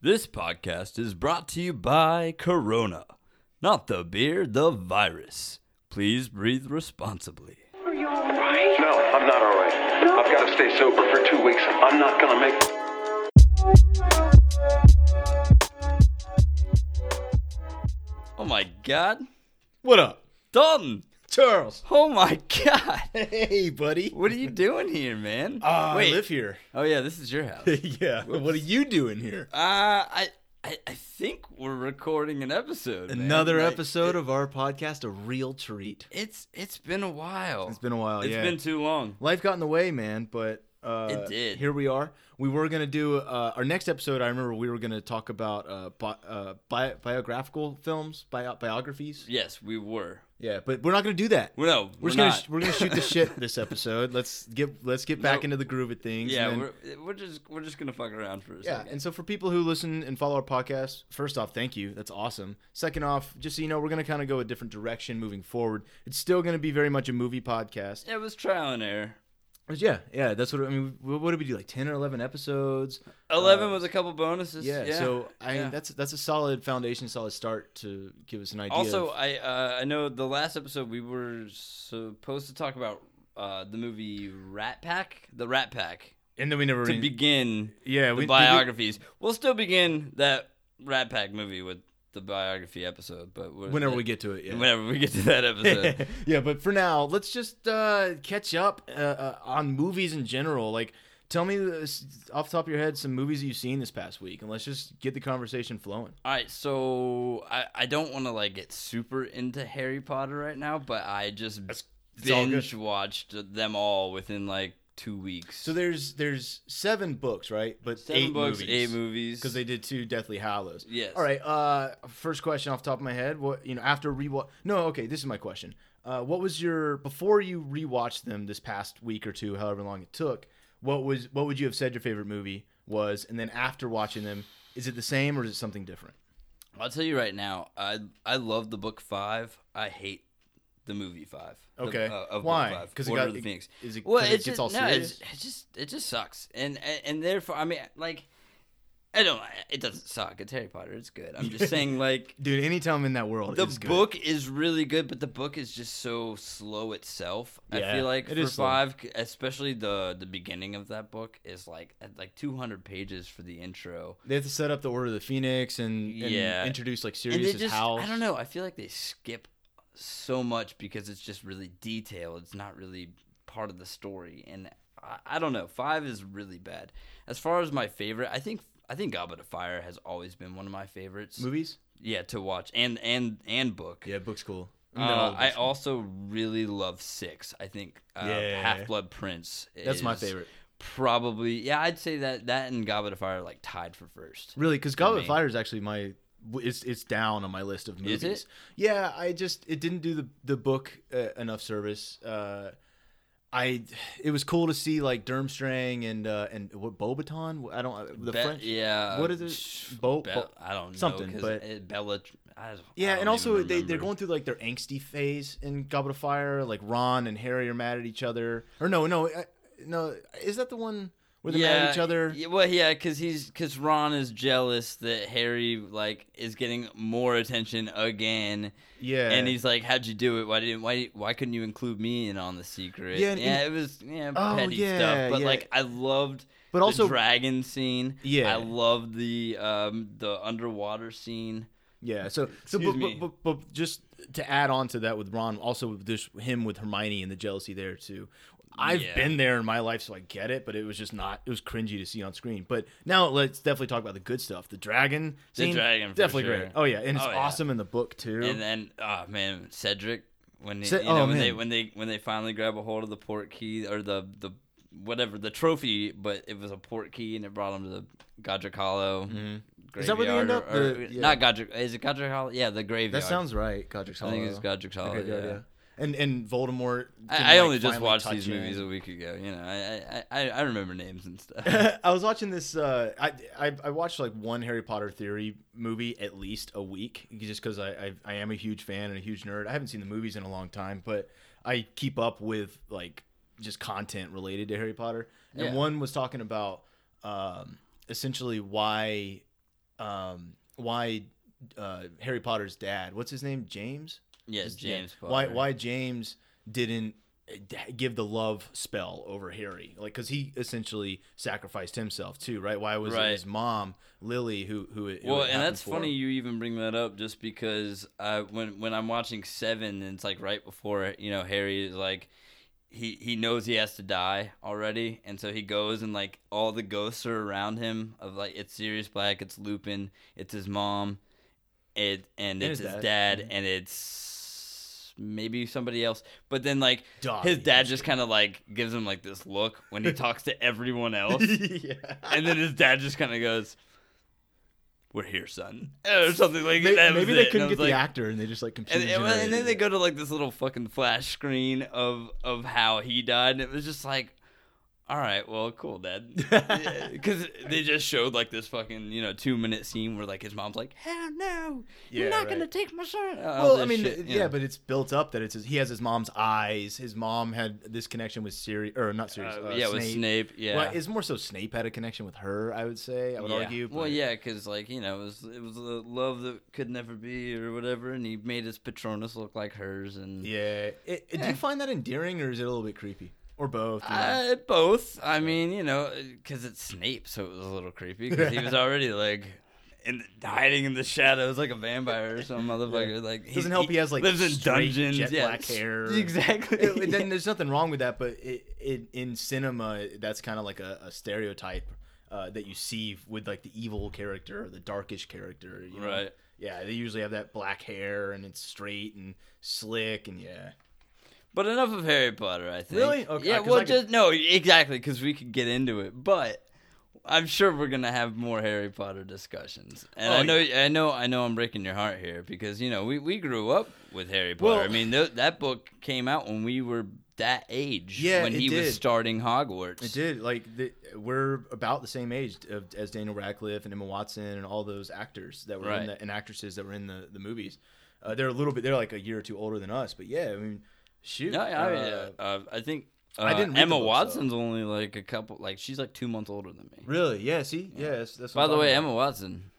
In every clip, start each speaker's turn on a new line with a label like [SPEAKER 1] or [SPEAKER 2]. [SPEAKER 1] This podcast is brought to you by Corona. Not the beer, the virus. Please breathe responsibly.
[SPEAKER 2] Are you alright?
[SPEAKER 3] No, I'm not all right. I've got to stay sober for two weeks. I'm not going to make.
[SPEAKER 1] Oh my god.
[SPEAKER 4] What up,
[SPEAKER 1] Dalton!
[SPEAKER 4] Charles?
[SPEAKER 1] Oh my god.
[SPEAKER 4] Hey, buddy.
[SPEAKER 1] What are you doing here, man?
[SPEAKER 4] Uh, I live here.
[SPEAKER 1] Oh yeah, this is your house. uh,
[SPEAKER 4] yeah. What are you doing here?
[SPEAKER 1] I, I I think we're recording an episode. man.
[SPEAKER 4] Another
[SPEAKER 1] Like,
[SPEAKER 4] episode of our podcast, a real treat.
[SPEAKER 1] It's it's been a while.
[SPEAKER 4] It's been a while.
[SPEAKER 1] It's
[SPEAKER 4] yeah.
[SPEAKER 1] been too long.
[SPEAKER 4] Life got in the way, man, but. Uh,
[SPEAKER 1] It did.
[SPEAKER 4] Here we are. We were gonna do uh, our next episode. I remember we were gonna talk about uh, bi- uh, bi- biographical films, bio- biographies.
[SPEAKER 1] Yes, we were.
[SPEAKER 4] Yeah, but we're not gonna do that.
[SPEAKER 1] Well, no,
[SPEAKER 4] we're,
[SPEAKER 1] we're
[SPEAKER 4] just gonna
[SPEAKER 1] not.
[SPEAKER 4] sh- we're gonna shoot the shit this episode. Let's get let's get back
[SPEAKER 1] No.
[SPEAKER 4] into the groove of things.
[SPEAKER 1] Yeah,
[SPEAKER 4] and then-
[SPEAKER 1] we're we're just we're just gonna fuck around for a
[SPEAKER 4] Yeah,
[SPEAKER 1] second.
[SPEAKER 4] and so for people who listen and follow our podcast, first off, thank you. That's awesome. Second off, just so you know, we're going to kind of go a different direction moving forward. It's still going to be very much a movie podcast.
[SPEAKER 1] It was trial and error.
[SPEAKER 4] But yeah, yeah, that's what I mean. What what did we do? Like 10 or 11 episodes?
[SPEAKER 1] Eleven was a couple bonuses.
[SPEAKER 4] Uh, Yeah, so I
[SPEAKER 1] yeah.
[SPEAKER 4] that's that's a solid foundation, solid start to give us an idea.
[SPEAKER 1] also
[SPEAKER 4] of-
[SPEAKER 1] I uh, I know the last episode we were supposed to talk about uh, the movie Rat Pack, the Rat Pack
[SPEAKER 4] and then we never
[SPEAKER 1] to
[SPEAKER 4] really-
[SPEAKER 1] begin
[SPEAKER 4] Yeah,
[SPEAKER 1] the
[SPEAKER 4] we- did we-
[SPEAKER 1] biographies. We'll still begin that Rat Pack movie with the biography episode, but we're,
[SPEAKER 4] whenever we get to it. Yeah.
[SPEAKER 1] whenever we get to that episode.
[SPEAKER 4] yeah, but for now, let's just uh, catch up uh, uh, on movies in general. Like, tell me this, off the top of your head some movies that you've seen this past week, and let's just get the conversation flowing.
[SPEAKER 1] All right, so I, I don't want to like get super into Harry Potter right now, but I just
[SPEAKER 4] it's all good.
[SPEAKER 1] binge watched them all within like two weeks.
[SPEAKER 4] So there's there's seven books, right? But
[SPEAKER 1] seven
[SPEAKER 4] eight
[SPEAKER 1] books,
[SPEAKER 4] movies.
[SPEAKER 1] eight movies.
[SPEAKER 4] Because they did two Deathly Hallows.
[SPEAKER 1] Yes.
[SPEAKER 4] All right. Uh, first question off the top of my head. What you know after rewatch? No, okay. This is my question. Uh, what was your before you rewatched them this past week or two, however long it took? What was what would you have said your favorite movie was? And then after watching them, is it the same or is it something different?
[SPEAKER 1] I'll tell you right now, I I love the book five. I hate the movie five. The-
[SPEAKER 4] Okay.
[SPEAKER 1] uh, of
[SPEAKER 4] Why?
[SPEAKER 1] book five,
[SPEAKER 4] 'Cause it
[SPEAKER 1] Order
[SPEAKER 4] got-
[SPEAKER 1] of the
[SPEAKER 4] it-
[SPEAKER 1] Phoenix.
[SPEAKER 4] is it-
[SPEAKER 1] well,
[SPEAKER 4] 'cause it
[SPEAKER 1] it's just,
[SPEAKER 4] gets all
[SPEAKER 1] no, it's,
[SPEAKER 4] serious?
[SPEAKER 1] it's just it just sucks, and and, and therefore, I mean, like. I don't. It doesn't suck. It's Harry Potter. It's good. I'm just saying, like
[SPEAKER 4] Dude, anytime in that world,
[SPEAKER 1] the
[SPEAKER 4] it's good.
[SPEAKER 1] book is really good, but the book is just so slow itself. I
[SPEAKER 4] Yeah,
[SPEAKER 1] feel like
[SPEAKER 4] it
[SPEAKER 1] for
[SPEAKER 4] is slow.
[SPEAKER 1] five, c- especially the the beginning of that book is like at like 200 pages for the intro.
[SPEAKER 4] They have to set up the Order of the Phoenix and, and
[SPEAKER 1] Yeah.
[SPEAKER 4] introduce like
[SPEAKER 1] and they
[SPEAKER 4] Sirius's
[SPEAKER 1] just
[SPEAKER 4] house.
[SPEAKER 1] I don't know. I feel like they skip so much because it's just really detailed. It's not really part of the story, and I, I don't know. Five is really bad. As far as my favorite, I think I think Goblet of Fire has always been one of my favorites.
[SPEAKER 4] Movies?
[SPEAKER 1] Yeah, to watch and and and book.
[SPEAKER 4] Yeah, book's cool. I mean, they're all
[SPEAKER 1] Uh,
[SPEAKER 4] the
[SPEAKER 1] I
[SPEAKER 4] books.
[SPEAKER 1] also really love Six. I think uh,
[SPEAKER 4] Yeah.
[SPEAKER 1] Half Blood Prince.
[SPEAKER 4] That's my
[SPEAKER 1] is
[SPEAKER 4] favorite.
[SPEAKER 1] Probably, yeah, I'd say that that and Goblet of Fire are like tied for first.
[SPEAKER 4] Really, because Goblet
[SPEAKER 1] me.
[SPEAKER 4] of Fire is actually my it's it's down on my list of movies.
[SPEAKER 1] Is it?
[SPEAKER 4] Yeah, I just it didn't do the the book uh, enough service. Uh, I it was cool to see like Durmstrang and uh, and what Bobaton. I don't uh, the
[SPEAKER 1] Be-
[SPEAKER 4] French.
[SPEAKER 1] yeah.
[SPEAKER 4] What is it?
[SPEAKER 1] sh-
[SPEAKER 4] Bo-
[SPEAKER 1] Be-
[SPEAKER 4] Bo-
[SPEAKER 1] I don't know.
[SPEAKER 4] something,
[SPEAKER 1] 'cause
[SPEAKER 4] but-
[SPEAKER 1] it- Bella. I don't- I
[SPEAKER 4] Yeah,
[SPEAKER 1] don't
[SPEAKER 4] and also
[SPEAKER 1] even
[SPEAKER 4] they, they're
[SPEAKER 1] remember.
[SPEAKER 4] going through like their angsty phase in Goblet of Fire. Like Ron and Harry are mad at each other. Or no, no, I, no. Is that the one where they're mad at each other?
[SPEAKER 1] yeah, well, yeah, because he's because Ron is jealous that Harry like is getting more attention again,
[SPEAKER 4] Yeah.
[SPEAKER 1] and he's like, "How'd you do it? Why didn't why why couldn't you include me in on the secret?"
[SPEAKER 4] Yeah, and-
[SPEAKER 1] yeah, it was yeah
[SPEAKER 4] Oh,
[SPEAKER 1] petty
[SPEAKER 4] yeah,
[SPEAKER 1] stuff, but
[SPEAKER 4] yeah.
[SPEAKER 1] like I loved.
[SPEAKER 4] But
[SPEAKER 1] the
[SPEAKER 4] also-
[SPEAKER 1] dragon scene.
[SPEAKER 4] Yeah.
[SPEAKER 1] I loved the um the underwater scene.
[SPEAKER 4] Yeah. So, so
[SPEAKER 1] Excuse
[SPEAKER 4] but,
[SPEAKER 1] me.
[SPEAKER 4] but, but, but just to add on to that with Ron, also with this him with Hermione and the jealousy there too. I've
[SPEAKER 1] Yeah.
[SPEAKER 4] been there in my life, so I get it. But it was just not. It was cringy to see on screen. But now let's definitely talk about the good stuff. The dragon.
[SPEAKER 1] The
[SPEAKER 4] Scene,
[SPEAKER 1] dragon, for
[SPEAKER 4] Definitely
[SPEAKER 1] sure.
[SPEAKER 4] great. Oh yeah, and it's
[SPEAKER 1] Oh, yeah.
[SPEAKER 4] awesome in the book too.
[SPEAKER 1] And then, oh man, Cedric when they,
[SPEAKER 4] Ce-
[SPEAKER 1] you know,
[SPEAKER 4] oh,
[SPEAKER 1] when they
[SPEAKER 4] man.
[SPEAKER 1] when they when they finally grab a hold of the port key or the the whatever the trophy, but it was a port key and it brought him to the Godric Hollow.
[SPEAKER 4] Mm-hmm. Is that where they
[SPEAKER 1] graveyard
[SPEAKER 4] end up?
[SPEAKER 1] Or, or-
[SPEAKER 4] The- yeah.
[SPEAKER 1] Not Godric. Is it Godric Hollow? Yeah, the graveyard.
[SPEAKER 4] that sounds right, Godric's
[SPEAKER 1] I
[SPEAKER 4] Hollow.
[SPEAKER 1] think it's Godric Hollow.
[SPEAKER 4] Okay,
[SPEAKER 1] yeah.
[SPEAKER 4] good, And and Voldemort. can,
[SPEAKER 1] I, I
[SPEAKER 4] like,
[SPEAKER 1] only just
[SPEAKER 4] finally
[SPEAKER 1] watched
[SPEAKER 4] touch
[SPEAKER 1] these
[SPEAKER 4] in.
[SPEAKER 1] movies a week ago. You know, I I, I, I remember names and stuff.
[SPEAKER 4] I was watching this. Uh, I, I I watched like one Harry Potter theory movie at least a week, just because I, I I am a huge fan and a huge nerd. I haven't seen the movies in a long time, but I keep up with like just content related to Harry Potter. And
[SPEAKER 1] Yeah.
[SPEAKER 4] one was talking about um, essentially why um, why uh, Harry Potter's dad, what's his name, James?
[SPEAKER 1] Yeah,
[SPEAKER 4] Is-
[SPEAKER 1] James.
[SPEAKER 4] Why
[SPEAKER 1] Potter.
[SPEAKER 4] why James didn't eh, give the love spell over Harry? Like cuz he essentially sacrificed himself too, right? Why was
[SPEAKER 1] Right.
[SPEAKER 4] it his mom, Lily, who who it, who
[SPEAKER 1] Well,
[SPEAKER 4] it
[SPEAKER 1] and
[SPEAKER 4] happened
[SPEAKER 1] that's
[SPEAKER 4] for?
[SPEAKER 1] funny you even bring that up, just because uh, when when I'm watching Seven, and it's like right before you know Harry is like. He, he knows he has to die already, and so he goes and like all the ghosts are around him. Of like it's Sirius Black, it's Lupin, it's his mom, it and it's his
[SPEAKER 4] his
[SPEAKER 1] dad, Mm-hmm.
[SPEAKER 4] dad.
[SPEAKER 1] and it's maybe somebody else. But then like
[SPEAKER 4] Dobby,
[SPEAKER 1] his dad
[SPEAKER 4] that's
[SPEAKER 1] just kind of like gives him like this look when he talks to everyone else,
[SPEAKER 4] yeah.
[SPEAKER 1] and then his dad just kind of goes, "We're here, son," or something like
[SPEAKER 4] Maybe,
[SPEAKER 1] that. was
[SPEAKER 4] maybe
[SPEAKER 1] it.
[SPEAKER 4] they
[SPEAKER 1] And I
[SPEAKER 4] couldn't
[SPEAKER 1] was
[SPEAKER 4] get the
[SPEAKER 1] like-
[SPEAKER 4] actor and they just like
[SPEAKER 1] And,
[SPEAKER 4] computer
[SPEAKER 1] and, well, and then
[SPEAKER 4] generated
[SPEAKER 1] they
[SPEAKER 4] it.
[SPEAKER 1] go to like this little fucking flash screen of of how he died, and it was just like, "All right, well, cool, dad," because they just showed like this fucking you know two minute scene where like his mom's like, "Hell no,
[SPEAKER 4] Yeah,
[SPEAKER 1] you're not gonna
[SPEAKER 4] right.
[SPEAKER 1] take my son." All
[SPEAKER 4] Well, I
[SPEAKER 1] this
[SPEAKER 4] mean,
[SPEAKER 1] shit, you
[SPEAKER 4] yeah,
[SPEAKER 1] know.
[SPEAKER 4] but it's built up that it's his, he has his mom's eyes. His mom had this connection with Siri or not Siri.
[SPEAKER 1] Uh,
[SPEAKER 4] uh,
[SPEAKER 1] yeah,
[SPEAKER 4] Snape.
[SPEAKER 1] with Snape, yeah.
[SPEAKER 4] Well, it's more so Snape had a connection with her. I would say. I would
[SPEAKER 1] yeah.
[SPEAKER 4] argue.
[SPEAKER 1] well,
[SPEAKER 4] but-
[SPEAKER 1] yeah, because like you know, it was it was a love that could never be or whatever, and he made his Patronus look like hers, and
[SPEAKER 4] Yeah. It, it- Do
[SPEAKER 1] Eh.
[SPEAKER 4] you find that endearing or is it a little bit creepy? Or both? you know?
[SPEAKER 1] Uh, both. I mean, you know, because it's Snape, so it was a little creepy because he was already like in hiding in the shadows like a vampire or some motherfucker. Like he
[SPEAKER 4] Doesn't help he has, like,
[SPEAKER 1] lives in
[SPEAKER 4] straight
[SPEAKER 1] dungeons,
[SPEAKER 4] jet
[SPEAKER 1] yeah,
[SPEAKER 4] black hair.
[SPEAKER 1] Exactly.
[SPEAKER 4] It- it- then there's nothing wrong with that, but it, it, in cinema, that's kind of like a, a stereotype uh, that you see with like the evil character or the darkish character. You know?
[SPEAKER 1] Right.
[SPEAKER 4] Yeah, they usually have that black hair and it's straight and slick and yeah.
[SPEAKER 1] But enough of Harry Potter, I think.
[SPEAKER 4] Really? Okay,
[SPEAKER 1] Yeah,
[SPEAKER 4] 'cause
[SPEAKER 1] well,
[SPEAKER 4] I could-
[SPEAKER 1] just, no, exactly, because we could get into it. But I'm sure we're gonna have more Harry Potter discussions. And
[SPEAKER 4] Oh,
[SPEAKER 1] I know, I know, I know, I'm breaking your heart here because you know we, we grew up with Harry Potter.
[SPEAKER 4] Well-
[SPEAKER 1] I mean, th- that book came out when we were that age.
[SPEAKER 4] Yeah,
[SPEAKER 1] when
[SPEAKER 4] it
[SPEAKER 1] he was
[SPEAKER 4] did.
[SPEAKER 1] starting Hogwarts.
[SPEAKER 4] It did like the, we're about the same age of, as Daniel Radcliffe and Emma Watson and all those actors that were
[SPEAKER 1] Right.
[SPEAKER 4] in the, and actresses that were in the the movies. Uh, they're a little bit they're like a year or two older than us, but yeah, I mean, shoot,
[SPEAKER 1] No, yeah, I, mean,
[SPEAKER 4] uh,
[SPEAKER 1] uh, uh, I think uh,
[SPEAKER 4] I didn't read the
[SPEAKER 1] Emma
[SPEAKER 4] books, though.
[SPEAKER 1] Watson's only like a couple. Like she's like two months older than me.
[SPEAKER 4] really, yeah. See, yeah, that's, that's what
[SPEAKER 1] By
[SPEAKER 4] I'm
[SPEAKER 1] the way,
[SPEAKER 4] talking
[SPEAKER 1] Emma Watson.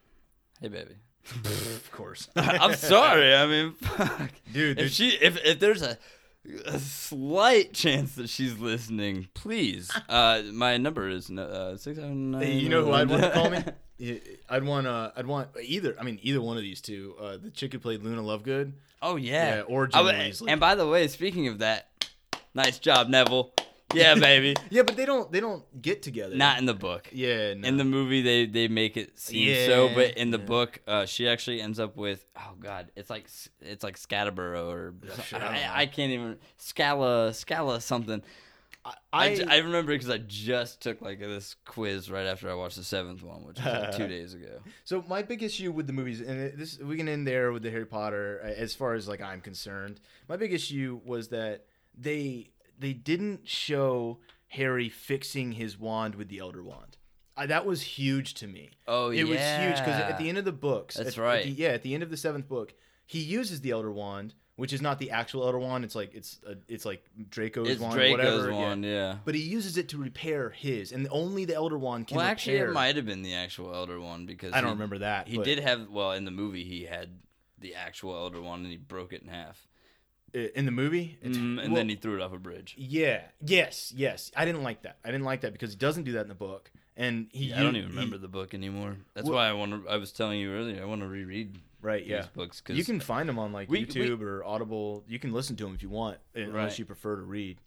[SPEAKER 1] Hey, baby.
[SPEAKER 4] about. of course,
[SPEAKER 1] I'm sorry. I mean, fuck.
[SPEAKER 4] Dude,
[SPEAKER 1] If
[SPEAKER 4] dude.
[SPEAKER 1] she, if if there's a, a slight chance that she's listening, please. Uh, my number is uh six seven nine.
[SPEAKER 4] Hey, you know who I'd want to call me? Yeah, I'd want uh, I'd want either. I mean, either one of these two. Uh, the chick who played Luna Lovegood.
[SPEAKER 1] oh yeah.
[SPEAKER 4] Yeah, or
[SPEAKER 1] I
[SPEAKER 4] Jim
[SPEAKER 1] would-
[SPEAKER 4] Weasley.
[SPEAKER 1] And by the way, speaking of that, nice job, Neville. Yeah, baby.
[SPEAKER 4] Yeah, but they don't they don't get together.
[SPEAKER 1] Not in the book.
[SPEAKER 4] yeah, no.
[SPEAKER 1] In the movie, they they make it seem so,
[SPEAKER 4] Yeah,
[SPEAKER 1] but in the
[SPEAKER 4] yeah.
[SPEAKER 1] book, uh, she actually ends up with oh god, it's like s- it's like Scatterborough or
[SPEAKER 4] Oh, sure, I don't know.
[SPEAKER 1] I, I can't even Scala Scala something.
[SPEAKER 4] I,
[SPEAKER 1] I, j- I remember because I just took like this quiz right after I watched the seventh one, which was like two days ago.
[SPEAKER 4] So my big issue with the movies, and it- this we can end there with the Harry Potter, uh, as far as like I'm concerned. My big issue was that they they didn't show Harry fixing his wand with the Elder Wand. I, that was huge to me.
[SPEAKER 1] Oh,
[SPEAKER 4] it was huge because
[SPEAKER 1] yeah.
[SPEAKER 4] at the end of the books,
[SPEAKER 1] That's
[SPEAKER 4] at- at the-
[SPEAKER 1] right.
[SPEAKER 4] yeah, at the end of the seventh book, he uses the Elder Wand, which is not the actual Elder Wand. It's like it's a, it's like Draco's
[SPEAKER 1] It's
[SPEAKER 4] wand,
[SPEAKER 1] Draco's
[SPEAKER 4] whatever. yeah.
[SPEAKER 1] one, yeah.
[SPEAKER 4] But he uses it to repair his, and only the Elder Wand can
[SPEAKER 1] Well, actually,
[SPEAKER 4] repair-
[SPEAKER 1] it might have been the actual Elder one because
[SPEAKER 4] I don't
[SPEAKER 1] he-
[SPEAKER 4] remember that.
[SPEAKER 1] He
[SPEAKER 4] but-
[SPEAKER 1] did have well in the movie he had the actual Elder one and he broke it in half,
[SPEAKER 4] I- in the movie, It's-
[SPEAKER 1] Mm, and
[SPEAKER 4] well,
[SPEAKER 1] then he threw it off a bridge.
[SPEAKER 4] Yeah. Yes. Yes. I didn't like that. I didn't like that because he doesn't do that in the book, and he.
[SPEAKER 1] Yeah, I don't
[SPEAKER 4] u-
[SPEAKER 1] even
[SPEAKER 4] he-
[SPEAKER 1] remember the book anymore. That's
[SPEAKER 4] Well-
[SPEAKER 1] why I want to. I was telling you earlier. I want to reread
[SPEAKER 4] right.
[SPEAKER 1] these
[SPEAKER 4] Yeah.
[SPEAKER 1] books because
[SPEAKER 4] You can find them on like
[SPEAKER 1] We- we-
[SPEAKER 4] YouTube or Audible. You can listen to them if you want, eh,
[SPEAKER 1] Right.
[SPEAKER 4] unless you prefer to read.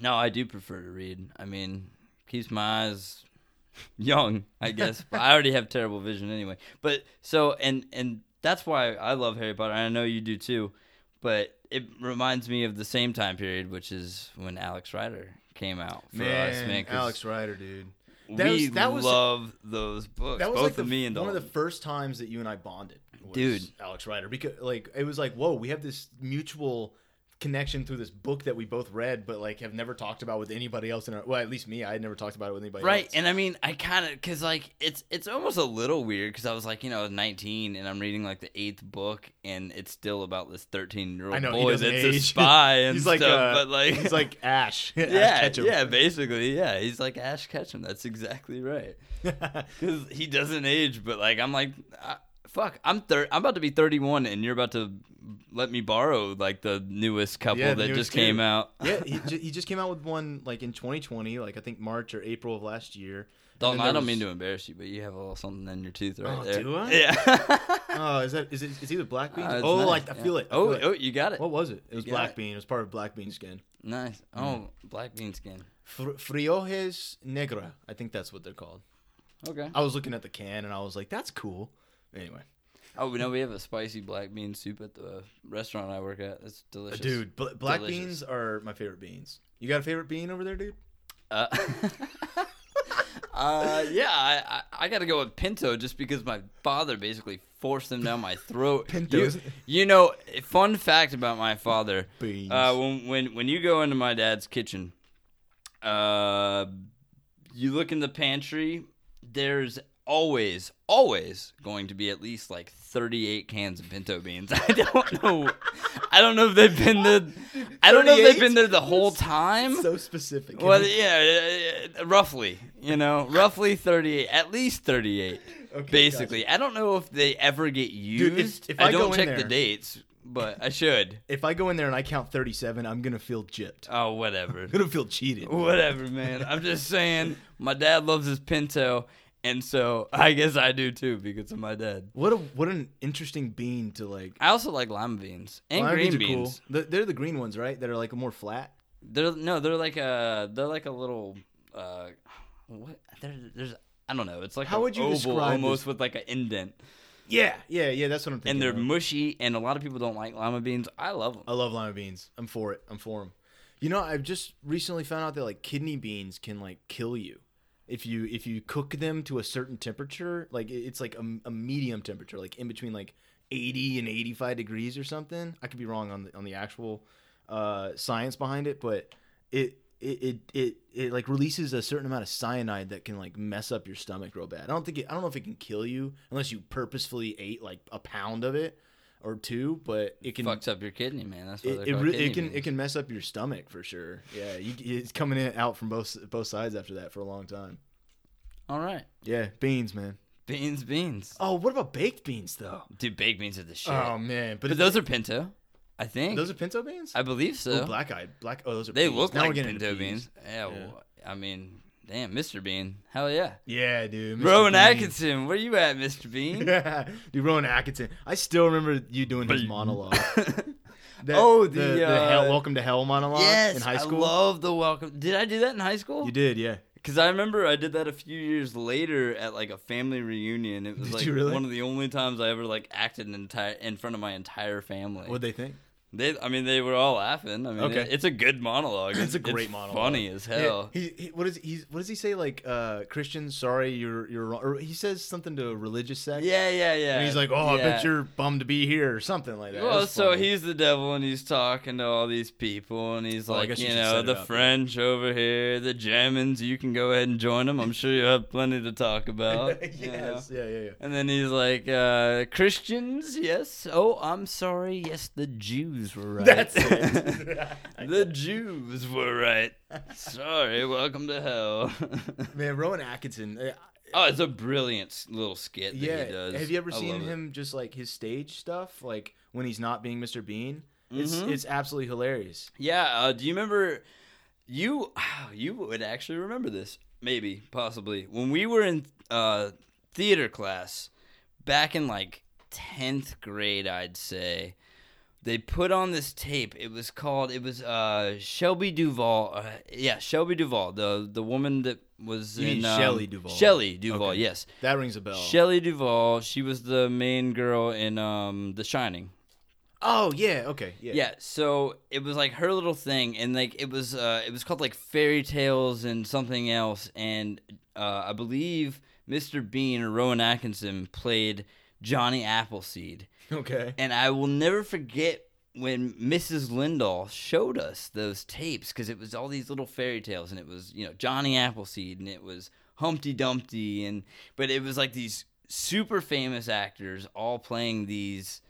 [SPEAKER 1] No, I do prefer to read. I mean, keeps my eyes young, I guess. but I already have terrible vision anyway. But so and and that's why I love Harry Potter. and I know you do too. But it reminds me of the same time period, which is when Alex Rider came out for us, man. 'cause
[SPEAKER 4] Alex Ryder, dude.
[SPEAKER 1] we love those books,
[SPEAKER 4] that was
[SPEAKER 1] both
[SPEAKER 4] like the,
[SPEAKER 1] of me and
[SPEAKER 4] one
[SPEAKER 1] Dalton.
[SPEAKER 4] of the first times that you and I bonded, was
[SPEAKER 1] Dude.
[SPEAKER 4] Alex Ryder, because like it was like, whoa, we have this mutual connection through this book that we both read, but like have never talked about with anybody else in our. Well, at least me, I had never talked about it with anybody.
[SPEAKER 1] right
[SPEAKER 4] else.
[SPEAKER 1] and i mean i kind of because like it's it's almost a little weird because i was like you know I was 19 and i'm reading like the eighth book and it's still about this 13 year
[SPEAKER 4] I
[SPEAKER 1] old
[SPEAKER 4] know, he
[SPEAKER 1] boy that's
[SPEAKER 4] doesn't
[SPEAKER 1] a
[SPEAKER 4] age.
[SPEAKER 1] spy and
[SPEAKER 4] he's
[SPEAKER 1] stuff
[SPEAKER 4] like, uh,
[SPEAKER 1] but like
[SPEAKER 4] he's like Ash. Ash
[SPEAKER 1] yeah
[SPEAKER 4] Ketchum.
[SPEAKER 1] yeah basically yeah he's like ash ketchum that's exactly right because he doesn't age but like i'm like I- fuck, I'm thir- I'm about to be 31, and you're about to let me borrow like the newest couple
[SPEAKER 4] Yeah, the
[SPEAKER 1] that
[SPEAKER 4] newest
[SPEAKER 1] just
[SPEAKER 4] two.
[SPEAKER 1] came out.
[SPEAKER 4] yeah, he, ju- he just came out with one like in 2020, like I think March or April of last year. And
[SPEAKER 1] Dalton,
[SPEAKER 4] then there
[SPEAKER 1] I don't
[SPEAKER 4] was-
[SPEAKER 1] mean to embarrass you, but you have a little something in your tooth right
[SPEAKER 4] Oh,
[SPEAKER 1] there.
[SPEAKER 4] do I?
[SPEAKER 1] Yeah.
[SPEAKER 4] Oh, is that is it? It's either black beans.
[SPEAKER 1] Uh, it's
[SPEAKER 4] oh,
[SPEAKER 1] nice,
[SPEAKER 4] like I
[SPEAKER 1] yeah.
[SPEAKER 4] feel it. I
[SPEAKER 1] Oh,
[SPEAKER 4] feel
[SPEAKER 1] oh,
[SPEAKER 4] it.
[SPEAKER 1] you got it.
[SPEAKER 4] what was it? It was
[SPEAKER 1] got
[SPEAKER 4] black
[SPEAKER 1] it.
[SPEAKER 4] bean. It was part of black bean skin.
[SPEAKER 1] Nice. Oh, black bean skin.
[SPEAKER 4] Fr- Frijoles negra. I think that's what they're called.
[SPEAKER 1] Okay.
[SPEAKER 4] I was looking at the can and I was like, that's cool. Anyway,
[SPEAKER 1] Oh, we know we have a spicy black bean soup at the restaurant I work at. That's delicious.
[SPEAKER 4] dude, bl- black
[SPEAKER 1] Delicious.
[SPEAKER 4] beans are my favorite beans. You got a favorite bean over there, dude?
[SPEAKER 1] Uh, uh, yeah, I, I, I got to go with pinto just because my father basically forced them down my throat.
[SPEAKER 4] Pinto,
[SPEAKER 1] You,
[SPEAKER 4] isn't it?
[SPEAKER 1] you know, fun fact about my father.
[SPEAKER 4] Beans.
[SPEAKER 1] Uh, when, when, when you go into my dad's kitchen, uh, you look in the pantry, there's always, always going to be at least like 38 cans of pinto beans. I don't know. I don't know if they've been there. I don't know if
[SPEAKER 4] 38?
[SPEAKER 1] they've been there the whole time.
[SPEAKER 4] so specific.
[SPEAKER 1] Well, yeah, uh, uh, roughly, you know, roughly 38, at least 38,
[SPEAKER 4] Okay,
[SPEAKER 1] basically. I don't know if they ever get used.
[SPEAKER 4] Dude, if- if I
[SPEAKER 1] I
[SPEAKER 4] go
[SPEAKER 1] don't
[SPEAKER 4] in
[SPEAKER 1] check the
[SPEAKER 4] there-
[SPEAKER 1] dates, but I should.
[SPEAKER 4] If I go in there and I count 37, I'm gonna feel gypped. I'm
[SPEAKER 1] Oh, whatever.
[SPEAKER 4] gonna feel cheated.
[SPEAKER 1] whatever, man. I'm just saying, my dad loves his Pinto, and so I guess I do too because of my dad.
[SPEAKER 4] What a what an interesting bean to like.
[SPEAKER 1] I also like lima beans and
[SPEAKER 4] Lima
[SPEAKER 1] green beans.
[SPEAKER 4] are cool. The- They're the green ones, right? That are like more flat.
[SPEAKER 1] They're no, they're like a they're like a little uh what they're, there's I don't know. It's like
[SPEAKER 4] How
[SPEAKER 1] a
[SPEAKER 4] would you
[SPEAKER 1] oval
[SPEAKER 4] describe this?
[SPEAKER 1] almost with like an indent.
[SPEAKER 4] Yeah, yeah, yeah. That's what I'm
[SPEAKER 1] and
[SPEAKER 4] thinking.
[SPEAKER 1] they're
[SPEAKER 4] of.
[SPEAKER 1] mushy and a lot of people don't like lima beans i love them
[SPEAKER 4] I love lima beans. I'm for it. I'm for them. You know, I've just recently found out that like kidney beans can like kill you if you if you cook them to a certain temperature. Like it- it's like a, a medium temperature, like in between like 80 and 85 degrees or something. I could be wrong on the on the actual uh, science behind it, but it. It, it, it, it like releases a certain amount of cyanide that can like mess up your stomach real bad. I don't think it, I don't know if it can kill you unless you purposefully ate like a pound of it or two, but it can
[SPEAKER 1] fucks up your kidney man that's what
[SPEAKER 4] it,
[SPEAKER 1] they're
[SPEAKER 4] it,
[SPEAKER 1] called,
[SPEAKER 4] re-
[SPEAKER 1] kidney
[SPEAKER 4] it can it
[SPEAKER 1] beans.
[SPEAKER 4] can mess up your stomach for sure. Yeah, you, it's coming in out from both both sides after that for a long time.
[SPEAKER 1] all right
[SPEAKER 4] Yeah, beans, man.
[SPEAKER 1] beans beans
[SPEAKER 4] Oh, what about baked beans though?
[SPEAKER 1] dude baked beans are the shit
[SPEAKER 4] Oh man, but,
[SPEAKER 1] but
[SPEAKER 4] those
[SPEAKER 1] those are pinto i think
[SPEAKER 4] those are pinto beans.
[SPEAKER 1] i believe so
[SPEAKER 4] oh, black eyed black. Oh, those are
[SPEAKER 1] they
[SPEAKER 4] beans.
[SPEAKER 1] look
[SPEAKER 4] Now we're
[SPEAKER 1] like
[SPEAKER 4] getting into
[SPEAKER 1] pinto beans, yeah, well, i mean damn mr bean hell yeah
[SPEAKER 4] Yeah, dude. Mr.
[SPEAKER 1] rowan
[SPEAKER 4] Bean.
[SPEAKER 1] atkinson where you at mr bean
[SPEAKER 4] Yeah, dude, Rowan Atkinson. I still remember you doing his monologue. That-
[SPEAKER 1] Oh, the,
[SPEAKER 4] the
[SPEAKER 1] uh,
[SPEAKER 4] hell, welcome to hell monologue
[SPEAKER 1] yes
[SPEAKER 4] in high school.
[SPEAKER 1] i love the welcome did i do that in high school
[SPEAKER 4] you did, yeah.
[SPEAKER 1] Because I remember I did that a few years later at like a family reunion. It was
[SPEAKER 4] Did
[SPEAKER 1] like
[SPEAKER 4] you really?
[SPEAKER 1] one of the only times I ever like acted an entire in front of my entire family.
[SPEAKER 4] What'd they think?
[SPEAKER 1] they, I mean, they were all laughing. I mean,
[SPEAKER 4] Okay.
[SPEAKER 1] it- it's a good monologue.
[SPEAKER 4] It's a great monologue.
[SPEAKER 1] Funny as
[SPEAKER 4] Yeah,
[SPEAKER 1] hell.
[SPEAKER 4] he, he what is he's what does he say like uh Christian? Sorry, you're you're wrong. Or he says something to a religious sect.
[SPEAKER 1] Yeah, yeah, yeah.
[SPEAKER 4] And he's like, oh, I bet
[SPEAKER 1] Yeah.
[SPEAKER 4] you're bummed to be here or something like that.
[SPEAKER 1] Well,
[SPEAKER 4] That's
[SPEAKER 1] so
[SPEAKER 4] funny.
[SPEAKER 1] he's the devil, and he's talking to all these people, and he's
[SPEAKER 4] I
[SPEAKER 1] like,
[SPEAKER 4] guess you
[SPEAKER 1] you
[SPEAKER 4] should
[SPEAKER 1] know,
[SPEAKER 4] set it
[SPEAKER 1] the
[SPEAKER 4] up.
[SPEAKER 1] French over here, the Germans. You can go ahead and join them. I'm sure you have plenty to talk about. you know?
[SPEAKER 4] yes, yeah, yeah, yeah.
[SPEAKER 1] And then he's like, uh, Christians, yes. Oh, I'm sorry. Yes, the Jews were right.
[SPEAKER 4] That's it.
[SPEAKER 1] the Jews were right. Sorry, welcome to hell.
[SPEAKER 4] Man, Rowan Atkinson. uh,
[SPEAKER 1] oh, it's a brilliant s- little skit that
[SPEAKER 4] Yeah.
[SPEAKER 1] he does.
[SPEAKER 4] Have you ever
[SPEAKER 1] I
[SPEAKER 4] seen
[SPEAKER 1] love it.
[SPEAKER 4] him just like his stage stuff, like when he's not being Mr. Bean? It's
[SPEAKER 1] Mm-hmm.
[SPEAKER 4] it's absolutely hilarious.
[SPEAKER 1] Yeah. Uh, do you remember? You you would actually remember this, maybe, possibly. When we were in uh, theater class back in like tenth grade, I'd say they put on this tape. It was called. It was uh, Shelby Duvall. Uh, yeah, Shelby Duvall, the the woman that was
[SPEAKER 4] You mean
[SPEAKER 1] in um,
[SPEAKER 4] Shelley Duvall.
[SPEAKER 1] Shelley Duvall.
[SPEAKER 4] Okay. Oh.
[SPEAKER 1] Yes,
[SPEAKER 4] That rings a bell.
[SPEAKER 1] Shelley Duvall. She was the main girl in um, The Shining.
[SPEAKER 4] oh yeah, okay, yeah.
[SPEAKER 1] Yeah, so it was like her little thing, and like it was, uh, it was called like fairy tales and something else, and uh, I believe Mr. Bean or Rowan Atkinson played Johnny Appleseed,
[SPEAKER 4] Okay.
[SPEAKER 1] and I will never forget when Mrs. Lindahl showed us those tapes because it was all these little fairy tales, and it was you know Johnny Appleseed, and it was Humpty Dumpty, and but it was like these super famous actors all playing these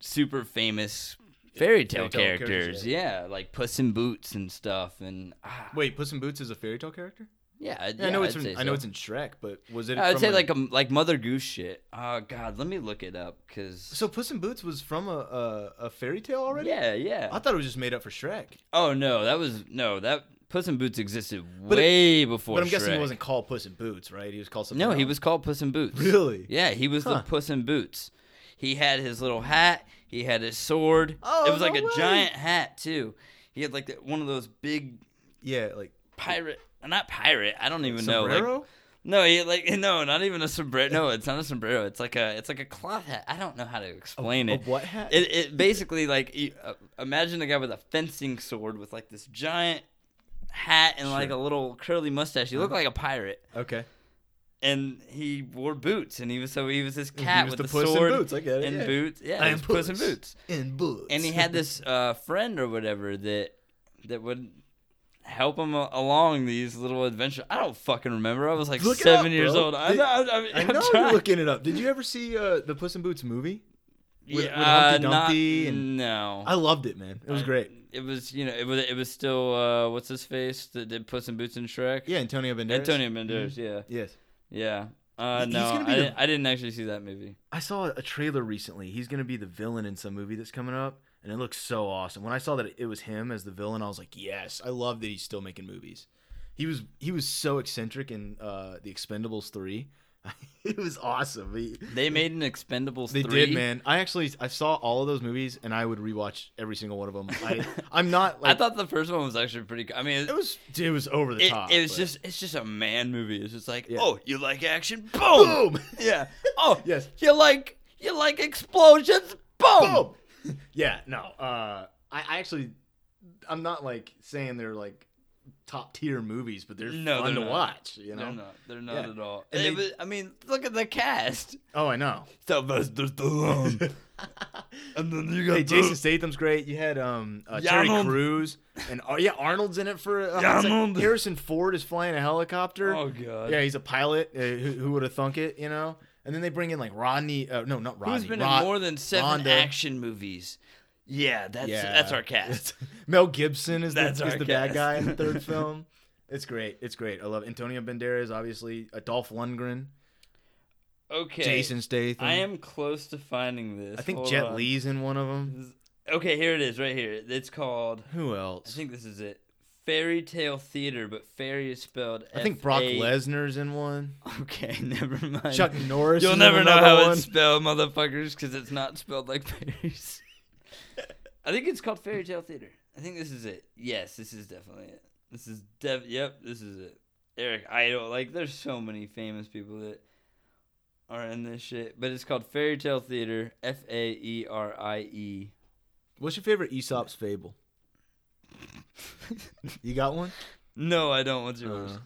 [SPEAKER 1] super famous fairy tale
[SPEAKER 4] fairy tale characters,
[SPEAKER 1] characters, yeah. like Puss in Boots and stuff, and ah,
[SPEAKER 4] Wait, Puss in Boots is a fairy tale character?
[SPEAKER 1] Yeah, I,
[SPEAKER 4] Yeah, I know it's
[SPEAKER 1] I'd
[SPEAKER 4] in,
[SPEAKER 1] say
[SPEAKER 4] I know
[SPEAKER 1] so.
[SPEAKER 4] it's in Shrek, but was it?
[SPEAKER 1] I'd
[SPEAKER 4] from
[SPEAKER 1] say like a like Mother Goose shit. Oh God, let me look it up because.
[SPEAKER 4] So Puss in Boots was from a, a a fairy tale already.
[SPEAKER 1] Yeah, yeah.
[SPEAKER 4] I thought it was just made up for Shrek.
[SPEAKER 1] Oh no, that was no that Puss in Boots existed
[SPEAKER 4] it-
[SPEAKER 1] way before.
[SPEAKER 4] But I'm guessing he
[SPEAKER 1] Shrek.
[SPEAKER 4] wasn't called Puss in Boots, right? He was called something.
[SPEAKER 1] No, he
[SPEAKER 4] else.
[SPEAKER 1] was called Puss in Boots.
[SPEAKER 4] Really?
[SPEAKER 1] Yeah, he was
[SPEAKER 4] Huh.
[SPEAKER 1] the Puss in Boots. He had his little hat. He had his sword.
[SPEAKER 4] Oh,
[SPEAKER 1] it was like
[SPEAKER 4] no
[SPEAKER 1] a
[SPEAKER 4] way.
[SPEAKER 1] giant hat too. He had like the, one of those big
[SPEAKER 4] Yeah, like
[SPEAKER 1] pirate, not pirate. I don't even know.
[SPEAKER 4] sombrero.
[SPEAKER 1] Like, no, he had, like no, not even a sombrero. No, it's not a sombrero. It's like a it's like a cloth hat. I don't know how to explain
[SPEAKER 4] a
[SPEAKER 1] it.
[SPEAKER 4] what hat?
[SPEAKER 1] It it basically like you- uh, imagine a guy with a fencing sword with like this giant hat and like a
[SPEAKER 4] Sure. Uh-huh.
[SPEAKER 1] little curly mustache. He looked like a pirate
[SPEAKER 4] okay.
[SPEAKER 1] and he wore boots, and he was so he was this
[SPEAKER 4] he
[SPEAKER 1] cat
[SPEAKER 4] was
[SPEAKER 1] with
[SPEAKER 4] the
[SPEAKER 1] the,
[SPEAKER 4] Puss in
[SPEAKER 1] sword
[SPEAKER 4] Boots, I get it,
[SPEAKER 1] and
[SPEAKER 4] yeah.
[SPEAKER 1] boots. Yeah, it was Puss in Boots.
[SPEAKER 4] In Boots.
[SPEAKER 1] And he had this uh, friend or whatever that that would help him a- along these little adventures. I don't fucking remember. I was like
[SPEAKER 4] Look it
[SPEAKER 1] seven
[SPEAKER 4] up,
[SPEAKER 1] years
[SPEAKER 4] bro.
[SPEAKER 1] old. I,
[SPEAKER 4] Did-
[SPEAKER 1] know I, I,
[SPEAKER 4] I
[SPEAKER 1] I'm
[SPEAKER 4] know you're
[SPEAKER 1] trying.
[SPEAKER 4] looking it up. Did you ever see uh, the Puss in Boots movie? with
[SPEAKER 1] Yeah,
[SPEAKER 4] Humpty
[SPEAKER 1] not-
[SPEAKER 4] Dumpty and-
[SPEAKER 1] no.
[SPEAKER 4] I loved it, man. It was great.
[SPEAKER 1] It was you know it was it was still uh, what's his face that did Puss in Boots and Shrek.
[SPEAKER 4] Yeah, Antonio Banderas.
[SPEAKER 1] Antonio Banderas. Yeah,
[SPEAKER 4] Yes.
[SPEAKER 1] yeah. Uh,
[SPEAKER 4] He's
[SPEAKER 1] no,
[SPEAKER 4] gonna be
[SPEAKER 1] I,
[SPEAKER 4] the-
[SPEAKER 1] didn't, I didn't actually see that movie.
[SPEAKER 4] I saw a trailer recently. He's gonna be the villain in some movie that's coming up, and it looks so awesome. When I saw that it was him as the villain, I was like, yes, I love that he's still making movies. He was he was so eccentric in uh, the Expendables three. it was awesome. He-
[SPEAKER 1] They made an Expendables.
[SPEAKER 4] they
[SPEAKER 1] 3.
[SPEAKER 4] did, man. I actually I saw all of those movies, and I would rewatch every single one of them. I I'm not like
[SPEAKER 1] I thought the first one was actually pretty. co- I mean, it,
[SPEAKER 4] it was it was over the
[SPEAKER 1] it,
[SPEAKER 4] top.
[SPEAKER 1] it was
[SPEAKER 4] but-
[SPEAKER 1] just it's just a man movie. It's just like,
[SPEAKER 4] Yeah.
[SPEAKER 1] oh, you like action, boom,
[SPEAKER 4] Boom!
[SPEAKER 1] yeah. Oh,
[SPEAKER 4] Yes.
[SPEAKER 1] you like you like explosions, boom.
[SPEAKER 4] boom. yeah, no. Uh, I, I actually, I'm not like saying they're like top tier movies, but they're
[SPEAKER 1] No,
[SPEAKER 4] fun
[SPEAKER 1] they're not.
[SPEAKER 4] to watch. You know?
[SPEAKER 1] They're not. They're not
[SPEAKER 4] Yeah.
[SPEAKER 1] at all.
[SPEAKER 4] And
[SPEAKER 1] It
[SPEAKER 4] they-
[SPEAKER 1] was- I mean, look at the cast.
[SPEAKER 4] Oh, I know.
[SPEAKER 1] Sylvester Stallone, and then you got
[SPEAKER 4] Hey,
[SPEAKER 1] the-
[SPEAKER 4] Jason Statham's great. You had um uh, Terry
[SPEAKER 1] Arnold.
[SPEAKER 4] Crews, and oh yeah, Arnold's in it for. Uh, it's like
[SPEAKER 1] Arnold.
[SPEAKER 4] Harrison Ford is flying a helicopter.
[SPEAKER 1] Oh god.
[SPEAKER 4] Yeah, he's a pilot. Uh, who who would have thunk it? You know. And then they bring in like Rodney. Uh, no, not Rodney.
[SPEAKER 1] Who's been
[SPEAKER 4] Rod-
[SPEAKER 1] in more than seven
[SPEAKER 4] Rhonda.
[SPEAKER 1] action movies? Yeah, that's
[SPEAKER 4] Yeah.
[SPEAKER 1] that's our cast.
[SPEAKER 4] Mel Gibson is
[SPEAKER 1] That's
[SPEAKER 4] the, is
[SPEAKER 1] our
[SPEAKER 4] the
[SPEAKER 1] cast.
[SPEAKER 4] bad guy in the third film. It's great. It's great. I love Antonio Banderas, obviously. Adolph Lundgren,
[SPEAKER 1] Okay.
[SPEAKER 4] Jason Statham.
[SPEAKER 1] I am close to finding this.
[SPEAKER 4] I think
[SPEAKER 1] Hold
[SPEAKER 4] Jet
[SPEAKER 1] on.
[SPEAKER 4] Lee's in one of
[SPEAKER 1] Mm-hmm.
[SPEAKER 4] them.
[SPEAKER 1] Okay, here it is, right here. It's called.
[SPEAKER 4] Who
[SPEAKER 1] I
[SPEAKER 4] else? I think,
[SPEAKER 1] think this is it. Fairy Tale Theater, but fairy is spelled.
[SPEAKER 4] Brock
[SPEAKER 1] F-A-
[SPEAKER 4] Lesnar's in one.
[SPEAKER 1] Okay, never mind.
[SPEAKER 4] Chuck Norris.
[SPEAKER 1] You'll
[SPEAKER 4] is in
[SPEAKER 1] never know
[SPEAKER 4] another
[SPEAKER 1] how
[SPEAKER 4] one.
[SPEAKER 1] it's spelled, motherfuckers, because it's not spelled like fairies. I think it's called Fairy Tale Theater. I think this is it. Yes, this is definitely it. This is def. Yep, this is it. Eric Idle. Like, there's so many famous people that are in this shit, but it's called Fairy Tale Theater. F A E R I E.
[SPEAKER 4] What's your favorite Aesop's fable? You got one?
[SPEAKER 1] No, I don't. What's yours?
[SPEAKER 4] Uh,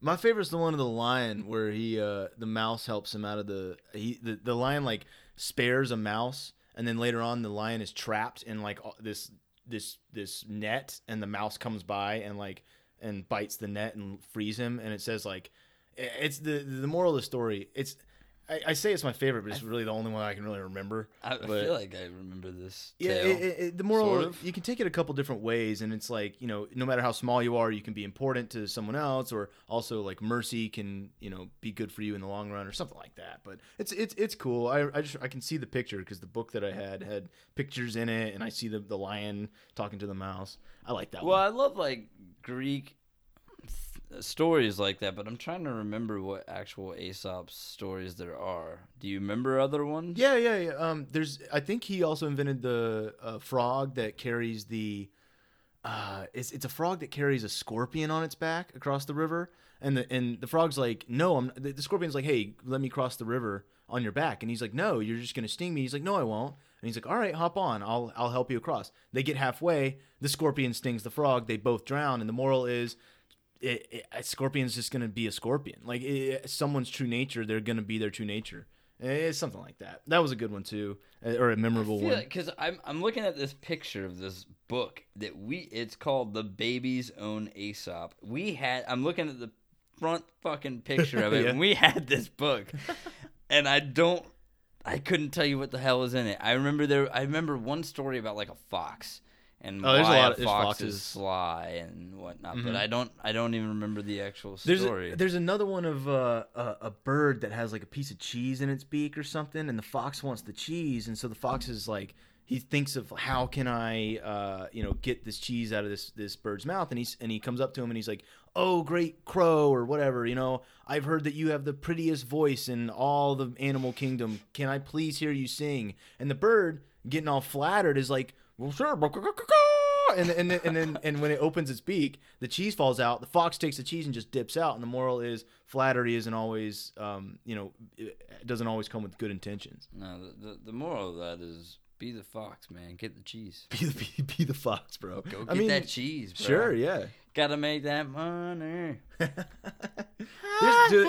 [SPEAKER 4] my favorite's the one of the lion where he uh the mouse helps him out of the he the, the lion like spares a mouse and then later on the lion is trapped in like all- this this this net and the mouse comes by and like and bites the net and frees him and it says like i- it's the the moral of the story it's I, I say it's my favorite but it's really the only one I can really remember
[SPEAKER 1] I, I
[SPEAKER 4] but-
[SPEAKER 1] feel like I remember this.
[SPEAKER 4] yeah,
[SPEAKER 1] tale.
[SPEAKER 4] it, it, it- the moral
[SPEAKER 1] sort
[SPEAKER 4] of-
[SPEAKER 1] of.
[SPEAKER 4] you can take it a couple different ways, and it's like you know, no matter how small you are, you can be important to someone else, or also like mercy can you know be good for you in the long run, or something like that. But it's it's it's cool. I, I just I can see the picture because the book that I had had pictures in it, and I see the the lion talking to the mouse. I like that
[SPEAKER 1] Well,
[SPEAKER 4] one.
[SPEAKER 1] I love like Greek th- stories like that, but I'm trying to remember what actual Aesop's stories there are. Do you remember other ones?
[SPEAKER 4] Yeah, yeah, yeah. Um, there's I think he also invented the uh, frog that carries the. uh, it's, it's a frog that carries a scorpion on its back across the river, and the and the frog's like, no, I'm. The, the scorpion's like, hey, let me cross the river on your back, and he's like, no, you're just gonna sting me. He's like, no, I won't. And he's like, all right, hop on, I'll I'll help you across. They get halfway, the scorpion stings the frog, they both drown, and the moral is. It, it, a scorpion's just gonna be a scorpion. Like it, someone's true nature, they're gonna be their true nature. Eh, It's something like that. That was a good one too, eh, or a memorable one.
[SPEAKER 1] Because I'm I'm looking at this picture of this book that we it's called The Baby's Own Aesop. We had I'm looking at the front fucking picture of it
[SPEAKER 4] Yeah.
[SPEAKER 1] and we had this book. and I don't I couldn't tell you what the hell was in it. I remember there I remember one story about like a fox and
[SPEAKER 2] Oh, there's a
[SPEAKER 1] why
[SPEAKER 2] lot of-
[SPEAKER 1] a
[SPEAKER 2] there's
[SPEAKER 1] fox
[SPEAKER 2] foxes. Mm-hmm.
[SPEAKER 1] is sly and whatnot. But I don't I don't even remember the actual
[SPEAKER 4] There's
[SPEAKER 1] story.
[SPEAKER 4] A, there's another one of uh, a, a bird that has like a piece of cheese in its beak or something, and the fox wants the cheese, and so the fox is like he thinks of how can I uh, you know get this cheese out of this this bird's mouth, and he's and he comes up to him and he's like, oh great crow or whatever, you know I've heard that you have the prettiest voice in all the animal kingdom. Can I please hear you sing? And the bird getting all flattered is like, well sure. and and then, and then and when it opens its beak, the cheese falls out. The fox takes the cheese and just dips out. And the moral is flattery isn't always, um, you know, it doesn't always come with good intentions.
[SPEAKER 1] no, the, the, the moral of that is be the fox, man. Get the cheese.
[SPEAKER 4] Be, be, be the fox, bro.
[SPEAKER 1] Go get that cheese. Bro.
[SPEAKER 4] Sure, yeah.
[SPEAKER 1] Gotta make that money.
[SPEAKER 4] There's, dude,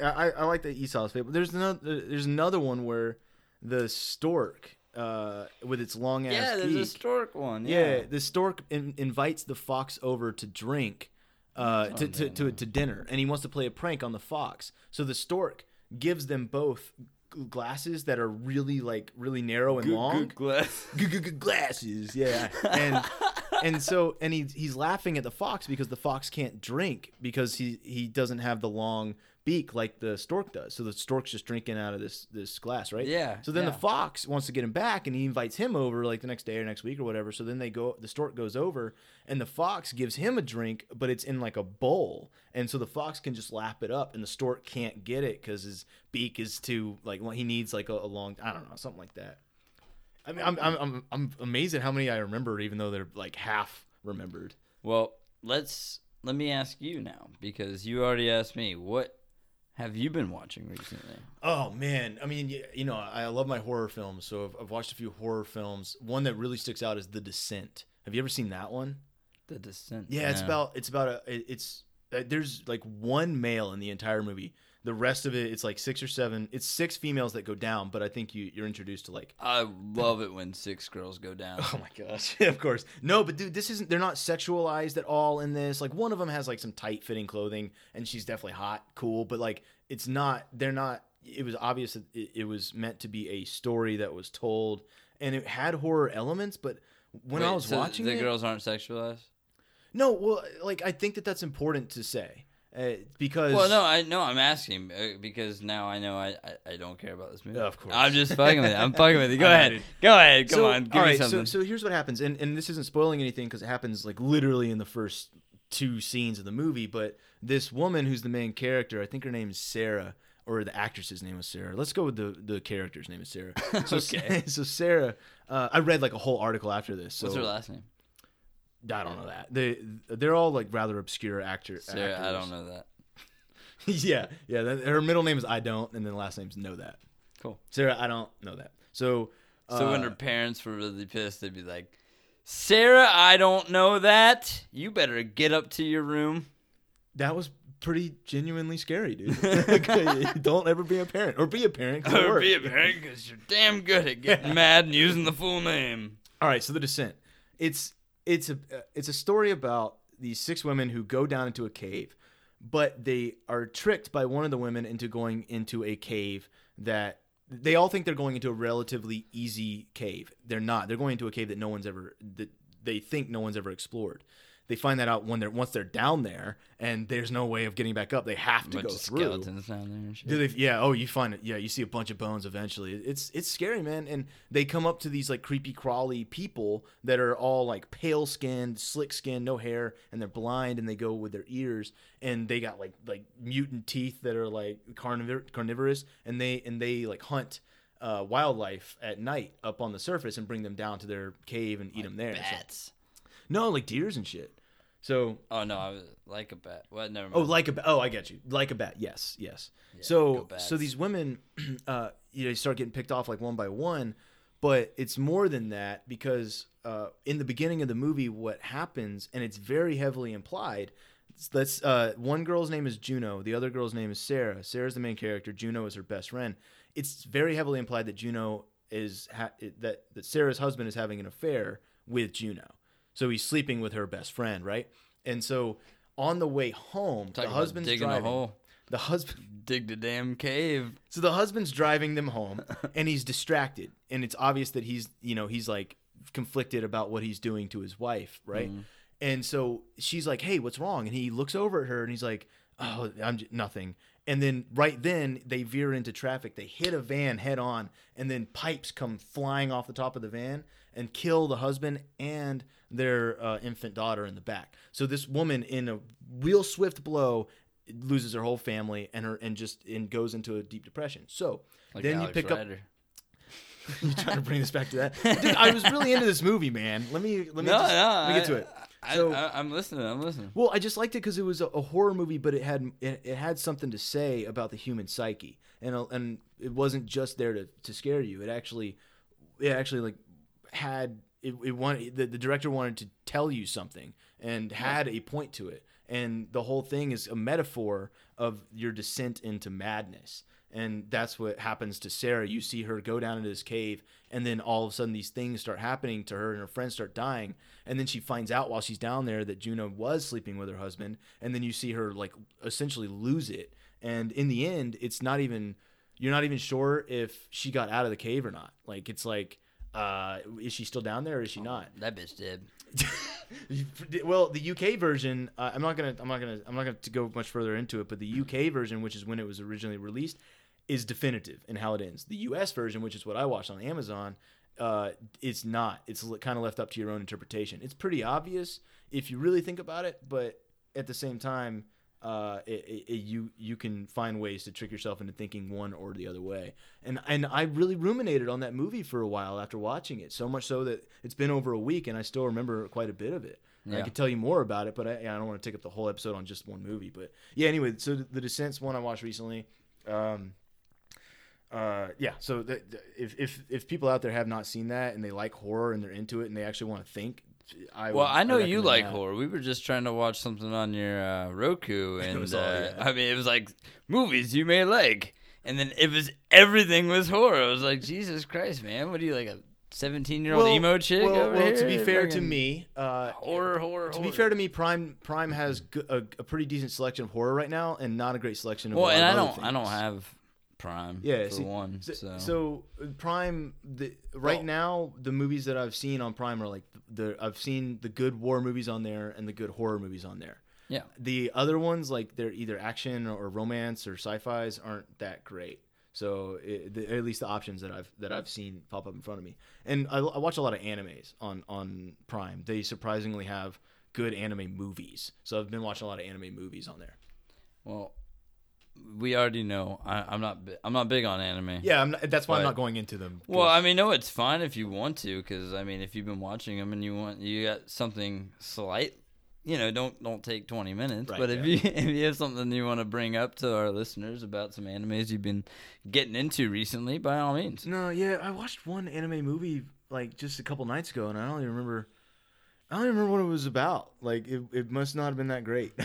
[SPEAKER 4] I, I like the Esau's fable. There's another there's another one where the stork uh, with its long ass
[SPEAKER 1] Yeah, there's a
[SPEAKER 4] beak-
[SPEAKER 1] stork one.
[SPEAKER 4] Yeah,
[SPEAKER 1] Yeah.
[SPEAKER 4] the stork in- invites the fox over to drink, uh, to, to, to, to dinner, and he wants to play a prank on the fox. So the stork gives them both g- glasses that are really like really narrow and long.
[SPEAKER 1] Good glass.
[SPEAKER 4] G- g- g- glasses, yeah, and and so and he he's laughing at the fox because the fox can't drink because he he doesn't have the long beak like the stork does. So the stork's just drinking out of this this glass, right?
[SPEAKER 1] Yeah,
[SPEAKER 4] So then the
[SPEAKER 1] yeah.
[SPEAKER 4] fox wants to get him back, and he invites him over like the next day or next week or whatever. So then they go. The stork goes over, and the fox gives him a drink, but it's in like a bowl, and so the fox can just lap it up, and the stork can't get it because his beak is too like he needs like a, a long I don't know something like that. I mean, I'm, I'm I'm I'm amazed at how many I remember, even though they're like half remembered.
[SPEAKER 1] Well, let's let me ask you now because you already asked me. What have you been watching recently?
[SPEAKER 4] Oh man, I mean, y- you know, I love my horror films, so I've, I've watched a few horror films. One that really sticks out is The Descent. Have you ever seen that one?
[SPEAKER 1] The Descent.
[SPEAKER 4] Yeah, it's
[SPEAKER 1] No.
[SPEAKER 4] about it's about a it- it's uh, there's like one male in the entire movie. The rest of it, it's like six or seven. It's six females that go down, but I think you you're introduced to like.
[SPEAKER 1] I love it when six girls go down.
[SPEAKER 4] Oh my gosh! of course, no, but dude, this isn't. They're not sexualized at all in this. Like one of them has like some tight fitting clothing, and she's definitely hot, cool, but like it's not. They're not. It was obvious that it, it was meant to be a story that was told, and it had horror elements. But when I
[SPEAKER 1] Wait,
[SPEAKER 4] was
[SPEAKER 1] so
[SPEAKER 4] watching,
[SPEAKER 1] the
[SPEAKER 4] it,
[SPEAKER 1] girls aren't sexualized.
[SPEAKER 4] No, well, like I think that that's important to say uh, because
[SPEAKER 1] Well, no, I no, I'm asking uh, because now I know I, I, I don't care about this movie.
[SPEAKER 4] Yeah, of course.
[SPEAKER 1] I'm just fucking with it. I'm fucking with it. Go
[SPEAKER 4] I know,
[SPEAKER 1] ahead.
[SPEAKER 4] dude.
[SPEAKER 1] Go ahead. Come
[SPEAKER 4] So,
[SPEAKER 1] on. Give
[SPEAKER 4] all
[SPEAKER 1] me
[SPEAKER 4] right, so-
[SPEAKER 1] something.
[SPEAKER 4] So, here's what happens, and and this isn't spoiling anything because it happens like literally in the first two scenes of the movie. But this woman who's the main character, I think her name is Sarah, or the actress's name was Sarah. Let's go with the the character's name is Sarah. So,
[SPEAKER 1] Okay.
[SPEAKER 4] So Sarah, uh, I read like a whole article after this. So
[SPEAKER 1] What's her last name?
[SPEAKER 4] I don't know that they they're all like rather obscure actor.
[SPEAKER 1] Sarah. I
[SPEAKER 4] uh, actors.
[SPEAKER 1] don't know that.
[SPEAKER 4] yeah, yeah. that- her middle name is I don't, and then last name's know that.
[SPEAKER 1] Cool.
[SPEAKER 4] Sarah, I don't know that. So.
[SPEAKER 1] So when her
[SPEAKER 4] uh,
[SPEAKER 1] parents were really pissed, they'd be like, "Sarah, I don't know that. You better get up to your room."
[SPEAKER 4] that was pretty genuinely scary, dude. Okay, Don't ever be a parent or be a parent. 'cause it
[SPEAKER 1] Or
[SPEAKER 4] worked.
[SPEAKER 1] be a parent because you're damn good at getting mad and using the full name.
[SPEAKER 4] All right, so the descent. It's it's a uh, it's a story about these six women who go down into a cave, but they are tricked by one of the women into going into a cave that they all think they're going into a relatively easy cave. They're not. They're going into a cave that no one's ever that they think no one's ever explored. They find that out when they're once they're down there and there's no way of getting back up. They have to
[SPEAKER 1] Bunch
[SPEAKER 4] go
[SPEAKER 1] of
[SPEAKER 4] through.
[SPEAKER 1] skeletons down there and shit.
[SPEAKER 4] Do they, yeah. Oh, you find it. Yeah, you see a bunch of bones eventually. It's it's scary, man. And they come up to these like creepy crawly people that are all like pale skinned, slick skinned, no hair, and they're blind, and they go with their ears, and they got like like mutant teeth that are like carnivor- carnivorous, and they and they like hunt. Uh, wildlife at night up on the surface and bring them down to their cave and eat them there. So-
[SPEAKER 1] Bats.
[SPEAKER 4] no, like deers and shit. So
[SPEAKER 1] Oh no, I was like a bat. Well, never mind.
[SPEAKER 4] Oh, like a ba- oh, I get you. Like a bat. Yes, yes.
[SPEAKER 1] go
[SPEAKER 4] so
[SPEAKER 1] bats.
[SPEAKER 4] so these women, uh, you know, you start getting picked off like one by one, but it's more than that because uh, in the beginning of the movie, what happens, and it's very heavily implied. That's uh, one girl's name is Juno. The other girl's name is Sarah. Sarah's the main character. Juno is her best friend. It's very heavily implied that Juno is ha- that that Sarah's husband is having an affair with Juno. So he's sleeping with her best friend, right? And so on the way home,
[SPEAKER 1] Talking
[SPEAKER 4] the
[SPEAKER 1] about
[SPEAKER 4] husband's
[SPEAKER 1] digging
[SPEAKER 4] driving.
[SPEAKER 1] a hole.
[SPEAKER 4] The husband.
[SPEAKER 1] Dig the damn cave.
[SPEAKER 4] So the husband's driving them home, and he's distracted, and it's obvious that he's, you know, he's like conflicted about what he's doing to his wife, right? And so she's like, "Hey, what's wrong?" And he looks over at her and he's like, "Oh, I'm j- nothing." And then right then they veer into traffic. They hit a van head on, and then pipes come flying off the top of the van and kill the husband and their uh, infant daughter in the back. So this woman, in a real swift blow, loses her whole family and her and just and goes into a deep depression. So
[SPEAKER 1] Like
[SPEAKER 4] then
[SPEAKER 1] Alex
[SPEAKER 4] you pick up
[SPEAKER 1] Rider.
[SPEAKER 4] you trying to bring this back to that? Dude, I was really into this movie, man. Let me let me,
[SPEAKER 1] No,
[SPEAKER 4] just-
[SPEAKER 1] no,
[SPEAKER 4] let me get
[SPEAKER 1] I-
[SPEAKER 4] to it.
[SPEAKER 1] I,
[SPEAKER 4] So-
[SPEAKER 1] I, I'm listening. I'm listening.
[SPEAKER 4] Well, I just liked it because it was a, a horror movie, but it had it, it had something to say about the human psyche, and a- and it wasn't just there to, to scare you. It actually it actually like had it, it wanted the, the director wanted to tell you something and had a point to it, and the whole thing is a metaphor of your descent into madness. And that's what happens to Sarah. You see her go down into this cave, and then all of a sudden, these things start happening to her, and her friends start dying. And then she finds out while she's down there that Juno was sleeping with her husband. And then you see her, like, essentially lose it. And in the end, it's not even, you're not even sure if she got out of the cave or not. Like, it's like, uh, is she still down there or is she not?
[SPEAKER 1] That bitch did.
[SPEAKER 4] well, the UK version, uh, I'm not gonna, I'm not gonna, I'm not gonna go much further into it, but the UK version, which is when it was originally released, is definitive in how it ends. The US version, which is what I watched on Amazon, uh, it's not. It's kind of left up to your own interpretation. It's pretty obvious if you really think about it, but at the same time, uh, it, it, it- you you can find ways to trick yourself into thinking one or the other way. And and I really ruminated on that movie for a while after watching it, so much so that it's been over a week and I still remember quite a bit of it. I
[SPEAKER 1] Yeah.
[SPEAKER 4] could tell you more about it, but I, I don't want to take up the whole episode on just one movie. But yeah, anyway, so the Descent's one I watched recently. Um, uh, yeah. So the, the, if if if people out there have not seen that and they like horror and they're into it and they actually want to think, I
[SPEAKER 1] Well,
[SPEAKER 4] would-
[SPEAKER 1] I know you
[SPEAKER 4] recommend
[SPEAKER 1] like
[SPEAKER 4] that.
[SPEAKER 1] horror. We were just trying to watch something on your uh, Roku, and
[SPEAKER 4] was
[SPEAKER 1] uh,
[SPEAKER 4] all- yeah.
[SPEAKER 1] I mean, it was like movies you may like, and then it was everything was horror. I was like, Jesus Christ, man, what are you like a seventeen-year-old emo chick?
[SPEAKER 4] Well,
[SPEAKER 1] over
[SPEAKER 4] well, to be
[SPEAKER 1] here?
[SPEAKER 4] fair to
[SPEAKER 1] Fucking
[SPEAKER 4] me, uh,
[SPEAKER 1] horror, horror.
[SPEAKER 4] to be fair to me, Prime Prime has g- a, a pretty decent selection of horror right now, and not a great selection of.
[SPEAKER 1] well,
[SPEAKER 4] a lot
[SPEAKER 1] and
[SPEAKER 4] of
[SPEAKER 1] I
[SPEAKER 4] other
[SPEAKER 1] don't, I don't
[SPEAKER 4] things.
[SPEAKER 1] have Prime.
[SPEAKER 4] Yeah,
[SPEAKER 1] for
[SPEAKER 4] see,
[SPEAKER 1] one.
[SPEAKER 4] So,
[SPEAKER 1] So,
[SPEAKER 4] so, uh, Prime, the, right
[SPEAKER 1] Well-
[SPEAKER 4] now the movies that I've seen on Prime are like the I've seen the good war movies on there and the good horror movies on there.
[SPEAKER 1] yeah,
[SPEAKER 4] The other ones like they're either action or romance or sci-fi's aren't that great. So it, the, at least the options that I've that I've seen pop up in front of me, and I, I watch a lot of animes on on Prime. They surprisingly have good anime movies. So I've been watching a lot of anime movies on there.
[SPEAKER 1] well, we already know. I, I'm not, bi- I'm not big on anime.
[SPEAKER 4] Yeah, I'm not, that's why I'm
[SPEAKER 1] But-
[SPEAKER 4] not going into them.
[SPEAKER 1] Well, I mean, no, it's fine if you want to, because I mean, if you've been watching them and you want you got something slight, you know, don't don't take twenty minutes.
[SPEAKER 4] Right,
[SPEAKER 1] but if you if you have something you want to bring up to our listeners about some animes you've been getting into recently, by all means.
[SPEAKER 4] No, yeah, I watched one anime movie like just a couple nights ago, and I don't even remember. I don't even remember what it was about. Like it, it must not have been that great.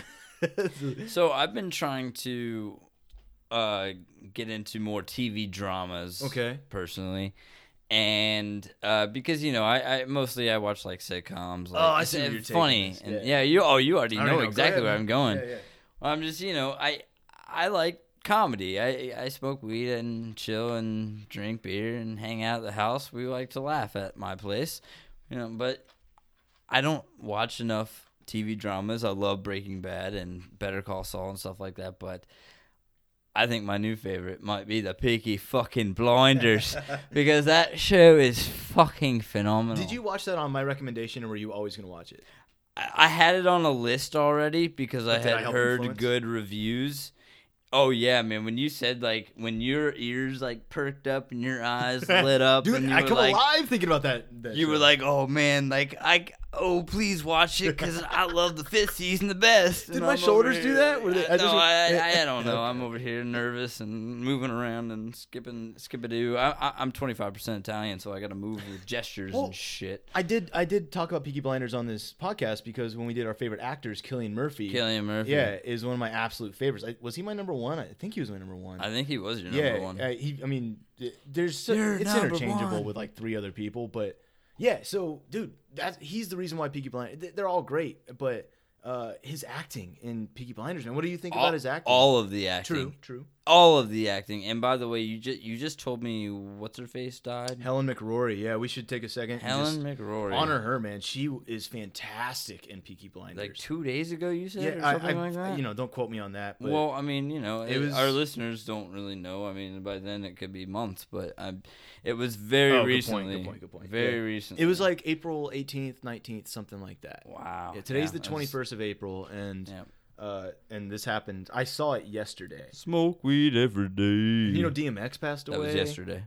[SPEAKER 1] So I've been trying to uh, get into more TV dramas.
[SPEAKER 4] Okay.
[SPEAKER 1] Personally. And uh, because you know, I, I mostly I watch like sitcoms. Like,
[SPEAKER 4] Oh, I
[SPEAKER 1] it's-
[SPEAKER 4] see where
[SPEAKER 1] it's
[SPEAKER 4] you're taking
[SPEAKER 1] funny.
[SPEAKER 4] this,
[SPEAKER 1] And
[SPEAKER 4] yeah.
[SPEAKER 1] yeah. you oh you already
[SPEAKER 4] I already
[SPEAKER 1] know
[SPEAKER 4] know. Go
[SPEAKER 1] exactly
[SPEAKER 4] ahead,
[SPEAKER 1] where
[SPEAKER 4] man.
[SPEAKER 1] I'm going.
[SPEAKER 4] Yeah, yeah.
[SPEAKER 1] Well, I'm just you know I I like comedy. I I smoke weed and chill and drink beer and hang out at the house. We like to laugh at my place, you know. But I don't watch enough TV dramas. I love Breaking Bad and Better Call Saul and stuff like that, but. I think my new favorite might be the Peaky fucking Blinders because that show is fucking phenomenal.
[SPEAKER 4] Did you watch that on my recommendation, or were you always gonna watch it?
[SPEAKER 1] I I had it on a list already because I
[SPEAKER 4] But did I
[SPEAKER 1] had
[SPEAKER 4] help
[SPEAKER 1] heard
[SPEAKER 4] influence?
[SPEAKER 1] good reviews. Oh yeah, man! When you said like when your ears like perked up and your eyes lit up,
[SPEAKER 4] Eh. dude.
[SPEAKER 1] and you
[SPEAKER 4] I
[SPEAKER 1] were
[SPEAKER 4] come
[SPEAKER 1] like,
[SPEAKER 4] alive thinking about that. that
[SPEAKER 1] You were
[SPEAKER 4] show.
[SPEAKER 1] like, oh man, like I oh please watch it because I love the fifth season the best.
[SPEAKER 4] Did
[SPEAKER 1] And I'm
[SPEAKER 4] my
[SPEAKER 1] over
[SPEAKER 4] shoulders
[SPEAKER 1] here-
[SPEAKER 4] do that? Were they-
[SPEAKER 1] I,
[SPEAKER 4] I just-
[SPEAKER 1] no, I, I don't know. I'm over here nervous and moving around and skipping skip-a-doo. I, I, I'm 25% Italian, so I got to move with gestures
[SPEAKER 4] Well,
[SPEAKER 1] and shit.
[SPEAKER 4] I did. I did talk about Peaky Blinders on this podcast because when we did our favorite actors, Killian Murphy.
[SPEAKER 1] Killian Murphy.
[SPEAKER 4] Yeah, is one of my absolute favorites. I, was he my number one? I think he was my number one.
[SPEAKER 1] I think he was your
[SPEAKER 4] yeah,
[SPEAKER 1] number one.
[SPEAKER 4] uh, he, I mean, th- there's so,
[SPEAKER 1] You're
[SPEAKER 4] it's
[SPEAKER 1] number
[SPEAKER 4] interchangeable
[SPEAKER 1] one.
[SPEAKER 4] with like three other people, but yeah. So, dude, that's he's the reason why Peaky Blinders. They're all great, but uh, his acting in Peaky Blinders, man. What do you think
[SPEAKER 1] all,
[SPEAKER 4] about his acting?
[SPEAKER 1] all of the acting.
[SPEAKER 4] true, true.
[SPEAKER 1] all of the acting. And by the way, you just you just told me what's her face died.
[SPEAKER 4] Helen McRory. Yeah, we should take a second. and
[SPEAKER 1] Helen
[SPEAKER 4] just
[SPEAKER 1] McRory.
[SPEAKER 4] honor her, man. She is fantastic in Peaky Blinders.
[SPEAKER 1] Like two days ago, you said or
[SPEAKER 4] yeah,
[SPEAKER 1] something
[SPEAKER 4] I, I,
[SPEAKER 1] like that.
[SPEAKER 4] you know, don't quote me on that. But
[SPEAKER 1] well, I mean, you know,
[SPEAKER 4] it
[SPEAKER 1] it-
[SPEAKER 4] was-
[SPEAKER 1] our listeners don't really know. I mean, by then it could be months, but I, it was very
[SPEAKER 4] Oh, good point,
[SPEAKER 1] recently.
[SPEAKER 4] good point, good point.
[SPEAKER 1] Very
[SPEAKER 4] Yeah.
[SPEAKER 1] recently.
[SPEAKER 4] it was like April 18th, 19th, something like that.
[SPEAKER 1] wow.
[SPEAKER 4] Yeah, today's
[SPEAKER 1] yeah,
[SPEAKER 4] the
[SPEAKER 1] that's-
[SPEAKER 4] 21st of April, and
[SPEAKER 1] Yeah.
[SPEAKER 4] uh, and this happened. I saw it yesterday.
[SPEAKER 1] Smoke weed every day.
[SPEAKER 4] You know, DMX passed away.
[SPEAKER 1] that was yesterday.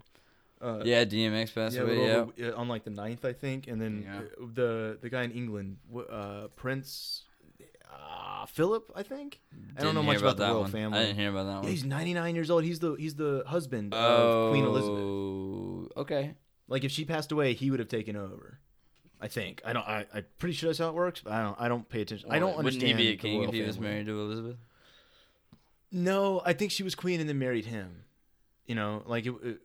[SPEAKER 4] Uh,
[SPEAKER 1] Yeah, DMX passed
[SPEAKER 4] yeah, a
[SPEAKER 1] away.
[SPEAKER 4] little
[SPEAKER 1] Yeah.
[SPEAKER 4] over- uh, on like the 9th, I think, and then
[SPEAKER 1] Yeah.
[SPEAKER 4] uh, the the guy in England, wh- uh, Prince uh, Philip, I think. I don't know
[SPEAKER 1] Didn't
[SPEAKER 4] much
[SPEAKER 1] hear
[SPEAKER 4] about, the
[SPEAKER 1] that
[SPEAKER 4] royal
[SPEAKER 1] one.
[SPEAKER 4] family.
[SPEAKER 1] I didn't hear about that
[SPEAKER 4] Yeah,
[SPEAKER 1] one.
[SPEAKER 4] he's 99 years old. He's the he's the husband of Queen Elizabeth.
[SPEAKER 1] Oh, Okay.
[SPEAKER 4] Like if she passed away, he would have taken over. I think. I don't. I, I'm pretty sure that's how it works. But I don't. I don't pay attention. I don't
[SPEAKER 1] Wouldn't
[SPEAKER 4] understand.
[SPEAKER 1] he be a
[SPEAKER 4] the
[SPEAKER 1] king if
[SPEAKER 4] royal
[SPEAKER 1] he was
[SPEAKER 4] family.
[SPEAKER 1] married to Elizabeth?
[SPEAKER 4] No, I think she was queen and then married him. You know, like it. it-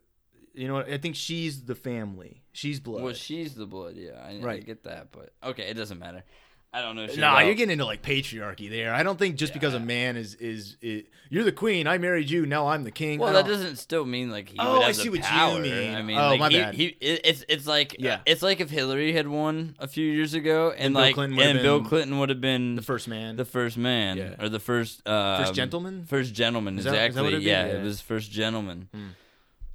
[SPEAKER 4] you know, what? I think she's the family. She's blood.
[SPEAKER 1] Well, she's the blood. Yeah, I, I
[SPEAKER 4] Right.
[SPEAKER 1] get that, but okay, it doesn't matter. I don't know. shit
[SPEAKER 4] Nah,
[SPEAKER 1] about-
[SPEAKER 4] you're getting into like patriarchy there. I don't think just because a man is is, is you're the queen, I married you, now I'm the king.
[SPEAKER 1] Well,
[SPEAKER 4] I
[SPEAKER 1] that
[SPEAKER 4] don't-
[SPEAKER 1] doesn't still mean like he
[SPEAKER 4] Oh,
[SPEAKER 1] would
[SPEAKER 4] I
[SPEAKER 1] have
[SPEAKER 4] see
[SPEAKER 1] the
[SPEAKER 4] what you
[SPEAKER 1] power.
[SPEAKER 4] mean.
[SPEAKER 1] I mean,
[SPEAKER 4] Oh,
[SPEAKER 1] like,
[SPEAKER 4] my
[SPEAKER 1] he,
[SPEAKER 4] bad.
[SPEAKER 1] he- it- it's it's like
[SPEAKER 4] Yeah.
[SPEAKER 1] it's like if Hillary had won a few years ago, and,
[SPEAKER 4] Bill
[SPEAKER 1] like
[SPEAKER 4] Clinton would've
[SPEAKER 1] and Bill
[SPEAKER 4] been
[SPEAKER 1] Clinton would have been
[SPEAKER 4] the first man.
[SPEAKER 1] the first man
[SPEAKER 4] Yeah.
[SPEAKER 1] or the first um,
[SPEAKER 4] gentleman?
[SPEAKER 1] first gentleman
[SPEAKER 4] Is that- is that
[SPEAKER 1] exactly.
[SPEAKER 4] what it'd be?
[SPEAKER 1] yeah,
[SPEAKER 4] Yeah. Hmm.
[SPEAKER 1] it was first gentleman.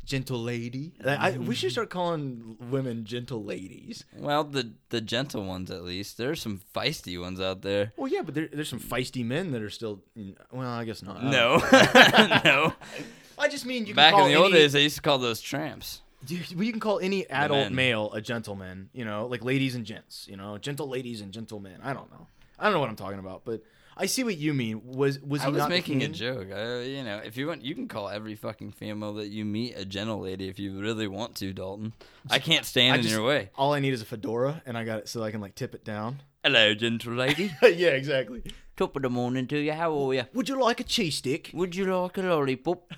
[SPEAKER 4] gentle lady. Mm-hmm. I, I- we should start calling women gentle ladies.
[SPEAKER 1] Well, the the gentle ones at least. There's some feisty ones out there.
[SPEAKER 4] Well, yeah, but there, there's some feisty men that are still. Well, I guess not. I don't know.
[SPEAKER 1] No, no.
[SPEAKER 4] I just mean you.
[SPEAKER 1] Back in
[SPEAKER 4] can call
[SPEAKER 1] the old
[SPEAKER 4] any,
[SPEAKER 1] days, they used to call those tramps.
[SPEAKER 4] You, well, you can call any adult
[SPEAKER 1] men.
[SPEAKER 4] male a gentleman. You know, like ladies and gents. You know, gentle ladies and gentlemen. I don't know. I don't know what I'm talking about, but I see what you mean. Was was he
[SPEAKER 1] I was
[SPEAKER 4] not the
[SPEAKER 1] making a
[SPEAKER 4] king?
[SPEAKER 1] joke. I, you know, if you want, you can call every fucking female that you meet a gentle lady if you really want to, Dalton. I can't stand
[SPEAKER 4] I
[SPEAKER 1] in
[SPEAKER 4] just-
[SPEAKER 1] your way.
[SPEAKER 4] All I need is a fedora, and I got it so I can like tip it down.
[SPEAKER 1] Hello, gentle lady.
[SPEAKER 4] yeah, exactly.
[SPEAKER 1] Top of the morning to you. How are you?
[SPEAKER 4] Would you like a cheese stick?
[SPEAKER 1] Would you like a lollipop?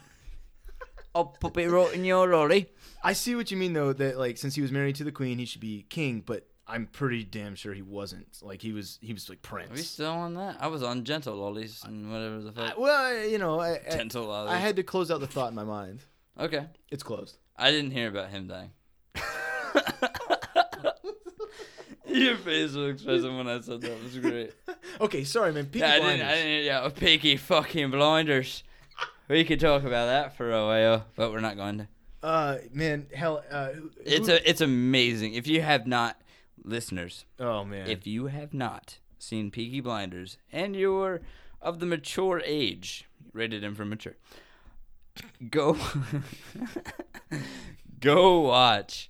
[SPEAKER 1] I'll pop it right in your lolly.
[SPEAKER 4] I see what you mean though. That like since he was married to the queen, he should be king. But I'm pretty damn sure he wasn't. Like he was, he was like
[SPEAKER 1] Are we
[SPEAKER 4] prince.
[SPEAKER 1] still on that? I was on gentle lollies and whatever the
[SPEAKER 4] I,
[SPEAKER 1] fuck.
[SPEAKER 4] well, I- you know, I, I,
[SPEAKER 1] Gentle lollies.
[SPEAKER 4] I had to close out the thought in my mind.
[SPEAKER 1] okay.
[SPEAKER 4] It's closed.
[SPEAKER 1] I didn't hear about him dying. Your facial expression when I said that was great.
[SPEAKER 4] Okay, sorry, man. Peaky
[SPEAKER 1] Yeah, I didn't,
[SPEAKER 4] Blinders.
[SPEAKER 1] I didn't. Yeah, Peaky fucking blinders. We could talk about that for a while, but we're not going to.
[SPEAKER 4] Uh, man, hell. Uh, who-
[SPEAKER 1] It's
[SPEAKER 4] who-
[SPEAKER 1] a, it's amazing. If you have not, listeners,
[SPEAKER 4] Oh man.
[SPEAKER 1] if you have not seen Peaky Blinders and you're of the mature age, rated M for mature, go go watch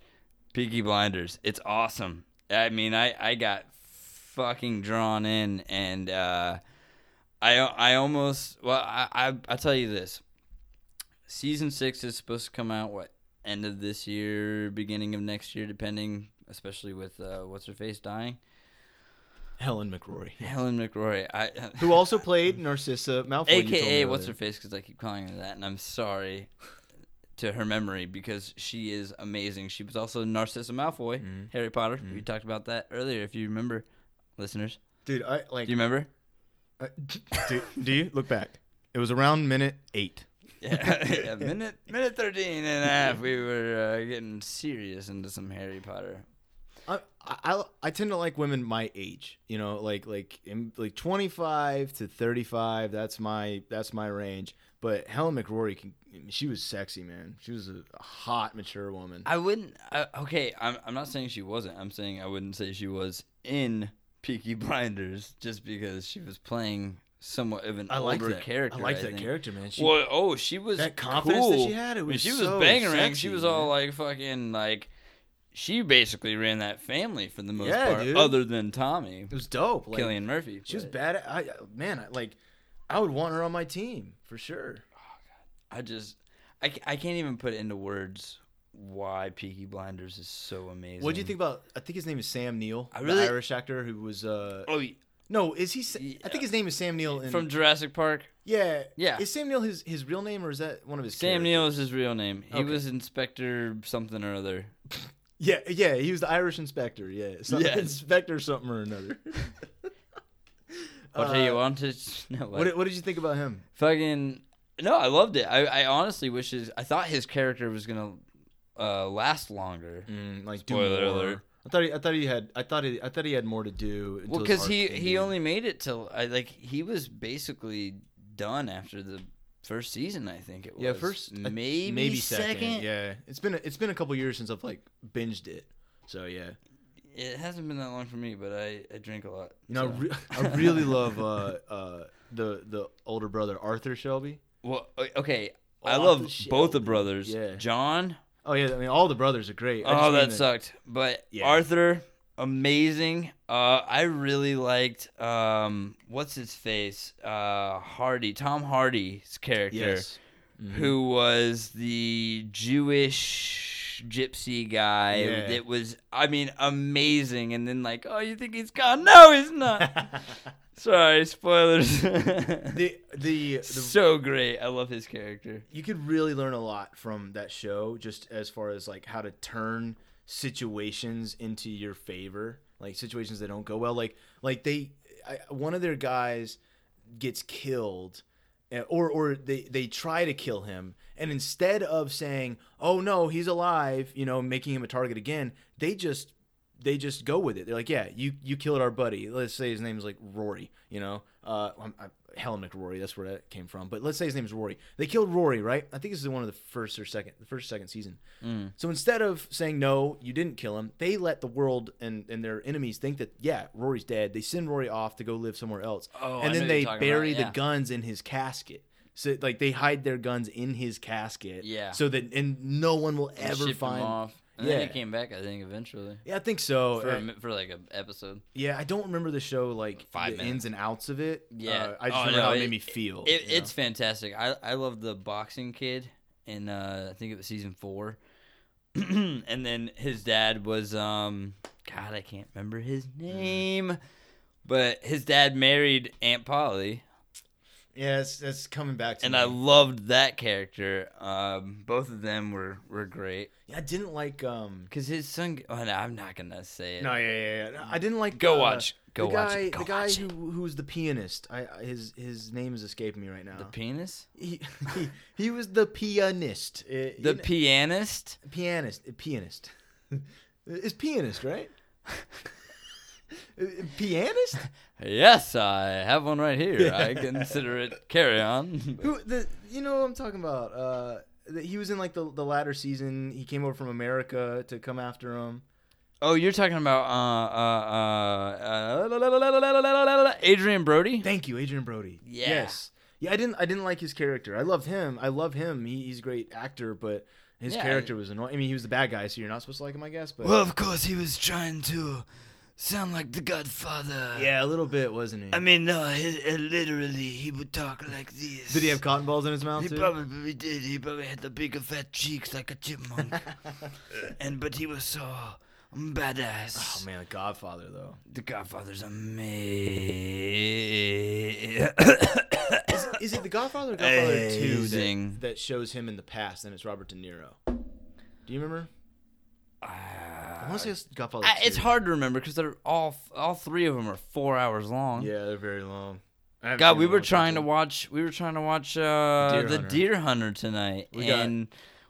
[SPEAKER 1] Peaky Blinders. It's awesome. I mean, I I got fucking drawn in, and uh, I I almost well I I I tell you this, season six is supposed to come out what end of this year, beginning of next year, depending. Especially with uh, what's her face dying,
[SPEAKER 4] Helen McRory,
[SPEAKER 1] Helen McRoy. I
[SPEAKER 4] who also played Narcissa Malfoy, you told me
[SPEAKER 1] AKA what's her
[SPEAKER 4] earlier.
[SPEAKER 1] face because I keep calling her that, and I'm sorry to her memory because she is amazing. She was also Narcissa Malfoy,
[SPEAKER 4] Mm-hmm.
[SPEAKER 1] Harry Potter. We talked about that earlier, if you remember, listeners.
[SPEAKER 4] Dude, I like.
[SPEAKER 1] Do you remember?
[SPEAKER 4] uh, do, do you look back? It was around minute eight.
[SPEAKER 1] Yeah, yeah, minute minute 13 and a half. We were uh, getting serious into some Harry Potter.
[SPEAKER 4] I, I I tend to like women my age, you know, like like in, like 25 to 35. That's my that's my range. But Helen McRory, can, she was sexy, man. She was a hot, mature woman.
[SPEAKER 1] I wouldn't. I, okay, I'm, I'm not saying she wasn't. I'm saying I wouldn't say she was in Peaky Blinders just because she was playing somewhat of an older character.
[SPEAKER 4] I like that
[SPEAKER 1] think.
[SPEAKER 4] character, man. She,
[SPEAKER 1] well, oh, she was
[SPEAKER 4] That confidence that she
[SPEAKER 1] cool.
[SPEAKER 4] had, it
[SPEAKER 1] When
[SPEAKER 4] was
[SPEAKER 1] she was
[SPEAKER 4] so
[SPEAKER 1] bangerang. She
[SPEAKER 4] sexy,
[SPEAKER 1] was all
[SPEAKER 4] man.
[SPEAKER 1] like fucking like. She basically ran that family for the most
[SPEAKER 4] Yeah,
[SPEAKER 1] part,
[SPEAKER 4] dude.
[SPEAKER 1] other than Tommy,
[SPEAKER 4] it was dope. Like,
[SPEAKER 1] Killian Murphy.
[SPEAKER 4] She was
[SPEAKER 1] but
[SPEAKER 4] bad. At, I man, I, like I would want her on my team for sure.
[SPEAKER 1] I just, I, ca- I can't even put into words why Peaky Blinders is so amazing.
[SPEAKER 4] What do you think about? I think his name is Sam Neill,
[SPEAKER 1] I
[SPEAKER 4] the
[SPEAKER 1] really-
[SPEAKER 4] Irish actor who was. uh
[SPEAKER 1] Oh, y-
[SPEAKER 4] No, is he? Sa- I
[SPEAKER 1] Yeah.
[SPEAKER 4] think his name is Sam Neill. In,
[SPEAKER 1] uh, from Jurassic Park.
[SPEAKER 4] yeah,
[SPEAKER 1] Yeah.
[SPEAKER 4] Is Sam Neill his his real name or is that one of his?
[SPEAKER 1] Sam
[SPEAKER 4] characters?
[SPEAKER 1] Neill is his real name. He
[SPEAKER 4] Okay.
[SPEAKER 1] was Inspector something or other.
[SPEAKER 4] Yeah, yeah, he was the Irish inspector. Yeah, some,
[SPEAKER 1] Yes.
[SPEAKER 4] inspector something or another.
[SPEAKER 1] What do
[SPEAKER 4] Uh,
[SPEAKER 1] you want to know?
[SPEAKER 4] What, did- what did you think about him?
[SPEAKER 1] Fucking, No, I loved it. I, I honestly wish his. I thought his character was gonna uh, last longer.
[SPEAKER 4] Mm, like do
[SPEAKER 1] Spoiler
[SPEAKER 4] more.
[SPEAKER 1] alert.
[SPEAKER 4] I thought he, I thought he had I thought he, I thought he had more to do.
[SPEAKER 1] Well,
[SPEAKER 4] until his
[SPEAKER 1] because
[SPEAKER 4] arc
[SPEAKER 1] he he
[SPEAKER 4] ended.
[SPEAKER 1] only made it till I like he was basically done after the first season. I think it was.
[SPEAKER 4] yeah first I-
[SPEAKER 1] maybe second.
[SPEAKER 4] yeah it's been a, it's been a couple years since I've like binged it so yeah
[SPEAKER 1] It hasn't been that long for me, but I, I drink a lot.
[SPEAKER 4] you know I,
[SPEAKER 1] so.
[SPEAKER 4] re- I really love uh, uh, the the older brother Arthur Shelby
[SPEAKER 1] Well, o- okay. I
[SPEAKER 4] Off
[SPEAKER 1] love
[SPEAKER 4] the shelf.
[SPEAKER 1] both the brothers.
[SPEAKER 4] Yeah.
[SPEAKER 1] John.
[SPEAKER 4] oh yeah I mean all the brothers are great I just
[SPEAKER 1] Oh,
[SPEAKER 4] mean
[SPEAKER 1] that sucked. But
[SPEAKER 4] Yeah.
[SPEAKER 1] Arthur, amazing. Uh, I really liked um, what's his face? Uh, Hardy, Tom Hardy's character,
[SPEAKER 4] yes Mm-hmm.
[SPEAKER 1] who was the Jewish gypsy guy.
[SPEAKER 4] Yeah.
[SPEAKER 1] That was, I mean, amazing. And then like, oh, you think he's gone? No, he's not. Sorry, spoilers.
[SPEAKER 4] the the, the
[SPEAKER 1] so great. I love his character.
[SPEAKER 4] you could really learn a lot from that show just as far as like how to turn situations into your favor like situations that don't go well like like they I, one of their guys gets killed eh, or or they they try to kill him and instead of saying oh no he's alive you know making him a target again they just they just go with it. They're like, yeah, you you killed our buddy. Let's say his name is like Rory, you know, uh, I'm, I'm, Helen McRory. That's where that came from. But let's say his name is Rory. They killed Rory, right? I think this is one of the first or second, the first or second season.
[SPEAKER 1] Mm.
[SPEAKER 4] So instead of saying no, you didn't kill him, they let the world and and their enemies think that yeah, Rory's dead. They send Rory off to go live somewhere else,
[SPEAKER 1] Oh, I
[SPEAKER 4] and
[SPEAKER 1] know
[SPEAKER 4] then
[SPEAKER 1] what
[SPEAKER 4] they
[SPEAKER 1] you're talking
[SPEAKER 4] bury
[SPEAKER 1] about,
[SPEAKER 4] the
[SPEAKER 1] yeah.
[SPEAKER 4] guns in his casket. So like they hide their guns in his casket,
[SPEAKER 1] Yeah.
[SPEAKER 4] So that and no one will
[SPEAKER 1] They
[SPEAKER 4] ever
[SPEAKER 1] shipped him
[SPEAKER 4] find.
[SPEAKER 1] off. And then
[SPEAKER 4] Yeah.
[SPEAKER 1] he came back, I think, eventually
[SPEAKER 4] Yeah, I think so.
[SPEAKER 1] for
[SPEAKER 4] Uh,
[SPEAKER 1] a mi- for like an episode.
[SPEAKER 4] Yeah, I don't remember the show like
[SPEAKER 1] Five
[SPEAKER 4] the
[SPEAKER 1] minutes.
[SPEAKER 4] ins and outs of it.
[SPEAKER 1] Yeah,
[SPEAKER 4] Uh, I just
[SPEAKER 1] Oh,
[SPEAKER 4] remember
[SPEAKER 1] no,
[SPEAKER 4] how it,
[SPEAKER 1] it-
[SPEAKER 4] made me feel.
[SPEAKER 1] It,
[SPEAKER 4] you know?
[SPEAKER 1] it's fantastic. I I love the boxing kid in uh, I think it was season four, and then his dad was um God I can't remember his
[SPEAKER 4] Mm.
[SPEAKER 1] name, but his dad married Aunt Polly,
[SPEAKER 4] yeah, it's, it's coming back to
[SPEAKER 1] and
[SPEAKER 4] me.
[SPEAKER 1] I loved that character. Um, both of them were were great
[SPEAKER 4] yeah, I didn't like um.
[SPEAKER 1] because his son. Oh no, I'm not gonna say it.
[SPEAKER 4] No, yeah, yeah, yeah. I didn't like.
[SPEAKER 1] Go
[SPEAKER 4] uh,
[SPEAKER 1] watch- go
[SPEAKER 4] the
[SPEAKER 1] watch
[SPEAKER 4] guy,
[SPEAKER 1] it, go
[SPEAKER 4] the guy
[SPEAKER 1] watch
[SPEAKER 4] who who's the pianist. I I- his his name is escaping me right now.
[SPEAKER 1] The penis,
[SPEAKER 4] he, he he was the pianist. Uh, you
[SPEAKER 1] the
[SPEAKER 4] know-
[SPEAKER 1] pianist.
[SPEAKER 4] pianist, uh, pianist. It's pianist, right? Uh, uh, pianist.
[SPEAKER 1] Yes, I have one right here. I consider it carry on.
[SPEAKER 4] Who the you know what I'm talking about? Uh, that he was in like the the latter season. He came over from America to come after him.
[SPEAKER 1] Oh, you're talking about uh uh uh, uh la- la- la- la- la- la- la- la- la- la- Adrian Brody?
[SPEAKER 4] Thank you, Adrian Brody.
[SPEAKER 1] Yeah.
[SPEAKER 4] Yes. Yeah, I didn't I didn't like his character. I loved him. I love him. He, he's a great actor, but his
[SPEAKER 1] Yeah,
[SPEAKER 4] character was annoying. I mean, he was the bad guy, so you're not supposed to like him, I guess. But
[SPEAKER 1] of course he was trying to sound like the Godfather.
[SPEAKER 4] yeah, a little bit, wasn't he?
[SPEAKER 1] mean, no, uh, literally he would talk like this.
[SPEAKER 4] did he have cotton balls in his mouth too?
[SPEAKER 1] probably did. He probably had the bigger fat cheeks like a chipmunk. and but he was so
[SPEAKER 4] oh
[SPEAKER 1] badass.
[SPEAKER 4] man, the Godfather though.
[SPEAKER 1] the Godfather's amazing.
[SPEAKER 4] Is it the Godfather or Godfather Two that,
[SPEAKER 1] Amazing.
[SPEAKER 4] that shows him in the past, and it's Robert De Niro? Do you remember? Uh, I
[SPEAKER 1] Ah,
[SPEAKER 4] want to say it's Godfather.
[SPEAKER 1] I, it's
[SPEAKER 4] 2.
[SPEAKER 1] hard to remember because they're all all three of them are four hours long.
[SPEAKER 4] Yeah, they're very long. I haven't
[SPEAKER 1] God,
[SPEAKER 4] seen
[SPEAKER 1] we
[SPEAKER 4] them
[SPEAKER 1] were
[SPEAKER 4] all the
[SPEAKER 1] trying to
[SPEAKER 4] time.
[SPEAKER 1] watch. We were trying to watch uh,
[SPEAKER 4] Deer
[SPEAKER 1] the
[SPEAKER 4] Hunter.
[SPEAKER 1] Deer Hunter tonight,
[SPEAKER 4] We got
[SPEAKER 1] and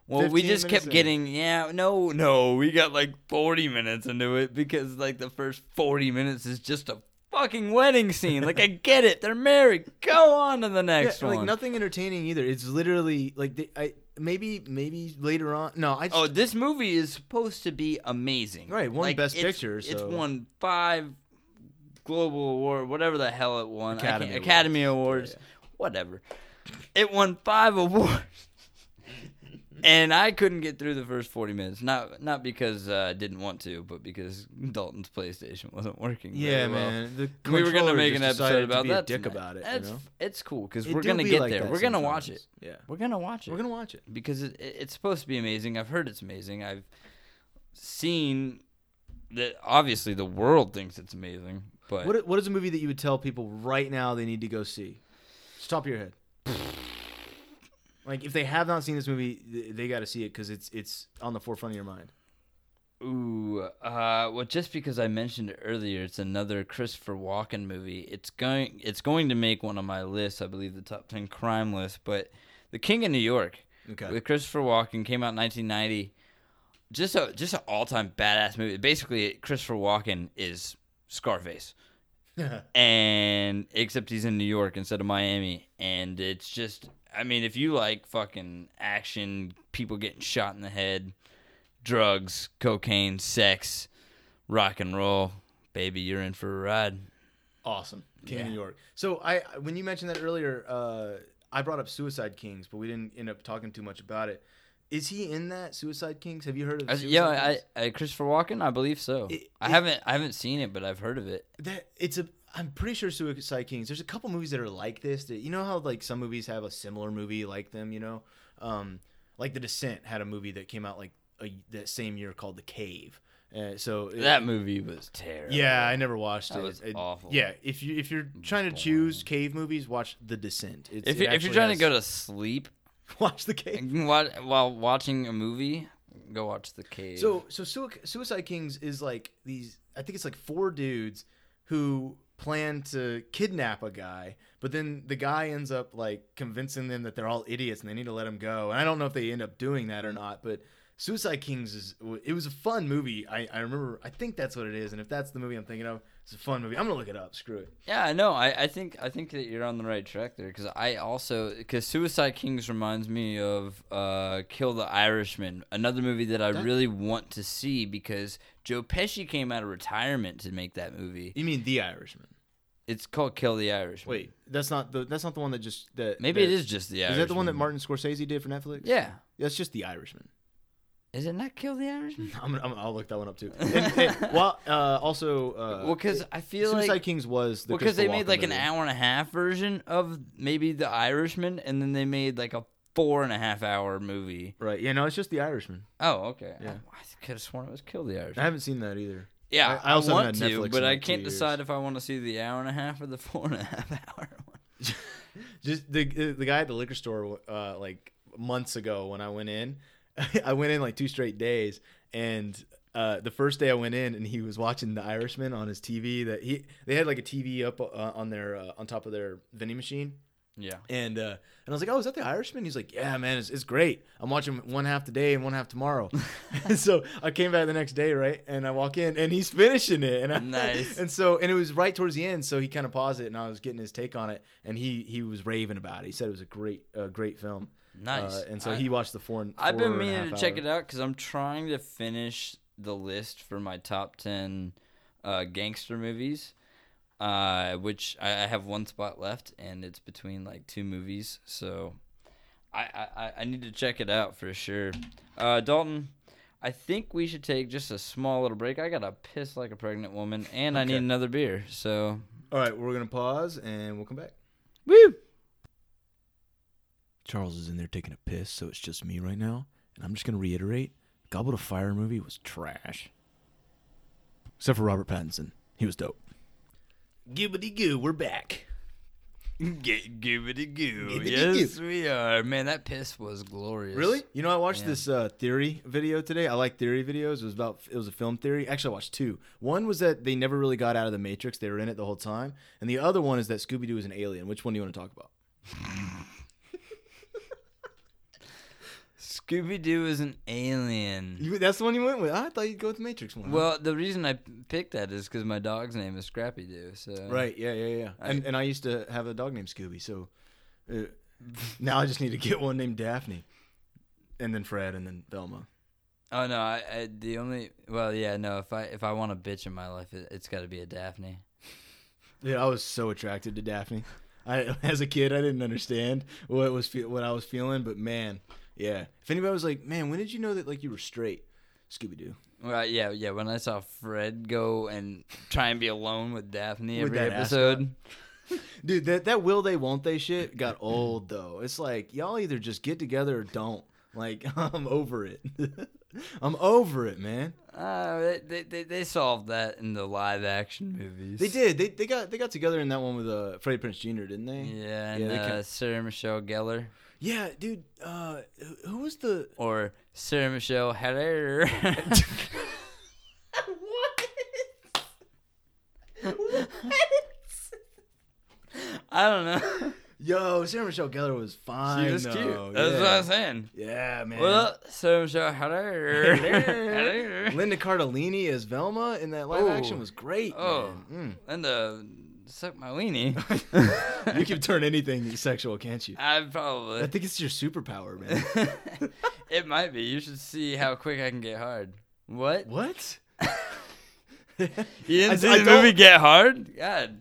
[SPEAKER 1] well, we
[SPEAKER 4] 15
[SPEAKER 1] just
[SPEAKER 4] minutes
[SPEAKER 1] kept
[SPEAKER 4] in.
[SPEAKER 1] getting yeah. No, no, we got like forty minutes into it because like the first forty minutes is just a fucking wedding scene. like I get it, they're married. Go on to the
[SPEAKER 4] Yeah,
[SPEAKER 1] next
[SPEAKER 4] like
[SPEAKER 1] one.
[SPEAKER 4] nothing entertaining either. It's literally like they, I maybe maybe later on. No, I just,
[SPEAKER 1] Oh, this movie is supposed to be amazing.
[SPEAKER 4] Right, won
[SPEAKER 1] Like,
[SPEAKER 4] Best
[SPEAKER 1] it's-
[SPEAKER 4] Picture,
[SPEAKER 1] It's
[SPEAKER 4] so-
[SPEAKER 1] won five Global Award, whatever the hell it won. I can't-
[SPEAKER 4] Academy Awards.
[SPEAKER 1] Academy Awards, whatever. It won five awards, and I couldn't get through the first forty minutes. Not not because uh, I didn't want to, but because Dalton's PlayStation wasn't working. very
[SPEAKER 4] yeah,
[SPEAKER 1] well.
[SPEAKER 4] man. The
[SPEAKER 1] We were gonna
[SPEAKER 4] controller
[SPEAKER 1] make
[SPEAKER 4] just
[SPEAKER 1] an
[SPEAKER 4] decided
[SPEAKER 1] episode
[SPEAKER 4] to
[SPEAKER 1] about
[SPEAKER 4] be a
[SPEAKER 1] that.
[SPEAKER 4] Dick
[SPEAKER 1] tonight.
[SPEAKER 4] about it. you
[SPEAKER 1] It's,
[SPEAKER 4] know?
[SPEAKER 1] it's cool because
[SPEAKER 4] It
[SPEAKER 1] we're
[SPEAKER 4] do
[SPEAKER 1] gonna
[SPEAKER 4] be
[SPEAKER 1] get
[SPEAKER 4] like
[SPEAKER 1] there.
[SPEAKER 4] that
[SPEAKER 1] We're gonna watch it.
[SPEAKER 4] sometimes. Yeah,
[SPEAKER 1] We're gonna watch it
[SPEAKER 4] we're gonna watch it.
[SPEAKER 1] because it, it, it's supposed to be amazing. I've heard it's amazing. I've seen that obviously the world thinks it's amazing, but
[SPEAKER 4] What What is a movie that you would tell people right now they need to go see? Just top of your head. Like if they have not seen this movie, th- they got to see it because it's it's on the forefront of your mind.
[SPEAKER 1] ooh, uh, well, just because I mentioned it earlier, it's another Christopher Walken movie. It's going it's going to make one of my lists. I believe the top ten crime list, but The King of New York
[SPEAKER 4] Okay.
[SPEAKER 1] with Christopher Walken came out in 1990. Just a just an all time badass movie. Basically, Christopher Walken is Scarface, and except he's in New York instead of Miami, and it's just. I mean, if you like fucking action, people getting shot in the head, drugs, cocaine, sex, rock and roll, baby, you're in for a ride.
[SPEAKER 4] Awesome. King of
[SPEAKER 1] Yeah.
[SPEAKER 4] New York. So I when you mentioned that earlier, uh, I brought up Suicide Kings, but we didn't end up talking too much about it. Is he in that Suicide Kings? Have you heard of
[SPEAKER 1] I-
[SPEAKER 4] Suicide
[SPEAKER 1] yeah, I,
[SPEAKER 4] Kings?
[SPEAKER 1] I Christopher Walken, I believe so.
[SPEAKER 4] It-
[SPEAKER 1] I
[SPEAKER 4] it-
[SPEAKER 1] haven't I haven't seen it, but I've heard of it.
[SPEAKER 4] that it's a I'm pretty sure Suicide Kings. There's a couple movies that are like this. That you know how like some movies have a similar movie like them. You know, um, like The Descent had a movie that came out like a, that same year called The Cave. Uh, so it-
[SPEAKER 1] That movie was terrible.
[SPEAKER 4] Yeah, I never watched
[SPEAKER 1] That
[SPEAKER 4] it.
[SPEAKER 1] was
[SPEAKER 4] It-
[SPEAKER 1] awful.
[SPEAKER 4] Yeah, if you if you're trying to choose cave movies, watch The Descent. It's,
[SPEAKER 1] If
[SPEAKER 4] it
[SPEAKER 1] you're, if you're
[SPEAKER 4] actually
[SPEAKER 1] trying
[SPEAKER 4] has-
[SPEAKER 1] to go to sleep
[SPEAKER 4] watch the cave.
[SPEAKER 1] and wa- while watching a movie, go watch The Cave.
[SPEAKER 4] So so Sui- Suicide Kings is like these. I think it's like four dudes who plan to kidnap a guy, but then the guy ends up like convincing them that they're all idiots and they need to let him go. And I don't know if they end up doing that or not, but. Suicide Kings is it was a fun movie. I, I remember I think that's what it is, and if that's the movie I'm thinking of, it's a fun movie. I'm gonna look it up. Screw it.
[SPEAKER 1] yeah, no, I, I think I think that you're on the right track there because I also because Suicide Kings reminds me of uh, Kill the Irishman, another movie that I
[SPEAKER 4] That-
[SPEAKER 1] really want to see because Joe Pesci came out of retirement to make that movie.
[SPEAKER 4] You mean The Irishman?
[SPEAKER 1] It's called Kill the Irishman.
[SPEAKER 4] Wait, that's not the that's not the one that just that
[SPEAKER 1] maybe
[SPEAKER 4] that-
[SPEAKER 1] it is just the
[SPEAKER 4] Is
[SPEAKER 1] Irishman.
[SPEAKER 4] that the one that Martin Scorsese did for Netflix?
[SPEAKER 1] Yeah,
[SPEAKER 4] that's just The Irishman.
[SPEAKER 1] is it not Kill the Irishman?
[SPEAKER 4] I'm, gonna- I'm, gonna- I'll look that one up too. And, and, well, uh, also, uh,
[SPEAKER 1] Well, because I feel
[SPEAKER 4] Suicide
[SPEAKER 1] like
[SPEAKER 4] Kings was the
[SPEAKER 1] Well, because they
[SPEAKER 4] Christopher
[SPEAKER 1] made
[SPEAKER 4] Walken
[SPEAKER 1] like an
[SPEAKER 4] movie.
[SPEAKER 1] hour and a half version of maybe The Irishman, and then they made like a four and a half hour movie.
[SPEAKER 4] Right? Yeah, no, it's just The Irishman.
[SPEAKER 1] Oh, okay.
[SPEAKER 4] Yeah.
[SPEAKER 1] I, could have sworn it was Kill the
[SPEAKER 4] I
[SPEAKER 1] Irishman.
[SPEAKER 4] haven't seen that either.
[SPEAKER 1] yeah,
[SPEAKER 4] I- I
[SPEAKER 1] I,
[SPEAKER 4] also
[SPEAKER 1] want
[SPEAKER 4] haven't
[SPEAKER 1] to,
[SPEAKER 4] had Netflix
[SPEAKER 1] but
[SPEAKER 4] in,
[SPEAKER 1] I
[SPEAKER 4] like, two
[SPEAKER 1] can't
[SPEAKER 4] years.
[SPEAKER 1] decide if I want to see the hour and a half or the four and a half hour one.
[SPEAKER 4] Just the uh, the guy at the liquor store, uh, like months ago when I went in, I went in like two straight days, and uh, the first day I went in and he was watching The Irishman on his TV. That he they had like a TV up uh, on their uh, on top of their vending machine.
[SPEAKER 1] Yeah.
[SPEAKER 4] And uh, and I was like, oh, is that the Irishman? He's like, yeah, man, it's, it's great. I'm watching one half today and one half tomorrow. and so I came back the next day, right? And I walk in and he's finishing it. And I,
[SPEAKER 1] Nice.
[SPEAKER 4] And so and it was right towards the end, so he kind of paused it, and I was getting his take on it, and he he was raving about it. He said it was a great uh, great film.
[SPEAKER 1] Nice.
[SPEAKER 4] Uh, and so
[SPEAKER 1] I-
[SPEAKER 4] he watched the four. And,
[SPEAKER 1] I've
[SPEAKER 4] four
[SPEAKER 1] been
[SPEAKER 4] and a
[SPEAKER 1] meaning
[SPEAKER 4] half
[SPEAKER 1] to check
[SPEAKER 4] hour.
[SPEAKER 1] it out because I'm trying to finish the list for my top ten uh, gangster movies, uh, which I, I have one spot left, and it's between like two movies. So I I, I- I need to check it out for sure. Uh, Dalton, I think we should take just a small little break. I gotta piss like a pregnant woman, and I need
[SPEAKER 4] Okay.
[SPEAKER 1] another beer. So
[SPEAKER 4] All right, we're gonna pause and we'll come back.
[SPEAKER 1] woo.
[SPEAKER 4] Charles is in there taking a piss, so it's just me right now. And I'm just going to reiterate Goblet of Fire movie was trash. Except for Robert Pattinson. He was dope. Gibbity goo, we're back.
[SPEAKER 1] Get gibbity goo.
[SPEAKER 4] Gibbity-goo.
[SPEAKER 1] Yes, we are. Man, that piss was glorious.
[SPEAKER 4] Really? You know, I watched
[SPEAKER 1] Yeah.
[SPEAKER 4] this uh, theory video today. I like theory videos. It was about it was a film theory. Actually, I watched two. One was that they never really got out of the Matrix; they were in it the whole time. And the other one is that Scooby Doo is an alien. Which one do you want to talk about?
[SPEAKER 1] Scooby Doo is an alien.
[SPEAKER 4] You, that's the one you went with. I thought you'd go with the Matrix one.
[SPEAKER 1] Well, the reason I p- picked that is because my dog's name is Scrappy Doo. So
[SPEAKER 4] Right. Yeah. Yeah. Yeah.
[SPEAKER 1] I-
[SPEAKER 4] and and I used to have a dog named Scooby, so uh, now I just need to get one named Daphne, and then Fred, and then Velma.
[SPEAKER 1] Oh no, I, I the only well yeah no if I if I want a bitch in my life it, it's got to be a Daphne.
[SPEAKER 4] Yeah, I was so attracted to Daphne. I, as a kid, I didn't understand what was fe- what I was feeling, but man, yeah. If anybody was like, "Man, when did you know that like you were straight?" Scooby Doo.
[SPEAKER 1] Right? Yeah, yeah. When I saw Fred go and try and be alone with Daphne
[SPEAKER 4] With
[SPEAKER 1] every
[SPEAKER 4] that
[SPEAKER 1] episode,
[SPEAKER 4] Dude, that that will they won't they shit got old though. It's like y'all either just get together or don't. Like I'm over it. I'm over it, man.
[SPEAKER 1] uh, they, they they they solved that in the live action movies.
[SPEAKER 4] They did. They, they got they got together in that one with uh, Freddie Prince Jr. Didn't they?
[SPEAKER 1] Yeah,
[SPEAKER 4] Yeah,
[SPEAKER 1] and
[SPEAKER 4] they
[SPEAKER 1] uh,
[SPEAKER 4] can-
[SPEAKER 1] Sarah Michelle Gellar
[SPEAKER 4] Yeah, dude. Uh, who- who was the?
[SPEAKER 1] or Sarah Michelle Gellar.
[SPEAKER 2] What?
[SPEAKER 1] I don't know.
[SPEAKER 4] Yo, Sarah Michelle Gellar was fine.
[SPEAKER 1] She was
[SPEAKER 4] though.
[SPEAKER 1] cute. That's
[SPEAKER 4] yeah.
[SPEAKER 1] what I'm saying.
[SPEAKER 4] Yeah, man.
[SPEAKER 1] Well, so so hello. hello.
[SPEAKER 4] Linda Cardellini as Velma in that live
[SPEAKER 1] Oh.
[SPEAKER 4] action was great.
[SPEAKER 1] Oh.
[SPEAKER 4] man.
[SPEAKER 1] And uh, suck my weenie.
[SPEAKER 4] Mm. you can turn anything sexual, can't you?
[SPEAKER 1] I
[SPEAKER 4] I
[SPEAKER 1] probably.
[SPEAKER 4] think it's your superpower, man.
[SPEAKER 1] it might be. You should see how quick I can get hard. What?
[SPEAKER 4] what?
[SPEAKER 1] You didn't
[SPEAKER 4] I-
[SPEAKER 1] see
[SPEAKER 4] I
[SPEAKER 1] the
[SPEAKER 4] don't-
[SPEAKER 1] movie Get Hard? God.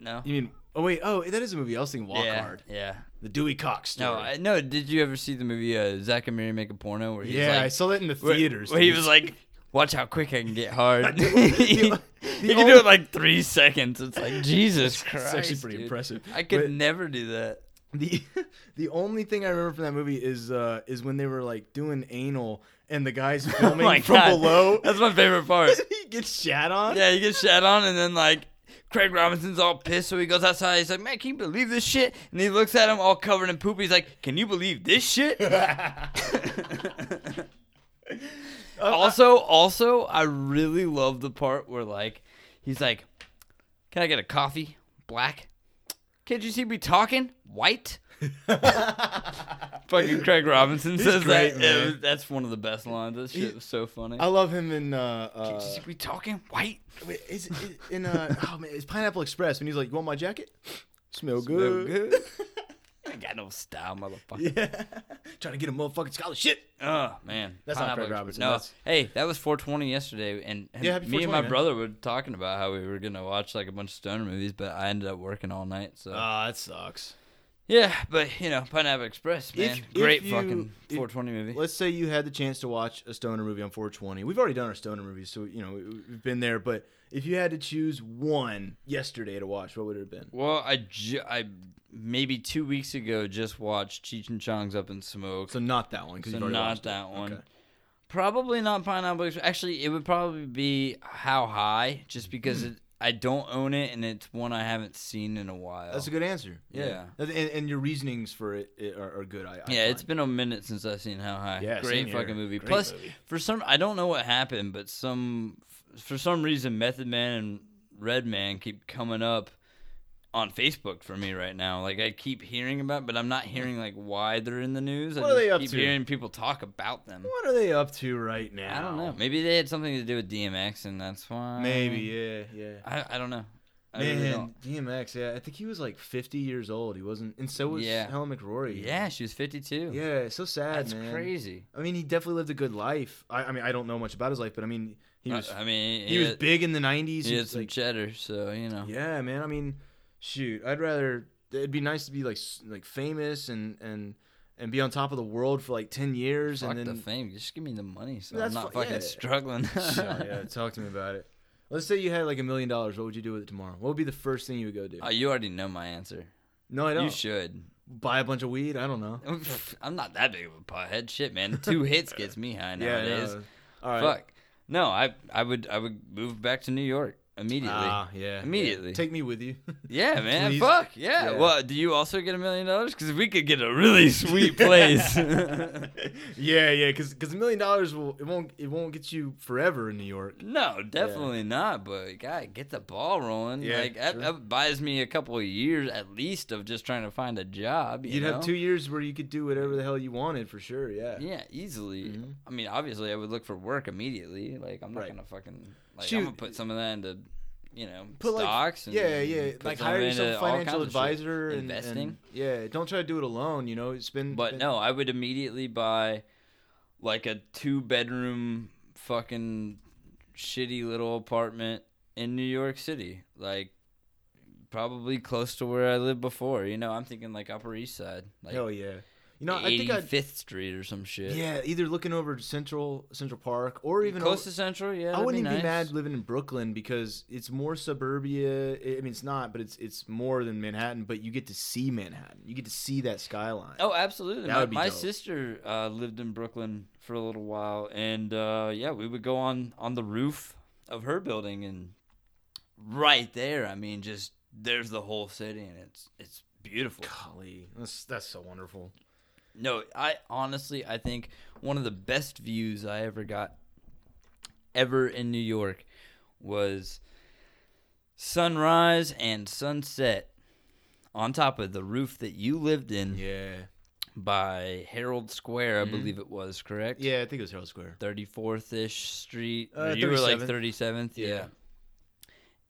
[SPEAKER 1] No.
[SPEAKER 4] You mean? Oh wait. Oh, that is a movie. I was thinking Walk
[SPEAKER 1] yeah.
[SPEAKER 4] Hard,
[SPEAKER 1] Yeah.
[SPEAKER 4] the Dewey Cox story.
[SPEAKER 1] No, I, no. Did you ever see the movie uh, Zack and Mary Make a Porno? Where he's
[SPEAKER 4] yeah, I
[SPEAKER 1] like,
[SPEAKER 4] saw that in the
[SPEAKER 1] where-
[SPEAKER 4] theaters.
[SPEAKER 1] Where, he
[SPEAKER 4] dude.
[SPEAKER 1] was like, "Watch how quick I can get hard." he
[SPEAKER 4] the
[SPEAKER 1] can
[SPEAKER 4] only-
[SPEAKER 1] do it like three seconds. It's like Jesus Christ.
[SPEAKER 4] it's actually pretty
[SPEAKER 1] dude.
[SPEAKER 4] impressive.
[SPEAKER 1] I could
[SPEAKER 4] But-
[SPEAKER 1] never do that.
[SPEAKER 4] The the only thing I remember from that movie is uh is when they were like doing anal and the guys
[SPEAKER 1] Oh
[SPEAKER 4] filming
[SPEAKER 1] my
[SPEAKER 4] from
[SPEAKER 1] God.
[SPEAKER 4] below
[SPEAKER 1] That's my favorite part.
[SPEAKER 4] he gets shat on.
[SPEAKER 1] yeah, you get shat on, and then like Craig Robinson's all pissed, so he goes outside. He's like, "Man, can you believe this shit?" And he looks at him all covered in poop. He's like, "Can you believe this shit?"
[SPEAKER 4] Oh, uh,
[SPEAKER 1] also, also, I really love the part where like he's like, "Can I get a coffee? Black? Can't you see me talking? White?" Fucking Craig Robinson says
[SPEAKER 4] great,
[SPEAKER 1] that.
[SPEAKER 4] man.
[SPEAKER 1] It was- that's one of the best lines. That shit was so funny.
[SPEAKER 4] I love him in uh,
[SPEAKER 1] Can't
[SPEAKER 4] uh
[SPEAKER 1] you see me talking? White?
[SPEAKER 4] wait, is, is- in uh oh man, it's Pineapple Express when he's like, "You want my jacket? Smell
[SPEAKER 1] Smell
[SPEAKER 4] good."
[SPEAKER 1] good. I got no style, motherfucker.
[SPEAKER 4] Yeah. Trying to get a motherfucking scholarship.
[SPEAKER 1] Oh man,
[SPEAKER 4] That's not
[SPEAKER 1] Pineapple
[SPEAKER 4] Craig
[SPEAKER 1] Express.
[SPEAKER 4] Robinson,
[SPEAKER 1] No,
[SPEAKER 4] that's-
[SPEAKER 1] hey, that was 420 yesterday, and, and
[SPEAKER 4] Yeah, happy
[SPEAKER 1] me and
[SPEAKER 4] 420,
[SPEAKER 1] my
[SPEAKER 4] man.
[SPEAKER 1] brother were talking about how we were gonna watch like a bunch of stoner movies, but I ended up working all night. So
[SPEAKER 4] Ah, that sucks.
[SPEAKER 1] yeah, but you know, Pineapple Express, man,
[SPEAKER 4] if
[SPEAKER 1] great
[SPEAKER 4] you-
[SPEAKER 1] fucking
[SPEAKER 4] if-
[SPEAKER 1] 420 movie.
[SPEAKER 4] Let's say you had the chance to watch a stoner movie on 420. We've already done our stoner movies, so you know we- we've been there. But if you had to choose one yesterday to watch, what would it have been?
[SPEAKER 1] Well, I, ju- I maybe two weeks ago just watched Cheech and Chong's Up in Smoke.
[SPEAKER 4] So not that one, because
[SPEAKER 1] So
[SPEAKER 4] you've already
[SPEAKER 1] not
[SPEAKER 4] watched it.
[SPEAKER 1] that one.
[SPEAKER 4] Okay.
[SPEAKER 1] Probably not Pineapple Express. Actually, it would probably be How High, just
[SPEAKER 4] Hmm.
[SPEAKER 1] because it, I don't own it and it's one I haven't seen in a while.
[SPEAKER 4] That's a good answer.
[SPEAKER 1] Yeah.
[SPEAKER 4] That- and, and your reasonings for it i- are, are good. I, I
[SPEAKER 1] yeah, it's
[SPEAKER 4] find.
[SPEAKER 1] been a minute since I've seen How High.
[SPEAKER 4] Yeah, same
[SPEAKER 1] great
[SPEAKER 4] here.
[SPEAKER 1] fucking movie.
[SPEAKER 4] Great
[SPEAKER 1] Plus,
[SPEAKER 4] movie.
[SPEAKER 1] for some I don't know what happened, but some for some reason Method Man and Red Man keep coming up on Facebook for me right now. Like I keep hearing about, but I'm not hearing like why they're in the news. I
[SPEAKER 4] Hmm. What are they
[SPEAKER 1] just
[SPEAKER 4] up
[SPEAKER 1] keep
[SPEAKER 4] to?
[SPEAKER 1] hearing people talk about them.
[SPEAKER 4] What are they up to right now?
[SPEAKER 1] I don't know. Maybe they had something to do with DMX, and that's why.
[SPEAKER 4] Maybe. Yeah. Yeah.
[SPEAKER 1] I, I don't know. I really
[SPEAKER 4] Man,
[SPEAKER 1] don't.
[SPEAKER 4] DMX. Yeah, I think he was like 50 years old. He wasn't, and so was
[SPEAKER 1] Yeah.
[SPEAKER 4] Helen McRory.
[SPEAKER 1] Yeah, she was 52.
[SPEAKER 4] Yeah. it's So sad,
[SPEAKER 1] that's
[SPEAKER 4] man.
[SPEAKER 1] crazy.
[SPEAKER 4] I mean, he definitely lived a good life. I, I mean, I don't know much about his life, but I mean, he
[SPEAKER 1] I-
[SPEAKER 4] was
[SPEAKER 1] Uh, I mean,
[SPEAKER 4] he was big in the '90s.
[SPEAKER 1] He
[SPEAKER 4] He
[SPEAKER 1] had
[SPEAKER 4] was
[SPEAKER 1] some
[SPEAKER 4] like-
[SPEAKER 1] cheddar, so you know.
[SPEAKER 4] yeah, man. I mean, shoot, I'd rather it'd be nice to be like s- like famous and and and be on top of the world for like 10 years
[SPEAKER 1] Fuck
[SPEAKER 4] and then
[SPEAKER 1] the fame. Just give me the money, so I'm
[SPEAKER 4] That's
[SPEAKER 1] not
[SPEAKER 4] fu-
[SPEAKER 1] fucking
[SPEAKER 4] yeah.
[SPEAKER 1] struggling.
[SPEAKER 4] So, yeah, talk to me about it. Let's say you had like a million dollars. What would you do with it tomorrow? What would be the first thing you would go do?
[SPEAKER 1] Oh, you already know my answer.
[SPEAKER 4] no, I don't.
[SPEAKER 1] You should.
[SPEAKER 4] Buy a bunch of weed. I don't know.
[SPEAKER 1] I'm not that big of a pothead. Shit, man. Two hits gets me high
[SPEAKER 4] Yeah,
[SPEAKER 1] nowadays.
[SPEAKER 4] no. All right.
[SPEAKER 1] Fuck. No, I I would I would move back to New York immediately.
[SPEAKER 4] Ah, yeah.
[SPEAKER 1] Immediately.
[SPEAKER 4] Yeah. Take me with you.
[SPEAKER 1] yeah, man.
[SPEAKER 4] please.
[SPEAKER 1] Fuck. Yeah.
[SPEAKER 4] Yeah.
[SPEAKER 1] Well, do you also get a million dollars? Because we could get a really sweet place.
[SPEAKER 4] yeah, yeah, because a million dollars will it won't it won't get you forever in New York.
[SPEAKER 1] No, definitely not. But God, get the ball rolling.
[SPEAKER 4] Yeah,
[SPEAKER 1] like that,
[SPEAKER 4] true.
[SPEAKER 1] that buys me a couple of years at least of just trying to find a job. You
[SPEAKER 4] You'd
[SPEAKER 1] know?
[SPEAKER 4] have two years where you could do whatever the hell you wanted for sure. Yeah. Mm-hmm.
[SPEAKER 1] Yeah, easily. I mean, obviously, I would look for work immediately. Like, I'm not
[SPEAKER 4] Right.
[SPEAKER 1] gonna fucking like.
[SPEAKER 4] Shoot.
[SPEAKER 1] I'm gonna put some of that into, you know,
[SPEAKER 4] Put like
[SPEAKER 1] stocks. and
[SPEAKER 4] yeah, yeah,
[SPEAKER 1] put
[SPEAKER 4] like
[SPEAKER 1] some of
[SPEAKER 4] hire
[SPEAKER 1] it
[SPEAKER 4] yourself a
[SPEAKER 1] into all kinds
[SPEAKER 4] financial
[SPEAKER 1] of shit.
[SPEAKER 4] advisor and and-
[SPEAKER 1] investing.
[SPEAKER 4] yeah, don't try to do it alone. You know, spend.
[SPEAKER 1] But no, I would immediately buy like a two bedroom fucking shitty little apartment in New York City. Like probably close to where I lived before. You know, I'm thinking like Upper East Side. Like
[SPEAKER 4] hell yeah. You know, I think I'd
[SPEAKER 1] 85th Street or some shit.
[SPEAKER 4] yeah, either looking over to Central Central Park or even
[SPEAKER 1] close
[SPEAKER 4] over-
[SPEAKER 1] to Central, yeah.
[SPEAKER 4] I
[SPEAKER 1] that'd
[SPEAKER 4] wouldn't even
[SPEAKER 1] nice.
[SPEAKER 4] be mad living in Brooklyn because it's more suburbia. I I mean, it's not, but it's it's more than Manhattan. But you get to see Manhattan. You get to see that skyline.
[SPEAKER 1] Oh, absolutely.
[SPEAKER 4] That
[SPEAKER 1] my
[SPEAKER 4] would be
[SPEAKER 1] my
[SPEAKER 4] dope.
[SPEAKER 1] sister uh, lived in Brooklyn for a little while, and uh, yeah, we would go on on the roof of her building, and right there, I mean, just there's the whole city, and it's it's beautiful.
[SPEAKER 4] golly, that's that's so wonderful.
[SPEAKER 1] No, I honestly, I think one of the best views I ever got ever in New York was sunrise and sunset on top of the roof that you lived in
[SPEAKER 4] Yeah.
[SPEAKER 1] by Herald Square, I believe it was, correct?
[SPEAKER 4] Yeah, I think it was Herald Square.
[SPEAKER 1] 34th ish Street.
[SPEAKER 4] Uh,
[SPEAKER 1] you were like
[SPEAKER 4] 37th.
[SPEAKER 1] 37th. Yeah.
[SPEAKER 4] Yeah.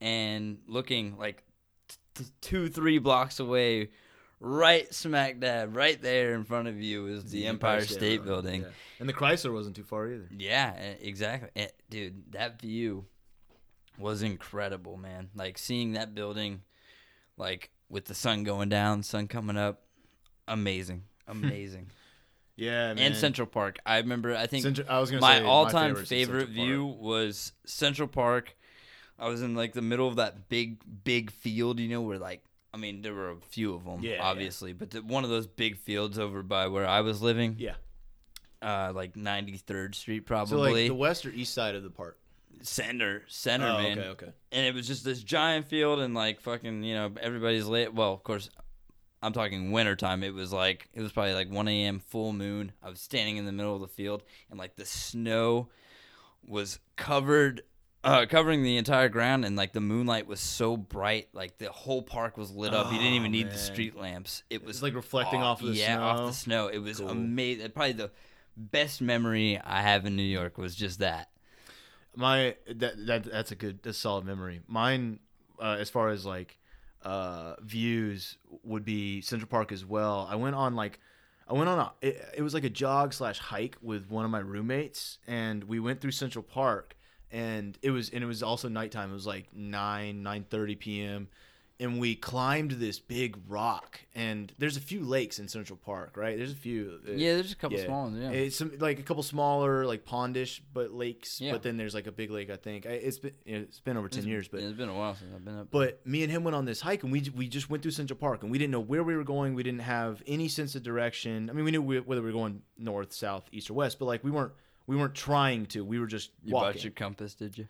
[SPEAKER 1] And looking like t- t- two, three blocks away, right smack dab, right there in front of you is the, Empire, State, Building.
[SPEAKER 4] Yeah. And the Chrysler wasn't too far either.
[SPEAKER 1] Yeah, e- exactly. Eh, Dude, that view was incredible, man. Like seeing that building like with the sun going down, sun coming up, amazing. Amazing.
[SPEAKER 4] Yeah, man.
[SPEAKER 1] and Central Park. I remember I think
[SPEAKER 4] Central- I was gonna
[SPEAKER 1] my
[SPEAKER 4] say, my
[SPEAKER 1] all-time
[SPEAKER 4] favorite's in
[SPEAKER 1] favorite,
[SPEAKER 4] Central
[SPEAKER 1] view was Central Park. I was in like the middle of that big big field, you know, where like I mean, there were a few of them,
[SPEAKER 4] Yeah, yeah.
[SPEAKER 1] obviously, but the, one of those big fields over by where I was living,
[SPEAKER 4] Yeah.
[SPEAKER 1] uh, like 93rd Street, probably
[SPEAKER 4] So like the west or east side of the park.
[SPEAKER 1] center center
[SPEAKER 4] Oh,
[SPEAKER 1] man
[SPEAKER 4] okay, okay.
[SPEAKER 1] and it was just this giant field and like fucking you know everybody's late well of course i'm talking wintertime it was like it was probably like 1 a.m full moon i was standing in the middle of the field and like the snow was covered uh, covering the entire ground and like the moonlight was so bright like the whole park was lit up you didn't
[SPEAKER 4] Oh,
[SPEAKER 1] even need
[SPEAKER 4] man.
[SPEAKER 1] the street lamps it was
[SPEAKER 4] like, reflecting
[SPEAKER 1] aw-
[SPEAKER 4] off of the
[SPEAKER 1] yeah off the snow
[SPEAKER 4] snow.
[SPEAKER 1] it was
[SPEAKER 4] Cool.
[SPEAKER 1] amazing probably the best memory i have in new york was just that
[SPEAKER 4] my that, that that's a good that's a solid memory mine uh, as far as like uh views would be central park as well i went on like i went on a it, it was like a jog slash hike with one of my roommates and we went through central park and it was and it was also nighttime it was like 9 nine thirty p.m and we climbed this big rock and there's a few lakes in central park right there's a few uh,
[SPEAKER 1] yeah there's a couple small ones yeah
[SPEAKER 4] it's some, like a couple smaller, like pondish, but lakes.
[SPEAKER 1] Yeah.
[SPEAKER 4] But then there's like a big lake. I think I, it's been you know, it's been over ten years, but
[SPEAKER 1] it's been a while since I've been up.
[SPEAKER 4] but me and him went on this hike, and we j- we just went through Central Park, and we didn't know where we were going. We didn't have any sense of direction. I mean, we knew we, whether we were going north, south, east, or west, but like we weren't we weren't trying to. We were just
[SPEAKER 1] you
[SPEAKER 4] walking.
[SPEAKER 1] bought your compass, did you?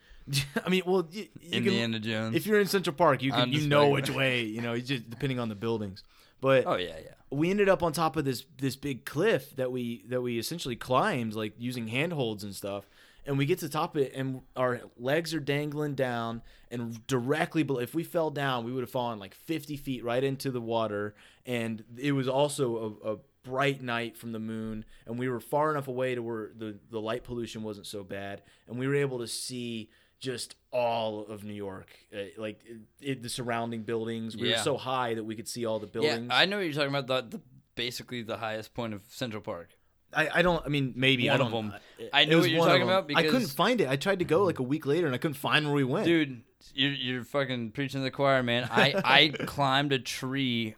[SPEAKER 4] I mean, well, you, you can-
[SPEAKER 1] Indiana Jones.
[SPEAKER 4] If you're in Central Park, you
[SPEAKER 1] I'm
[SPEAKER 4] can you
[SPEAKER 1] just
[SPEAKER 4] know
[SPEAKER 1] playing.
[SPEAKER 4] which way. You know, it's just depending on the buildings. But
[SPEAKER 1] oh yeah, yeah.
[SPEAKER 4] we ended up on top of this this big cliff that we that we essentially climbed like using handholds and stuff and we get to the top of it and our legs are dangling down and directly below if we fell down we would have fallen like 50 feet right into the water and it was also a, a bright night from the moon and we were far enough away to where the, the light pollution wasn't so bad and we were able to see just all of new york uh, like it, it, the surrounding buildings we were
[SPEAKER 1] Yeah.
[SPEAKER 4] so high that we could see all the buildings
[SPEAKER 1] Yeah, I know what you're talking about. The, the basically the highest point of Central Park.
[SPEAKER 4] I, I don't. I mean, maybe
[SPEAKER 1] One
[SPEAKER 4] I don't.
[SPEAKER 1] of 'em.
[SPEAKER 4] it-
[SPEAKER 1] I
[SPEAKER 4] it
[SPEAKER 1] know
[SPEAKER 4] was
[SPEAKER 1] what you're
[SPEAKER 4] one of
[SPEAKER 1] talking
[SPEAKER 4] 'em.
[SPEAKER 1] about
[SPEAKER 4] I couldn't
[SPEAKER 1] because-
[SPEAKER 4] find it. I tried to go like a week later, and I couldn't find where we went.
[SPEAKER 1] Dude, you're you're fucking preaching to the choir, man. I I climbed a tree.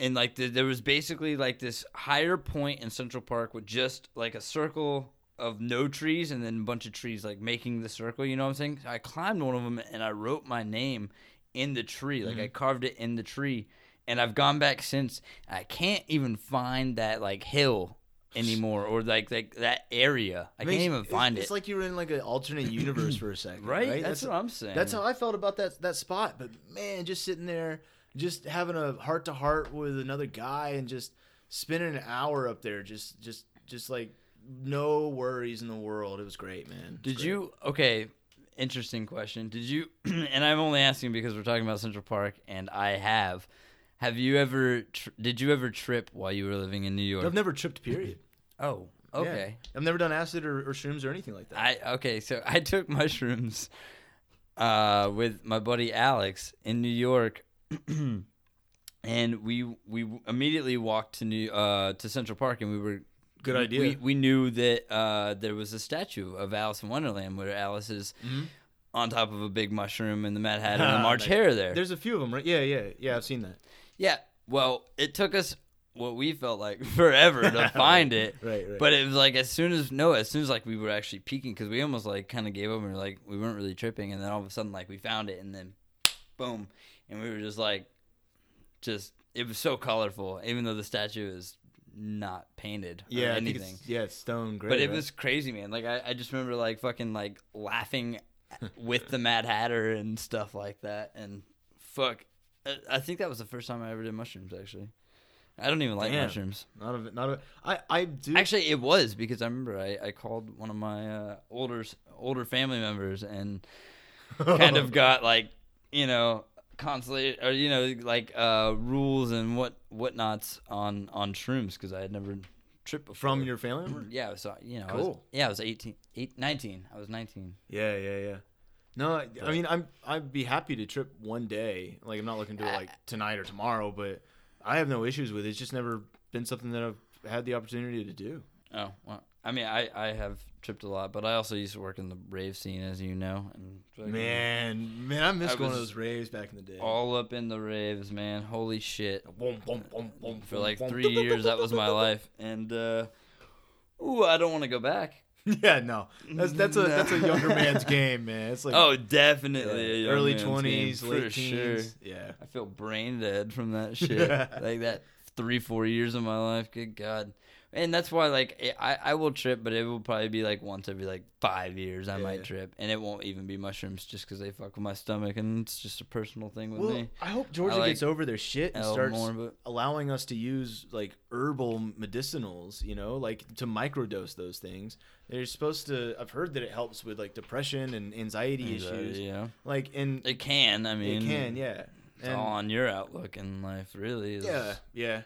[SPEAKER 1] And like the, there was basically like this higher point in Central Park with just like a circle of no trees and then a bunch of trees like making the circle. You know what I'm saying? I climbed one of them and I wrote my name in the tree. Like I carved it in the tree. And I've gone back since. I can't even find that like hill anymore or like like that area. I can't even find it.
[SPEAKER 4] it's It's like you were in like an alternate universe for a second,
[SPEAKER 1] right?
[SPEAKER 4] right?
[SPEAKER 1] That's, what I'm saying.
[SPEAKER 4] That's how I felt about that that spot. But man, just sitting there, just having a heart to heart with another guy, and just spending an hour up there, just just just like no worries in the world. It was great, man. It was
[SPEAKER 1] Did
[SPEAKER 4] great.
[SPEAKER 1] you okay? Interesting question. Did you? And I'm only asking because we're talking about Central Park, and I have. Have you ever? Tr- did you ever trip while you were living in New York?
[SPEAKER 4] I've never tripped. Period.
[SPEAKER 1] oh,
[SPEAKER 4] Yeah.
[SPEAKER 1] okay.
[SPEAKER 4] I've never done acid or, or shrooms or anything like that.
[SPEAKER 1] I okay. So I took mushrooms, uh, with my buddy Alex in New York, and we we immediately walked to new uh to Central Park, and we were
[SPEAKER 4] Good
[SPEAKER 1] we-
[SPEAKER 4] idea.
[SPEAKER 1] We, we knew that uh, there was a statue of Alice in Wonderland where Alice is on top of a big mushroom and the Mad Hatter and the March
[SPEAKER 4] Mm-hmm. Nice.
[SPEAKER 1] Hare there.
[SPEAKER 4] There's a few of them, right? Yeah, yeah, yeah. I've seen that.
[SPEAKER 1] yeah. Well, it took us what we felt like forever to find it.
[SPEAKER 4] Right, right.
[SPEAKER 1] But it was like as soon as no, as soon as like we were actually peeking because we almost like kind of gave up and we were like we weren't really tripping and then all of a sudden like we found it and then boom and we were just like just it was so colorful even though the statue is not painted or
[SPEAKER 4] Yeah, I
[SPEAKER 1] anything.
[SPEAKER 4] think it's, yeah, it's stone gray.
[SPEAKER 1] But it
[SPEAKER 4] right?
[SPEAKER 1] was crazy, man. Like I, I just remember like fucking like laughing with the Mad Hatter and stuff like that. And fuck, I, I think that was the first time I ever did mushrooms. Actually, I don't even like
[SPEAKER 4] Damn.
[SPEAKER 1] mushrooms.
[SPEAKER 4] not a not a. I I do
[SPEAKER 1] Actually, it was because I remember I, I called one of my uh, older s- older family members and kind of got like you know consolation or you know like uh rules and what whatnots on on shrooms because I had never tripped before.
[SPEAKER 4] from your family member?
[SPEAKER 1] yeah, so you know, I was,
[SPEAKER 4] Cool.
[SPEAKER 1] yeah, I was 18, eight, 19. I was nineteen.
[SPEAKER 4] Yeah, yeah, yeah. No, I, I mean, I'm I'd be happy to trip one day. Like, I'm not looking
[SPEAKER 1] Uh,
[SPEAKER 4] to like tonight or tomorrow, but I have no issues with it. It's just never been something that I've had the opportunity to do.
[SPEAKER 1] Oh well, I mean, I I have tripped a lot, but I also used to work in the rave scene, as you know, and fucking
[SPEAKER 4] Man, man, I miss
[SPEAKER 1] Mm-hmm. I
[SPEAKER 4] going to
[SPEAKER 1] was
[SPEAKER 4] those raves back in the day.
[SPEAKER 1] all up in the raves, man. Holy shit!
[SPEAKER 4] Boom, boom, boom, boom,
[SPEAKER 1] For
[SPEAKER 4] boom,
[SPEAKER 1] like
[SPEAKER 4] boom.
[SPEAKER 1] three years, that was my life, and uh, ooh, I don't want to go back.
[SPEAKER 4] Yeah, no, that's that's a that's a younger man's game, man. It's like
[SPEAKER 1] Oh, definitely, a young
[SPEAKER 4] early
[SPEAKER 1] man's game,
[SPEAKER 4] twenties,
[SPEAKER 1] for
[SPEAKER 4] late
[SPEAKER 1] sure.
[SPEAKER 4] teens. Yeah,
[SPEAKER 1] I feel brain dead from that shit. like that three, four years of my life. Good God. And that's why, like, it, I, I will trip, but it will probably be like once every like five years I might
[SPEAKER 4] Yeah.
[SPEAKER 1] trip. And it won't even be mushrooms just because they fuck with my stomach. And it's just a personal thing with
[SPEAKER 4] Well,
[SPEAKER 1] me.
[SPEAKER 4] I hope Georgia
[SPEAKER 1] like
[SPEAKER 4] gets over their shit and
[SPEAKER 1] L
[SPEAKER 4] starts
[SPEAKER 1] more, but-
[SPEAKER 4] allowing us to use like herbal medicinals, you know, like to microdose those things. They're supposed to I've heard that it helps with like depression and anxiety,
[SPEAKER 1] Anxiety,
[SPEAKER 4] issues.
[SPEAKER 1] yeah.
[SPEAKER 4] Like and it,
[SPEAKER 1] It can. I mean,
[SPEAKER 4] can, yeah.
[SPEAKER 1] It's
[SPEAKER 4] And,
[SPEAKER 1] all on your outlook in life, really. is-
[SPEAKER 4] yeah, yeah.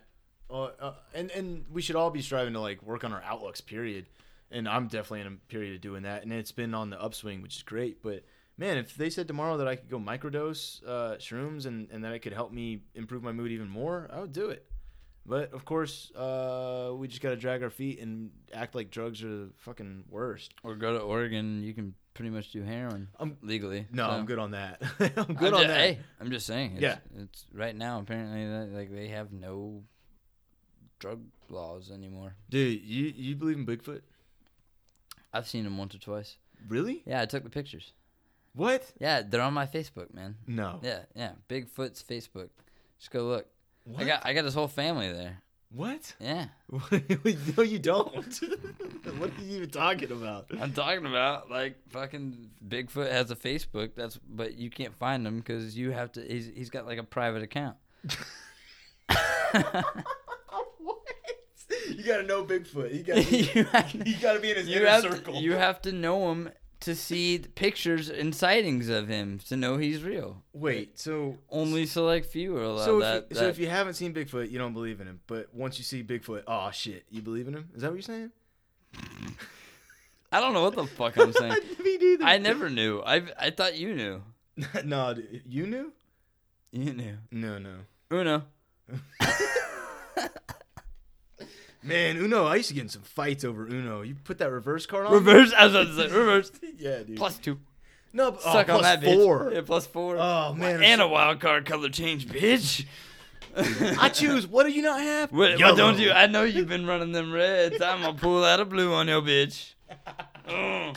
[SPEAKER 4] Uh, uh, and and we should all be striving to like work on our outlooks period. And I'm definitely in a period of doing that and it's been on the upswing, which is great, but Man, if they said tomorrow that I could go microdose uh, shrooms and, and that it could help me improve my mood even more, I would do it. But of course, uh, we just got to drag our feet and act like drugs are the fucking worst.
[SPEAKER 1] Or go to Oregon, you can pretty much do heroin
[SPEAKER 4] I'm-
[SPEAKER 1] legally.
[SPEAKER 4] Um, No,
[SPEAKER 1] so.
[SPEAKER 4] I'm good on that. I'm good
[SPEAKER 1] I'm
[SPEAKER 4] on
[SPEAKER 1] ju-
[SPEAKER 4] that.
[SPEAKER 1] Hey, I'm just saying. It's, it's right now apparently that, like they have no drug laws anymore.
[SPEAKER 4] Dude, you, you believe in Bigfoot?
[SPEAKER 1] I've seen them once or twice.
[SPEAKER 4] Really?
[SPEAKER 1] Yeah, I took the pictures.
[SPEAKER 4] What?
[SPEAKER 1] Yeah, they're on my Facebook, man.
[SPEAKER 4] No.
[SPEAKER 1] Yeah, yeah, Bigfoot's Facebook. Just go look.
[SPEAKER 4] What?
[SPEAKER 1] I got I got his whole family there.
[SPEAKER 4] what?
[SPEAKER 1] Yeah,
[SPEAKER 4] no, you don't. what are you even talking about?
[SPEAKER 1] I'm talking about like fucking Bigfoot has a Facebook. That's but you can't find him because you have to. He's he's got like a private account.
[SPEAKER 4] what? You got to know Bigfoot. You got
[SPEAKER 1] You have-
[SPEAKER 4] to be in his
[SPEAKER 1] you have To, you have to know him to see the pictures and sightings of him to know he's real.
[SPEAKER 4] Wait, so
[SPEAKER 1] Only select few are allowed
[SPEAKER 4] so,
[SPEAKER 1] that.
[SPEAKER 4] if you, so
[SPEAKER 1] that-
[SPEAKER 4] if you haven't seen Bigfoot, you don't believe in him. But once you see Bigfoot, oh shit, you believe in him? Is that what you're saying?
[SPEAKER 1] I don't know what the fuck I'm saying.
[SPEAKER 4] Me neither.
[SPEAKER 1] I never knew. I I thought you knew.
[SPEAKER 4] no, dude, you knew?
[SPEAKER 1] You knew.
[SPEAKER 4] No, no.
[SPEAKER 1] Uno.
[SPEAKER 4] Man, Uno, I used to get in some fights over Uno. You put that reverse card on? me?
[SPEAKER 1] Reverse. I was about to say reverse.
[SPEAKER 4] Yeah, dude.
[SPEAKER 1] Plus two.
[SPEAKER 4] no, but, oh,
[SPEAKER 1] Suck on
[SPEAKER 4] plus
[SPEAKER 1] that bitch.
[SPEAKER 4] four.
[SPEAKER 1] Yeah, plus four.
[SPEAKER 4] Oh man,
[SPEAKER 1] and a wild card color change, bitch.
[SPEAKER 4] I choose. What do you not have?
[SPEAKER 1] What,
[SPEAKER 4] Yellow.
[SPEAKER 1] what don't you? I know you've been running them reds. I'm gonna pull out a blue on your bitch. Mm.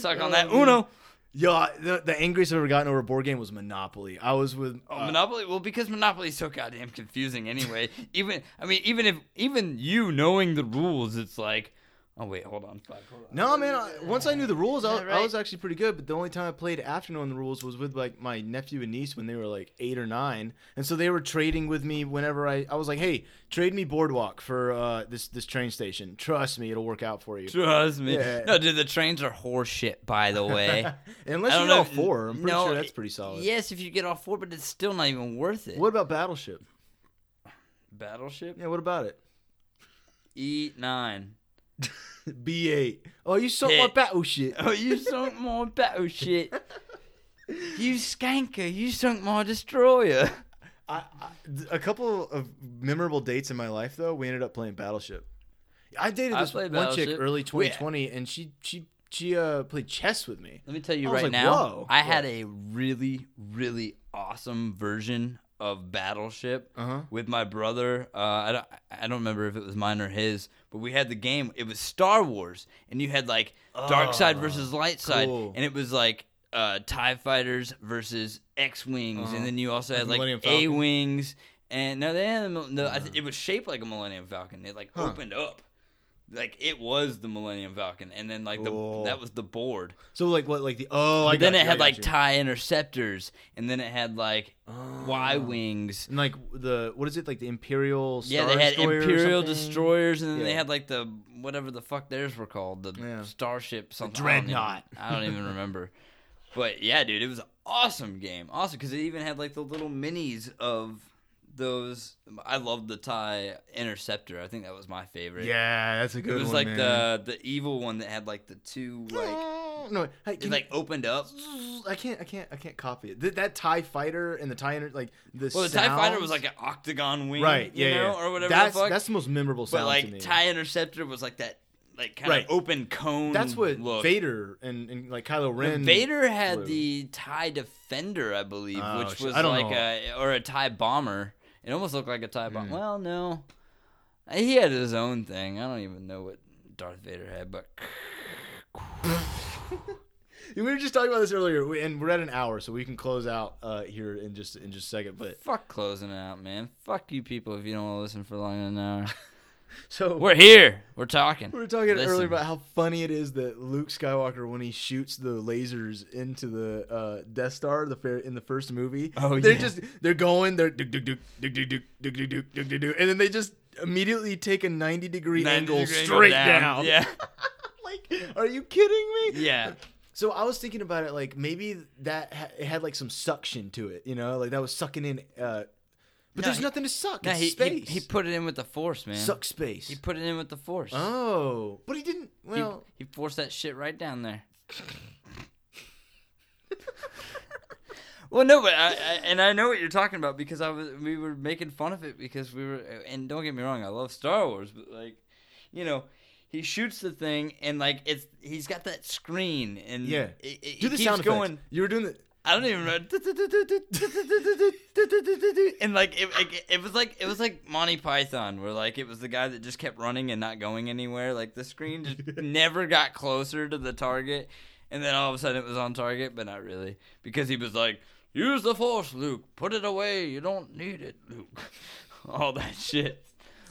[SPEAKER 1] Suck on that Uno.
[SPEAKER 4] Yo, I- the, the angriest I've ever gotten over a board game was Monopoly. I was with.
[SPEAKER 1] Oh,
[SPEAKER 4] uh,
[SPEAKER 1] Monopoly. Well, because Monopoly is so goddamn confusing anyway. even I mean, even if even you knowing the rules, it's like, oh wait, hold on, fuck, hold on.
[SPEAKER 4] No, man. I, once I knew the rules, I,
[SPEAKER 1] Is that right?
[SPEAKER 4] I was actually pretty good. But the only time I played after knowing the rules was with like my nephew and niece when they were like eight or nine, and so they were trading with me whenever I, I was like, "Hey, trade me Boardwalk for uh, this this train station. Trust me, it'll work out for you."
[SPEAKER 1] Trust me.
[SPEAKER 4] Yeah.
[SPEAKER 1] No, dude, the trains are horseshit. By the way,
[SPEAKER 4] Unless
[SPEAKER 1] Eh? I don't
[SPEAKER 4] you get
[SPEAKER 1] know
[SPEAKER 4] all
[SPEAKER 1] if-
[SPEAKER 4] four, I'm pretty
[SPEAKER 1] no,
[SPEAKER 4] sure that's
[SPEAKER 1] it-
[SPEAKER 4] pretty solid.
[SPEAKER 1] Yes, if you get all four, but it's still not even worth it.
[SPEAKER 4] What about Battleship?
[SPEAKER 1] battleship?
[SPEAKER 4] Yeah, what about it?
[SPEAKER 1] E nine.
[SPEAKER 4] B eight. Oh, you saw my
[SPEAKER 1] Hit.
[SPEAKER 4] battleship.
[SPEAKER 1] Oh, you sunk my battleship. You skanker, you sunk my destroyer.
[SPEAKER 4] I, I, th- a couple of memorable dates in my life though we ended up playing battleship i dated
[SPEAKER 1] I
[SPEAKER 4] this
[SPEAKER 1] played
[SPEAKER 4] one chick
[SPEAKER 1] Battleship.
[SPEAKER 4] early
[SPEAKER 1] We-
[SPEAKER 4] 2020 and she she she uh played chess with me
[SPEAKER 1] Let me tell you
[SPEAKER 4] I was
[SPEAKER 1] right
[SPEAKER 4] like,
[SPEAKER 1] now,
[SPEAKER 4] "Whoa."
[SPEAKER 1] I had
[SPEAKER 4] What?
[SPEAKER 1] a really, really awesome version of Battleship
[SPEAKER 4] Uh-huh.
[SPEAKER 1] with my brother. Uh, I, don't, I don't remember if it was mine or his, but we had the game. It was Star Wars, and you had like dark side versus light side,
[SPEAKER 4] Oh, cool.
[SPEAKER 1] and it was like uh, TIE fighters versus X Wings, and then you also had like
[SPEAKER 4] Uh-huh. Millennium Falcon? Uh-huh.
[SPEAKER 1] A Wings. And no, they had the, mil- no, I th- it was shaped like a Millennium Falcon. It like opened up, like it was the Millennium Falcon, and then like
[SPEAKER 4] Cool.
[SPEAKER 1] the that was the board,
[SPEAKER 4] so like what like the oh I
[SPEAKER 1] then
[SPEAKER 4] got
[SPEAKER 1] it
[SPEAKER 4] you, I
[SPEAKER 1] had
[SPEAKER 4] got
[SPEAKER 1] like
[SPEAKER 4] you.
[SPEAKER 1] tie interceptors, and then it had like
[SPEAKER 4] Oh.
[SPEAKER 1] Y wings.
[SPEAKER 4] and like the what is it like the imperial
[SPEAKER 1] Yeah,
[SPEAKER 4] Star
[SPEAKER 1] they had
[SPEAKER 4] Destroyer or
[SPEAKER 1] imperial
[SPEAKER 4] something?
[SPEAKER 1] destroyers, and then they
[SPEAKER 4] Yeah.
[SPEAKER 1] had like the whatever the fuck theirs were called, the
[SPEAKER 4] Yeah.
[SPEAKER 1] starship something.
[SPEAKER 4] dreadnought.
[SPEAKER 1] I don't even, I don't even remember. But yeah, dude, it was an awesome game. Awesome because it even had like the little minis of those. I loved the Thai interceptor. I think that was my favorite.
[SPEAKER 4] Yeah, that's a
[SPEAKER 1] It
[SPEAKER 4] good one.
[SPEAKER 1] was like
[SPEAKER 4] man. Ah,
[SPEAKER 1] the the evil one that had like the two like
[SPEAKER 4] no, hey,
[SPEAKER 1] it
[SPEAKER 4] can
[SPEAKER 1] like opened up.
[SPEAKER 4] you- I can't, I can't, I can't copy it. Th- that Tie Fighter and the Tie, inter- like the
[SPEAKER 1] Well, the Tie Fighter was
[SPEAKER 4] sounds-
[SPEAKER 1] like an octagon wing,
[SPEAKER 4] right, yeah,
[SPEAKER 1] you know,
[SPEAKER 4] yeah.
[SPEAKER 1] or whatever
[SPEAKER 4] That's
[SPEAKER 1] the fuck.
[SPEAKER 4] that's the most memorable sound
[SPEAKER 1] but
[SPEAKER 4] to me.
[SPEAKER 1] like Tie Interceptor was like that, like kind
[SPEAKER 4] Right.
[SPEAKER 1] of open cone.
[SPEAKER 4] that's what
[SPEAKER 1] Hmm, look.
[SPEAKER 4] Vader and, and like Kylo Ren.
[SPEAKER 1] Vader had
[SPEAKER 4] flew.
[SPEAKER 1] the Tie Defender, I believe,
[SPEAKER 4] Oh,
[SPEAKER 1] which
[SPEAKER 4] sh-
[SPEAKER 1] was
[SPEAKER 4] I don't
[SPEAKER 1] like
[SPEAKER 4] know.
[SPEAKER 1] a
[SPEAKER 4] Hmm.
[SPEAKER 1] or a Tie Bomber. It almost looked like a Tie Bomber. Well, no, he had his own thing. I don't even know what Darth Vader had, but
[SPEAKER 4] We were just talking about this earlier, we- and we're at an hour, so we can close out uh, here in just in just a second. But
[SPEAKER 1] fuck closing it out, man. Fuck you people if you don't want to listen for longer than an hour.
[SPEAKER 4] so
[SPEAKER 1] We're here. We're talking.
[SPEAKER 4] We were talking
[SPEAKER 1] Listen.
[SPEAKER 4] earlier about how funny it is that Luke Skywalker, when he shoots the lasers into the uh, Death Star, the fair in the first movie,
[SPEAKER 1] Oh,
[SPEAKER 4] they're
[SPEAKER 1] yeah.
[SPEAKER 4] just they're going, they're duk duk duk duk duk duk duk duk duk duk duk duk, and then they just immediately take a ninety degree
[SPEAKER 1] 90
[SPEAKER 4] angle
[SPEAKER 1] degree angle
[SPEAKER 4] straight down.
[SPEAKER 1] Yeah.
[SPEAKER 4] like, are you kidding me?
[SPEAKER 1] Yeah.
[SPEAKER 4] So I was thinking about it, like maybe that ha- it had like some suction to it, you know, like that was sucking in. Uh, but
[SPEAKER 1] No,
[SPEAKER 4] there's
[SPEAKER 1] he-
[SPEAKER 4] nothing to suck.
[SPEAKER 1] No,
[SPEAKER 4] it's
[SPEAKER 1] he, he,
[SPEAKER 4] space.
[SPEAKER 1] he put it in with the force, man.
[SPEAKER 4] suck space.
[SPEAKER 1] He put it in with the force.
[SPEAKER 4] oh, but he didn't.
[SPEAKER 1] He,
[SPEAKER 4] Well.
[SPEAKER 1] he forced that shit right down there. well, no, but I, I and I know what you're talking about because I was we were making fun of it because we were and don't get me wrong, I love Star Wars, but like, you know. He shoots the thing and like it's he's got that screen and
[SPEAKER 4] Yeah.
[SPEAKER 1] it, it,
[SPEAKER 4] Do
[SPEAKER 1] it
[SPEAKER 4] the
[SPEAKER 1] keeps
[SPEAKER 4] sound effects.
[SPEAKER 1] going.
[SPEAKER 4] You were doing the.
[SPEAKER 1] I don't even know. And like it, it, it was like it was like Monty Python, where like it was the guy that just kept running and not going anywhere. Like the screen just never got closer to the target, and then all of a sudden it was on target, but not really, because he was like, "Use the force, Luke. Put it away. You don't need it, Luke." All that shit,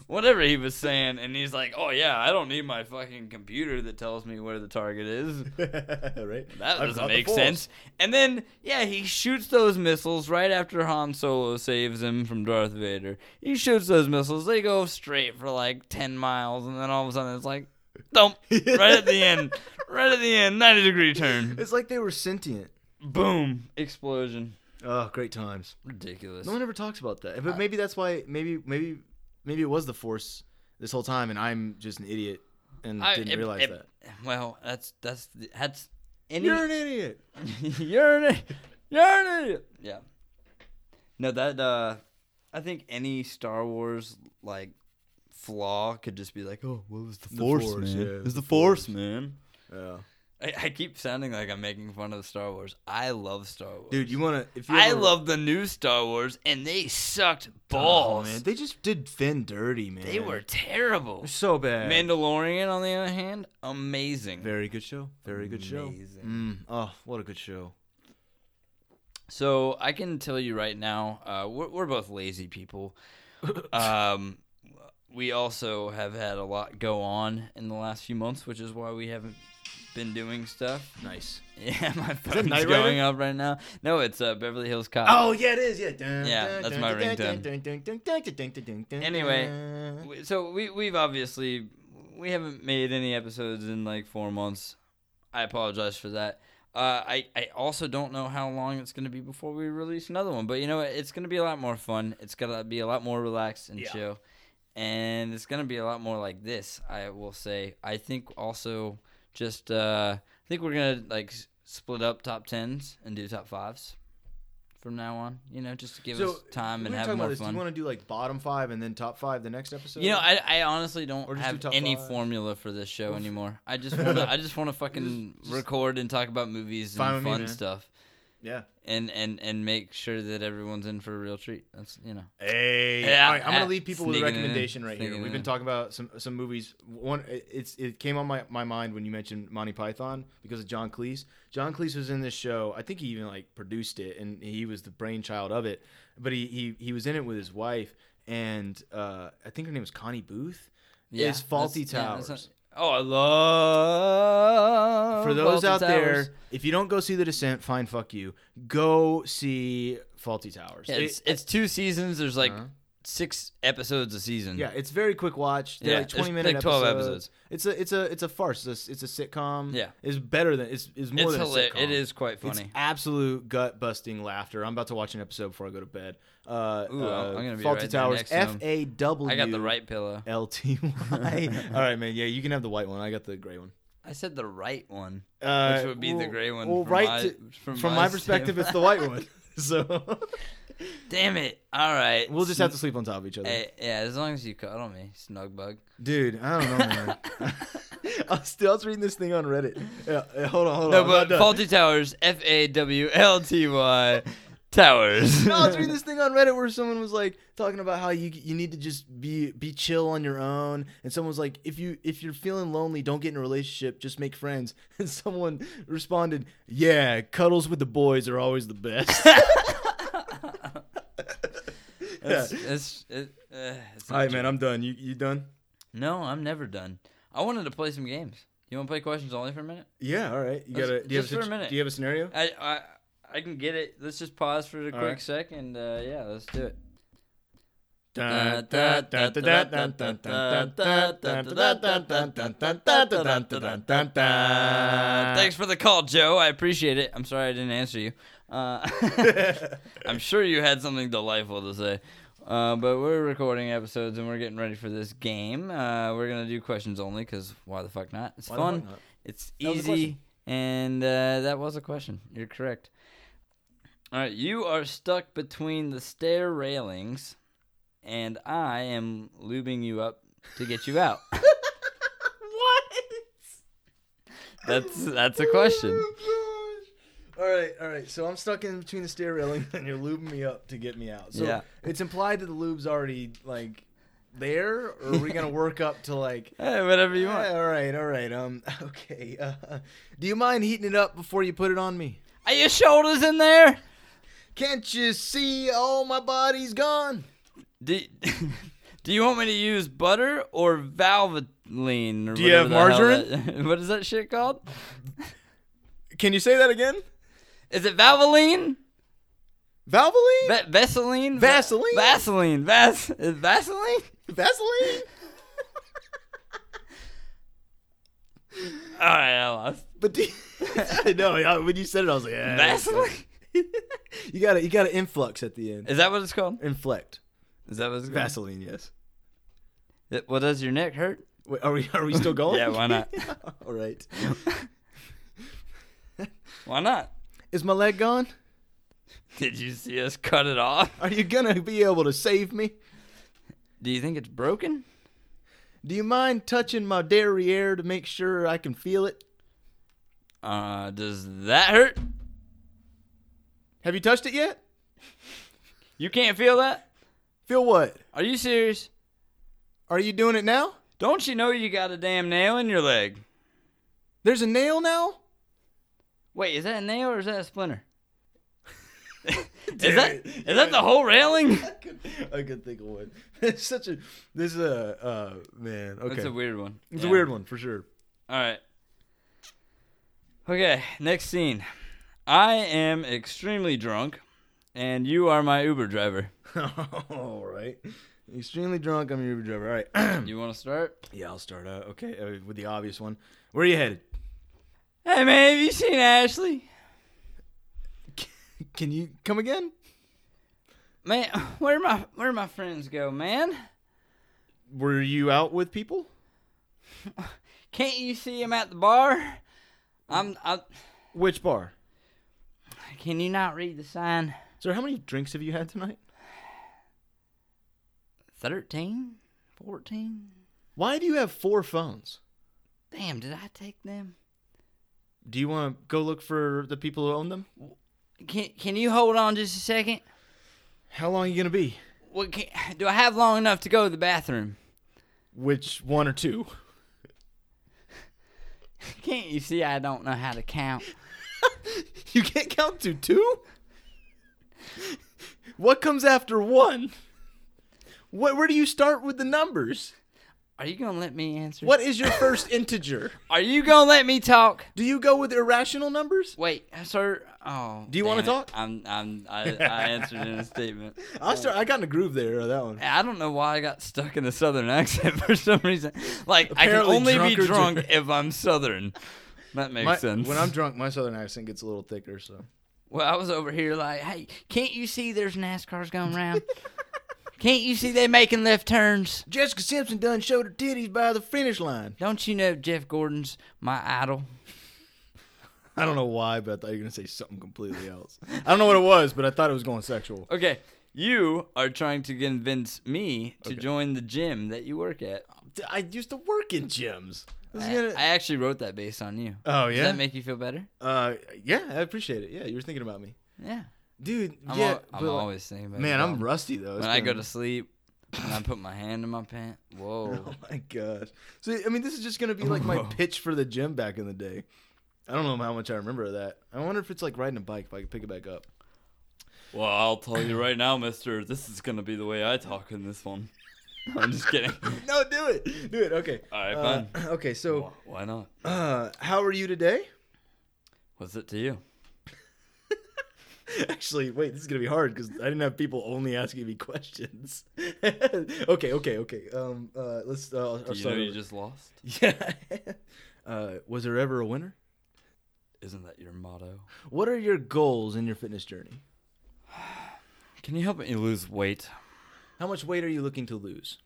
[SPEAKER 1] whatever he was saying, and he's like, "Oh yeah, I don't need my fucking computer that tells me where the target is."
[SPEAKER 4] right?
[SPEAKER 1] That
[SPEAKER 4] I've
[SPEAKER 1] doesn't
[SPEAKER 4] got the
[SPEAKER 1] make
[SPEAKER 4] force.
[SPEAKER 1] sense. And then, yeah, he shoots those missiles right after Han Solo saves him from Darth Vader. He shoots those missiles. They go straight for like 10 miles, and then all of a sudden it's like, thump, right at the end. Right at the end, 90 degree turn.
[SPEAKER 4] It's like they were sentient.
[SPEAKER 1] Boom. Explosion.
[SPEAKER 4] Oh, great times.
[SPEAKER 1] Ridiculous.
[SPEAKER 4] No one ever talks about that. But maybe that's why. Maybe maybe maybe it was the force this whole time, and I'm just an idiot and
[SPEAKER 1] I-
[SPEAKER 4] didn't
[SPEAKER 1] it-
[SPEAKER 4] realize
[SPEAKER 1] it-
[SPEAKER 4] that.
[SPEAKER 1] Well, that's, that's, that's, any,
[SPEAKER 4] You're an idiot.
[SPEAKER 1] you're an i- you're an idiot. Yeah. No, that uh, I think any Star Wars like flaw could just be like, oh, what was the force,
[SPEAKER 4] Force,
[SPEAKER 1] man?
[SPEAKER 4] yeah,
[SPEAKER 1] It was
[SPEAKER 4] the
[SPEAKER 1] the force, man. Oh.
[SPEAKER 4] Yeah.
[SPEAKER 1] I, I keep sounding like I'm making fun of Star Wars. I love Star Wars,
[SPEAKER 4] Dude, you wanna? If you
[SPEAKER 1] I
[SPEAKER 4] ever-
[SPEAKER 1] love the new Star Wars, and they sucked
[SPEAKER 4] Oh,
[SPEAKER 1] balls.
[SPEAKER 4] man. They just did Finn dirty, man.
[SPEAKER 1] they, were terrible.
[SPEAKER 4] They're so bad.
[SPEAKER 1] Mandalorian, on the other hand, amazing.
[SPEAKER 4] Very good show. Very good show.
[SPEAKER 1] Amazing.
[SPEAKER 4] Mm. Oh, what a good show.
[SPEAKER 1] So I can tell you right now, uh, we're, we're both lazy people. um, we also have had a lot go on in the last few months, which is why we haven't been doing stuff.
[SPEAKER 4] Nice.
[SPEAKER 1] Yeah, my phone's
[SPEAKER 4] Knight
[SPEAKER 1] going
[SPEAKER 4] Rider?
[SPEAKER 1] up right now. No, it's uh, Beverly Hills Cop.
[SPEAKER 4] Oh yeah, it is. Yeah. Dun,
[SPEAKER 1] Yeah,
[SPEAKER 4] dun,
[SPEAKER 1] that's
[SPEAKER 4] dun,
[SPEAKER 1] my
[SPEAKER 4] dun, dun,
[SPEAKER 1] ringtone.
[SPEAKER 4] dun, dun, dun, dun, dun, dun, dun, dun,
[SPEAKER 1] Anyway,
[SPEAKER 4] dun.
[SPEAKER 1] We- So we we've obviously we haven't made any episodes in like four months. I apologize for that. Uh, I I also don't know how long it's gonna be before we release another one. But you know what? It's gonna be a lot more fun. It's gonna be a lot more relaxed and
[SPEAKER 4] Yeah.
[SPEAKER 1] chill, and it's gonna be a lot more like this. I will say. I think also just uh, I think we're gonna like s- split up top tens and do top fives from now on. You know, just to give us time
[SPEAKER 4] we
[SPEAKER 1] and
[SPEAKER 4] were
[SPEAKER 1] have
[SPEAKER 4] talking
[SPEAKER 1] more
[SPEAKER 4] about this.
[SPEAKER 1] fun.
[SPEAKER 4] Do you want to do like bottom five and then top five the next episode?
[SPEAKER 1] You know, I, I honestly don't
[SPEAKER 4] Or just do
[SPEAKER 1] have
[SPEAKER 4] top
[SPEAKER 1] any
[SPEAKER 4] five.
[SPEAKER 1] formula for this show anymore. I just want to I just want to fucking record and talk about movies
[SPEAKER 4] Fine with
[SPEAKER 1] and
[SPEAKER 4] me,
[SPEAKER 1] fun
[SPEAKER 4] man.
[SPEAKER 1] stuff
[SPEAKER 4] yeah.
[SPEAKER 1] and, and and make sure that everyone's in for a real treat. That's you know.
[SPEAKER 4] Hey,
[SPEAKER 1] Yeah,
[SPEAKER 4] all right, I'm gonna
[SPEAKER 1] ah,
[SPEAKER 4] leave people with a
[SPEAKER 1] sneaking it in,
[SPEAKER 4] recommendation right here.
[SPEAKER 1] sneaking
[SPEAKER 4] We've
[SPEAKER 1] it
[SPEAKER 4] been
[SPEAKER 1] in.
[SPEAKER 4] talking about some some movies. One, it's it came on my, my mind when you mentioned Monty Python because of John Cleese. John Cleese was in this show. I think he even like produced it, and he was the brainchild of it. But he he, he was in it with his wife, and uh, I think her name was Connie Booth.
[SPEAKER 1] Yeah.
[SPEAKER 4] it's Faulty
[SPEAKER 1] that's- yeah,
[SPEAKER 4] Towers.
[SPEAKER 1] that's not- oh, I love
[SPEAKER 4] for those
[SPEAKER 1] Faulty
[SPEAKER 4] out
[SPEAKER 1] Towers.
[SPEAKER 4] there, if you don't go see The Descent, fine, fuck you. Go see Faulty Towers.
[SPEAKER 1] Yeah,
[SPEAKER 4] It-
[SPEAKER 1] it's it's two seasons. There's like
[SPEAKER 4] Uh-huh.
[SPEAKER 1] six episodes a season.
[SPEAKER 4] Yeah, it's very quick watch. They're
[SPEAKER 1] Mm-hmm. Yeah,
[SPEAKER 4] like twenty
[SPEAKER 1] there's
[SPEAKER 4] minute
[SPEAKER 1] like 12
[SPEAKER 4] episodes. It's a it's a it's a farce. It's a, it's a sitcom.
[SPEAKER 1] Yeah.
[SPEAKER 4] it's better than it's it's more
[SPEAKER 1] it's
[SPEAKER 4] than
[SPEAKER 1] hilarious.
[SPEAKER 4] a sitcom.
[SPEAKER 1] It is quite
[SPEAKER 4] It's
[SPEAKER 1] funny.
[SPEAKER 4] absolute gut busting laughter. I'm about to watch an episode before I go to bed. Uh,
[SPEAKER 1] Ooh,
[SPEAKER 4] uh,
[SPEAKER 1] I'm gonna be
[SPEAKER 4] Faulty
[SPEAKER 1] right there
[SPEAKER 4] Towers.
[SPEAKER 1] next to
[SPEAKER 4] F
[SPEAKER 1] him.
[SPEAKER 4] A W.
[SPEAKER 1] I got the right pillow.
[SPEAKER 4] L T Y. All right, man. Yeah, you can have the white one. I got the gray one.
[SPEAKER 1] I said the right one,
[SPEAKER 4] Uh,
[SPEAKER 1] which would be the
[SPEAKER 4] well-
[SPEAKER 1] gray one.
[SPEAKER 4] Well,
[SPEAKER 1] from
[SPEAKER 4] right
[SPEAKER 1] my,
[SPEAKER 4] to-
[SPEAKER 1] from,
[SPEAKER 4] from
[SPEAKER 1] my,
[SPEAKER 4] my perspective, it's the
[SPEAKER 1] standpoint.
[SPEAKER 4] white one. So
[SPEAKER 1] Damn it! All right,
[SPEAKER 4] we'll just have to sleep on top of each other.
[SPEAKER 1] Hey, Eh, yeah, as long as you cuddle me, snug bug.
[SPEAKER 4] Dude, I don't know, man. I was still I was reading this thing on Reddit. Yeah, yeah, hold on, hold
[SPEAKER 1] No,
[SPEAKER 4] on. I'm not
[SPEAKER 1] but
[SPEAKER 4] done.
[SPEAKER 1] faulty towers. F A W L T Y towers.
[SPEAKER 4] No, I was reading this thing on Reddit where someone was like talking about how you you need to just be be chill on your own, and someone was like, if you if you're feeling lonely, don't get in a relationship, just make friends. And someone responded, Yeah, cuddles with the boys are always the best.
[SPEAKER 1] It's, it's, it, uh, it's
[SPEAKER 4] All right, man, I'm done. You you done?
[SPEAKER 1] No, I'm never done. I wanted to play some games. You want to play questions only for a minute?
[SPEAKER 4] Yeah, all right. You
[SPEAKER 1] Let's-
[SPEAKER 4] gotta. Do you, have
[SPEAKER 1] just for a
[SPEAKER 4] situ-
[SPEAKER 1] minute.
[SPEAKER 4] do you have a scenario?
[SPEAKER 1] I I I can get it. Let's just pause for a quick
[SPEAKER 4] right.
[SPEAKER 1] second. Uh, yeah, let's do it.
[SPEAKER 4] Thanks.
[SPEAKER 1] Thanks for the call, Joe. I appreciate it. I'm sorry I didn't answer you. Uh, I'm sure you had something delightful to say. Uh, but we're recording episodes and we're getting ready for this game. Uh, we're gonna do questions only because why the fuck not? It's
[SPEAKER 4] Why the fuck
[SPEAKER 1] fun.
[SPEAKER 4] not?
[SPEAKER 1] It's
[SPEAKER 4] was a question.
[SPEAKER 1] easy. And uh, that was a question. You're correct. All right, you are stuck between the stair railings, and I am lubing you up to get you out. That's that's a question.
[SPEAKER 4] Oh my gosh. All right, all right. So I'm stuck in between the stair railing, and you're lubing me up to get me out. So
[SPEAKER 1] Yeah.
[SPEAKER 4] it's implied that the lube's already like there, or are we gonna work up to like?
[SPEAKER 1] Hey, whatever you
[SPEAKER 4] Yeah,
[SPEAKER 1] want.
[SPEAKER 4] all right, all right. Um, okay. Uh, do you mind heating it up before you put it on me?
[SPEAKER 1] Are your shoulders in there?
[SPEAKER 4] Can't you see all my body's gone?
[SPEAKER 1] Do, do you want me to use butter or valvoline? Or
[SPEAKER 4] Do you
[SPEAKER 1] whatever the hell
[SPEAKER 4] have margarine?
[SPEAKER 1] that- what is that shit called?
[SPEAKER 4] Can you say that again?
[SPEAKER 1] Is it valvoline?
[SPEAKER 4] Valvoline?
[SPEAKER 1] Va- Vaseline? Va-
[SPEAKER 4] Vaseline?
[SPEAKER 1] Vaseline. Vas- is Vaseline?
[SPEAKER 4] Vaseline?
[SPEAKER 1] All right, I lost.
[SPEAKER 4] But do you, no, yeah, when you said it, I was like, yeah.
[SPEAKER 1] Vaseline?
[SPEAKER 4] You got to you got to influx at the end.
[SPEAKER 1] Is that what it's called?
[SPEAKER 4] Inflect.
[SPEAKER 1] Is that what it's called?
[SPEAKER 4] Vaseline, yes.
[SPEAKER 1] It- well, does your neck hurt?
[SPEAKER 4] Wait, are we are we still going?
[SPEAKER 1] Yeah, why not?
[SPEAKER 4] All right.
[SPEAKER 1] Why not?
[SPEAKER 4] Is my leg gone?
[SPEAKER 1] Did you see us cut it off?
[SPEAKER 4] Are you gonna be able to save me?
[SPEAKER 1] Do you think it's broken?
[SPEAKER 4] Do you mind touching my derriere to make sure I can feel it?
[SPEAKER 1] Uh, does that hurt?
[SPEAKER 4] Have you touched it yet?
[SPEAKER 1] You can't feel that?
[SPEAKER 4] Feel what?
[SPEAKER 1] Are you serious?
[SPEAKER 4] Are you doing it now?
[SPEAKER 1] Don't you know you got a damn nail in your leg?
[SPEAKER 4] There's a nail now.
[SPEAKER 1] Wait, is that a nail or is that a splinter? is
[SPEAKER 4] Damn
[SPEAKER 1] that
[SPEAKER 4] it.
[SPEAKER 1] is that the whole railing?
[SPEAKER 4] I could, I could think of one. It's such a this is a uh, man. Okay,
[SPEAKER 1] That's a weird one.
[SPEAKER 4] it's
[SPEAKER 1] Yeah.
[SPEAKER 4] a weird one for sure.
[SPEAKER 1] All right. Okay, next scene. I am extremely drunk, and you are my Uber driver.
[SPEAKER 4] All right. Extremely drunk. I'm your Uber driver. All right.
[SPEAKER 1] You want to start?
[SPEAKER 4] yeah, I'll start out. Okay, uh, with the obvious one. Where are you headed?
[SPEAKER 1] Hey, man, have you seen Ashley?
[SPEAKER 4] Can you come again?
[SPEAKER 1] Man, where my where my friends go, man?
[SPEAKER 4] Were you out with people?
[SPEAKER 1] Can't you see him at the bar? I'm. I,
[SPEAKER 4] Which bar?
[SPEAKER 1] can you not read the sign?
[SPEAKER 4] Sir, how many drinks have you had tonight?
[SPEAKER 1] 13? 14?
[SPEAKER 4] Why do you have four phones?
[SPEAKER 1] Damn, did I take them?
[SPEAKER 4] Do you want to go look for the people who own them?
[SPEAKER 1] Can Can you hold on just a second?
[SPEAKER 4] How long are you going to be?
[SPEAKER 1] What can, do I have long enough to go to the bathroom?
[SPEAKER 4] Which one or two?
[SPEAKER 1] Can't you see I don't know how to count?
[SPEAKER 4] You can't count to two? What comes after one? What, where do you start with the numbers?
[SPEAKER 1] Are you gonna let me answer?
[SPEAKER 4] What is your first integer?
[SPEAKER 1] Are you gonna let me talk?
[SPEAKER 4] Do you go with irrational numbers?
[SPEAKER 1] Wait, sir. Oh,
[SPEAKER 4] Do you wanna
[SPEAKER 1] damn it.
[SPEAKER 4] talk?
[SPEAKER 1] I'm. I'm. I, I answered in a statement.
[SPEAKER 4] I start. I got in a groove there. uh, That one.
[SPEAKER 1] I don't know why I got stuck in a southern accent for some reason. Like
[SPEAKER 4] Apparently
[SPEAKER 1] I can only be
[SPEAKER 4] drunkards are-
[SPEAKER 1] drunk if I'm southern. That makes
[SPEAKER 4] My-
[SPEAKER 1] sense.
[SPEAKER 4] When I'm drunk, my southern accent gets a little thicker. So
[SPEAKER 1] well, I was over here like, hey, can't you see there's NASCARs going around? can't you see they making left turns?
[SPEAKER 4] Jessica Simpson done showed her titties by the finish line.
[SPEAKER 1] Don't you know Jeff Gordon's my idol?
[SPEAKER 4] I don't know why, but I thought you were gonna say something completely else. I don't know what it was, but I thought it was going sexual.
[SPEAKER 1] Okay, you are trying to convince me to join the gym that you work at.
[SPEAKER 4] I used to work in gyms. This
[SPEAKER 1] I,
[SPEAKER 4] is
[SPEAKER 1] I
[SPEAKER 4] gonna-
[SPEAKER 1] actually wrote that based on you.
[SPEAKER 4] oh
[SPEAKER 1] Does
[SPEAKER 4] yeah.
[SPEAKER 1] that make you feel better?
[SPEAKER 4] uh, yeah, I appreciate it. Yeah, you were thinking about me,
[SPEAKER 1] Yeah.
[SPEAKER 4] dude.
[SPEAKER 1] I'm,
[SPEAKER 4] yeah,
[SPEAKER 1] al- I'm
[SPEAKER 4] but, like,
[SPEAKER 1] always thinking about
[SPEAKER 4] Man,
[SPEAKER 1] you.
[SPEAKER 4] I'm rusty though. It's
[SPEAKER 1] when I
[SPEAKER 4] been-
[SPEAKER 1] go to sleep and I put my hand in my pant. Whoa.
[SPEAKER 4] Oh my gosh. So I mean, this is just gonna be like my
[SPEAKER 1] Whoa.
[SPEAKER 4] pitch for the gym back in the day. I don't know how much I remember of that. I wonder if it's like riding a bike. If I could pick it back up.
[SPEAKER 1] Well, I'll tell you right now, mister, this is going to be the way I talk in this one. I'm just kidding.
[SPEAKER 4] No, do it. Do it. Okay.
[SPEAKER 1] All right,
[SPEAKER 4] Uh, okay. So,
[SPEAKER 1] Why not?
[SPEAKER 4] uh, how are you today?
[SPEAKER 1] What's it to you?
[SPEAKER 4] Actually, wait. This is gonna be hard because I didn't have people only asking me questions. okay. Okay. Okay. Um. Uh. Let's. Uh, I'll- I'll
[SPEAKER 1] Do you know
[SPEAKER 4] start
[SPEAKER 1] you
[SPEAKER 4] over.
[SPEAKER 1] just lost?
[SPEAKER 4] Yeah. uh. Was there ever a winner?
[SPEAKER 1] Isn't that your motto?
[SPEAKER 4] What are your goals in your fitness journey?
[SPEAKER 1] Can you help me lose weight?
[SPEAKER 4] How much weight are you looking to lose?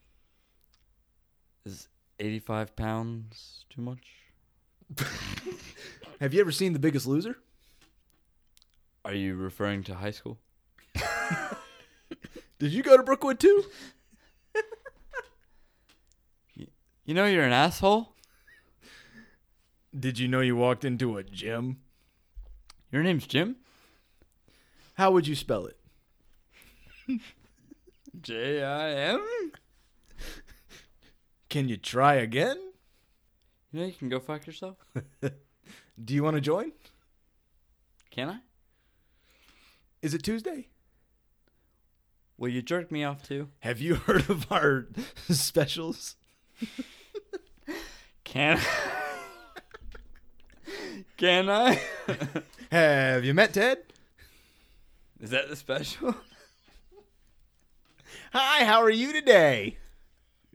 [SPEAKER 1] Is 85 pounds too much?
[SPEAKER 4] Have you ever seen The Biggest Loser?
[SPEAKER 1] Are you referring to high school?
[SPEAKER 4] Did you go to Brookwood too?
[SPEAKER 1] You know you're an asshole?
[SPEAKER 4] Did you know you walked into a gym?
[SPEAKER 1] Your name's Jim?
[SPEAKER 4] How would you spell it?
[SPEAKER 1] J I M?
[SPEAKER 4] Can you try again?
[SPEAKER 1] You know you can go fuck yourself?
[SPEAKER 4] Do you want to join?
[SPEAKER 1] Can I?
[SPEAKER 4] Is it Tuesday?
[SPEAKER 1] Will you jerk me off too?
[SPEAKER 4] Have you heard of our specials?
[SPEAKER 1] Can Can I?
[SPEAKER 4] Have you met Ted?
[SPEAKER 1] Is that the special?
[SPEAKER 4] Hi, how are you today?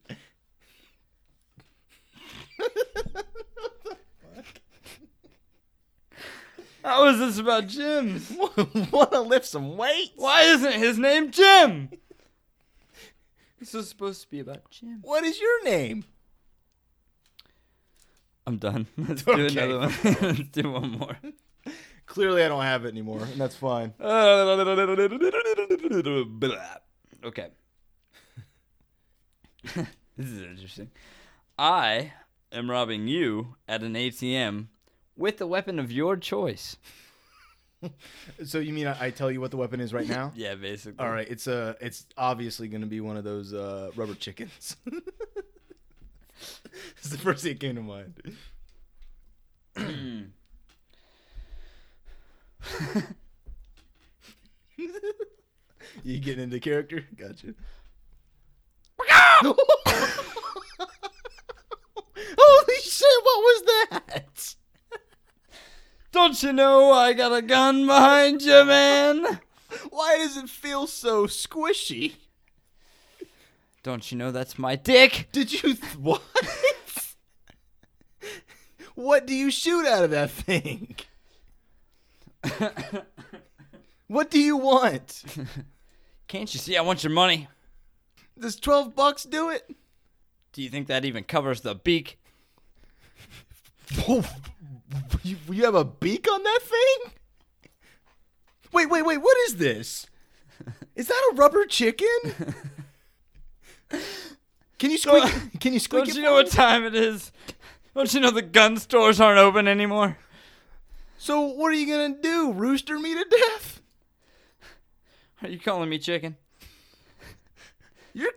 [SPEAKER 1] How is this about Jim's?
[SPEAKER 4] want to lift some weights?
[SPEAKER 1] Why isn't his name Jim? This is supposed to be about Jim.
[SPEAKER 4] What is your name?
[SPEAKER 1] I'm done. Let's do
[SPEAKER 4] Okay.
[SPEAKER 1] another one. Let's do one more.
[SPEAKER 4] Clearly, I don't have it anymore, and that's fine.
[SPEAKER 1] Uh, Okay. this is interesting. I am robbing you at an ATM with a weapon of your choice.
[SPEAKER 4] So you mean I, I tell you what the weapon is right now?
[SPEAKER 1] Yeah, basically.
[SPEAKER 4] All right, it's uh, it's obviously going to be one of those uh, rubber chickens. it's the first thing that came to mind. you getting into character? Gotcha. Holy shit! What was that?
[SPEAKER 1] Don't you know I got a gun behind you, man?
[SPEAKER 4] Why does it feel so squishy?
[SPEAKER 1] Don't you know that's my dick?
[SPEAKER 4] Did you th- what? what do you shoot out of that thing? what do you want?
[SPEAKER 1] Can't you see I want your money?
[SPEAKER 4] Does 12 bucks do it?
[SPEAKER 1] Do you think that even covers the beak?
[SPEAKER 4] Whoa, you, you have a beak on that thing? Wait, wait, wait, what is this? Is that a rubber chicken? Can you squeak? Can you squeak?
[SPEAKER 1] Don't
[SPEAKER 4] it
[SPEAKER 1] you
[SPEAKER 4] for
[SPEAKER 1] know what
[SPEAKER 4] me?
[SPEAKER 1] time it is? Don't you know the gun stores aren't open anymore?
[SPEAKER 4] So what are you gonna do? Rooster me to death?
[SPEAKER 1] Are you calling me chicken?
[SPEAKER 4] You're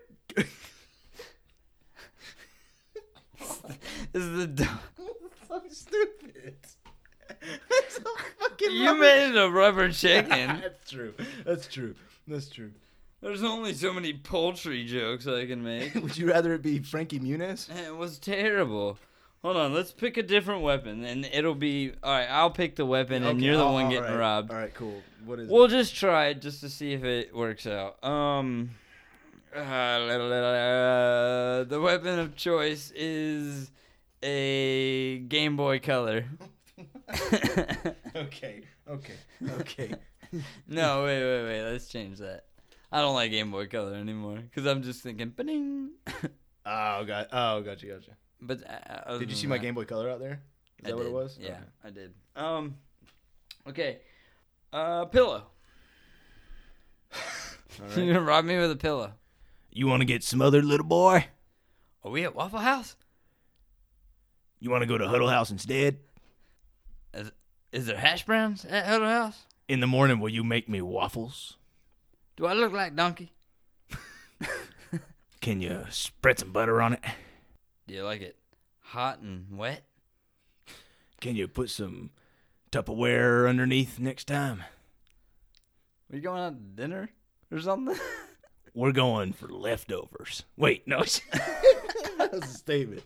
[SPEAKER 1] This is the dumb.
[SPEAKER 4] so stupid. That's a fucking
[SPEAKER 1] You
[SPEAKER 4] rubber-
[SPEAKER 1] made it a rubber chicken.
[SPEAKER 4] That's true. That's true. That's true.
[SPEAKER 1] There's only so many poultry jokes I can make.
[SPEAKER 4] Would you rather it be Frankie Muniz?
[SPEAKER 1] It was terrible. Hold on, let's pick a different weapon, and it'll be all right. I'll pick the weapon, and
[SPEAKER 4] Okay,
[SPEAKER 1] you're the
[SPEAKER 4] all-
[SPEAKER 1] one
[SPEAKER 4] all
[SPEAKER 1] getting
[SPEAKER 4] right.
[SPEAKER 1] robbed.
[SPEAKER 4] All right, cool. What is
[SPEAKER 1] We'll just try it just to see if it works out. Um, uh, the weapon of choice is a Game Boy Color.
[SPEAKER 4] it? Okay, okay, okay.
[SPEAKER 1] no, wait, wait, wait. Let's change that. I don't like Game Boy Color anymore because I'm just thinking, ba-ding.
[SPEAKER 4] oh god. Oh, gotcha, gotcha.
[SPEAKER 1] but uh, other
[SPEAKER 4] Did
[SPEAKER 1] than
[SPEAKER 4] you see my
[SPEAKER 1] that-
[SPEAKER 4] Game Boy Color out there? Is
[SPEAKER 1] I
[SPEAKER 4] that what
[SPEAKER 1] did.
[SPEAKER 4] it was?
[SPEAKER 1] Yeah,
[SPEAKER 4] Okay.
[SPEAKER 1] I did. Um, okay. Uh, pillow.
[SPEAKER 4] All
[SPEAKER 1] You're
[SPEAKER 4] right.
[SPEAKER 1] gonna rob me with a pillow.
[SPEAKER 4] You want to get smothered, little boy?
[SPEAKER 1] Are we at Waffle House?
[SPEAKER 4] You want to go to Huddle House instead?
[SPEAKER 1] Is, is there hash browns at Huddle House?
[SPEAKER 4] In the morning, will you make me waffles?
[SPEAKER 1] Do I look like Donkey?
[SPEAKER 4] Can you spread some butter on it?
[SPEAKER 1] Do you like it hot and wet?
[SPEAKER 4] Can you put some Tupperware underneath next time?
[SPEAKER 1] We going out to dinner or something?
[SPEAKER 2] We're going for leftovers. Wait, no.
[SPEAKER 4] that was a statement.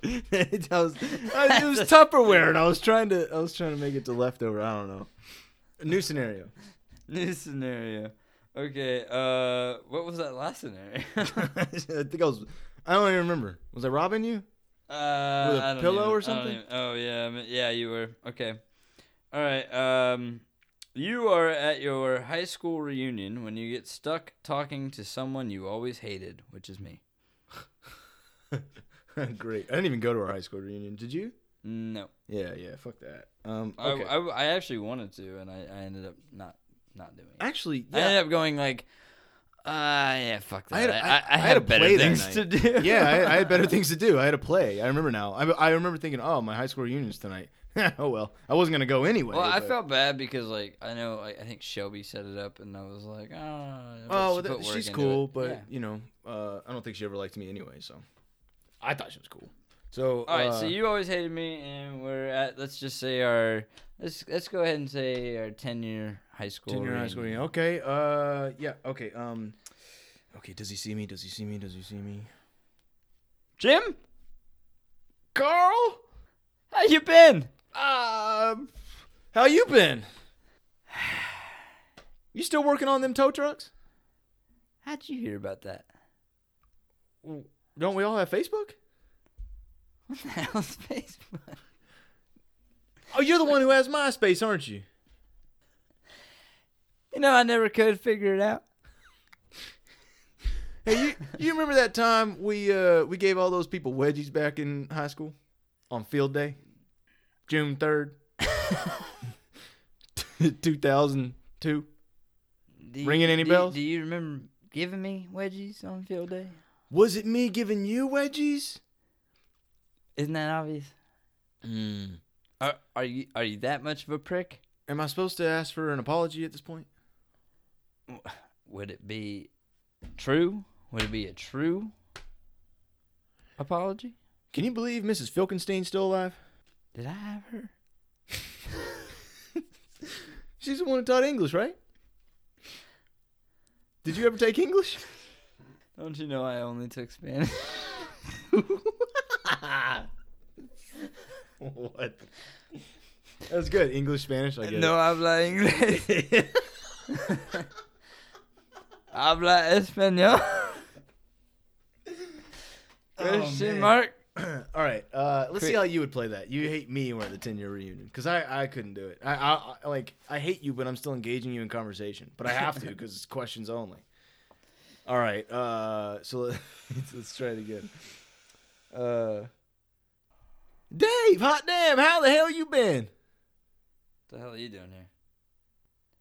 [SPEAKER 4] it was, I- it was Tupperware, and I was trying to I was trying to make it to leftover. I don't know. A new scenario.
[SPEAKER 1] New scenario. Okay. Uh, what was that last scenario? uh,
[SPEAKER 4] I think I was. I don't even remember. Was I robbing you?
[SPEAKER 1] With
[SPEAKER 4] a pillow or something?
[SPEAKER 1] oh yeah, I mean- yeah, you were. Okay. All right. Um, you are at your high school reunion when you get stuck talking to someone you always hated, which is me.
[SPEAKER 4] Great. I didn't even go to our high school reunion. Did you?
[SPEAKER 1] No,
[SPEAKER 4] Yeah, yeah. Fuck that. Um.
[SPEAKER 1] I-
[SPEAKER 4] Okay.
[SPEAKER 1] I, I actually wanted to, and I, I ended up not not doing it.
[SPEAKER 4] Actually,
[SPEAKER 1] I ended
[SPEAKER 4] yeah.
[SPEAKER 1] up going like, ah, yeah, fuck that. I
[SPEAKER 4] I had a-
[SPEAKER 1] I,
[SPEAKER 4] I-
[SPEAKER 1] I,
[SPEAKER 4] I
[SPEAKER 1] had,
[SPEAKER 4] had a
[SPEAKER 1] better
[SPEAKER 4] play that
[SPEAKER 1] things
[SPEAKER 4] night.
[SPEAKER 1] to do.
[SPEAKER 4] yeah, I, I had better things to do. I had a play. I remember now. I, I remember thinking, oh, my high school reunion's tonight. oh well, I wasn't gonna go anyway.
[SPEAKER 1] Well, I
[SPEAKER 4] but-
[SPEAKER 1] felt bad because like I know like, I think Shelby set it up, and I was like, oh,
[SPEAKER 4] Oh,
[SPEAKER 1] she
[SPEAKER 4] well,
[SPEAKER 1] put
[SPEAKER 4] that,
[SPEAKER 1] work
[SPEAKER 4] she's
[SPEAKER 1] into
[SPEAKER 4] cool,
[SPEAKER 1] it."
[SPEAKER 4] but
[SPEAKER 1] Yeah.
[SPEAKER 4] you know, uh, I don't think she ever liked me anyway. So, I thought she was cool. So,
[SPEAKER 1] all right.
[SPEAKER 4] uh,
[SPEAKER 1] so you always hated me, and we're at let's just say our let's let's go ahead and say our ten year high school.
[SPEAKER 4] junior high
[SPEAKER 1] reunion.
[SPEAKER 4] school, reunion. okay? Uh, yeah, okay. Um, okay. Does he see me? Does he see me? Does he see me?
[SPEAKER 1] Jim,
[SPEAKER 4] Carl,
[SPEAKER 1] how you been?
[SPEAKER 4] um, how you been? You still working on them tow trucks?
[SPEAKER 1] How'd you hear about that?
[SPEAKER 4] Don't we all have Facebook?
[SPEAKER 1] What the hell's Facebook?
[SPEAKER 4] Oh, you're the one who has MySpace, aren't you?
[SPEAKER 1] You know, I never could figure it out.
[SPEAKER 4] Hey, you, you remember that time we uh we gave all those people wedgies back in high school on field day, June third, two thousand two.
[SPEAKER 1] Do you-
[SPEAKER 4] Ringing any
[SPEAKER 1] do-
[SPEAKER 4] bells?
[SPEAKER 1] Do you remember giving me wedgies on field day?
[SPEAKER 4] Was it me giving you wedgies?
[SPEAKER 1] Isn't that obvious?
[SPEAKER 4] Mm.
[SPEAKER 1] Are, are you are you that much of a prick?
[SPEAKER 4] Am I supposed to ask for an apology at this point?
[SPEAKER 1] Would it be true? Would it be a true apology?
[SPEAKER 4] Can you believe Mrs. Filkenstein's still alive?
[SPEAKER 1] Did I have her?
[SPEAKER 4] She's the one who taught English, right? Did you ever take English?
[SPEAKER 1] Don't you know I only took Spanish?
[SPEAKER 4] what? That's good. English, Spanish, I guess.
[SPEAKER 1] no habla
[SPEAKER 4] Oh,
[SPEAKER 1] inglés. habla español. Question mark.
[SPEAKER 4] All right, uh, let's see
[SPEAKER 1] Cre-
[SPEAKER 4] how you would play that. You hate me when at the ten year reunion because I, I couldn't do it. I, I, I like I hate you, but I'm still engaging you in conversation. But I have to because it's questions only. All right, uh, so let- let's, let's try it again. Uh, Dave, hot damn, how the hell you been?
[SPEAKER 1] What the hell are you doing here?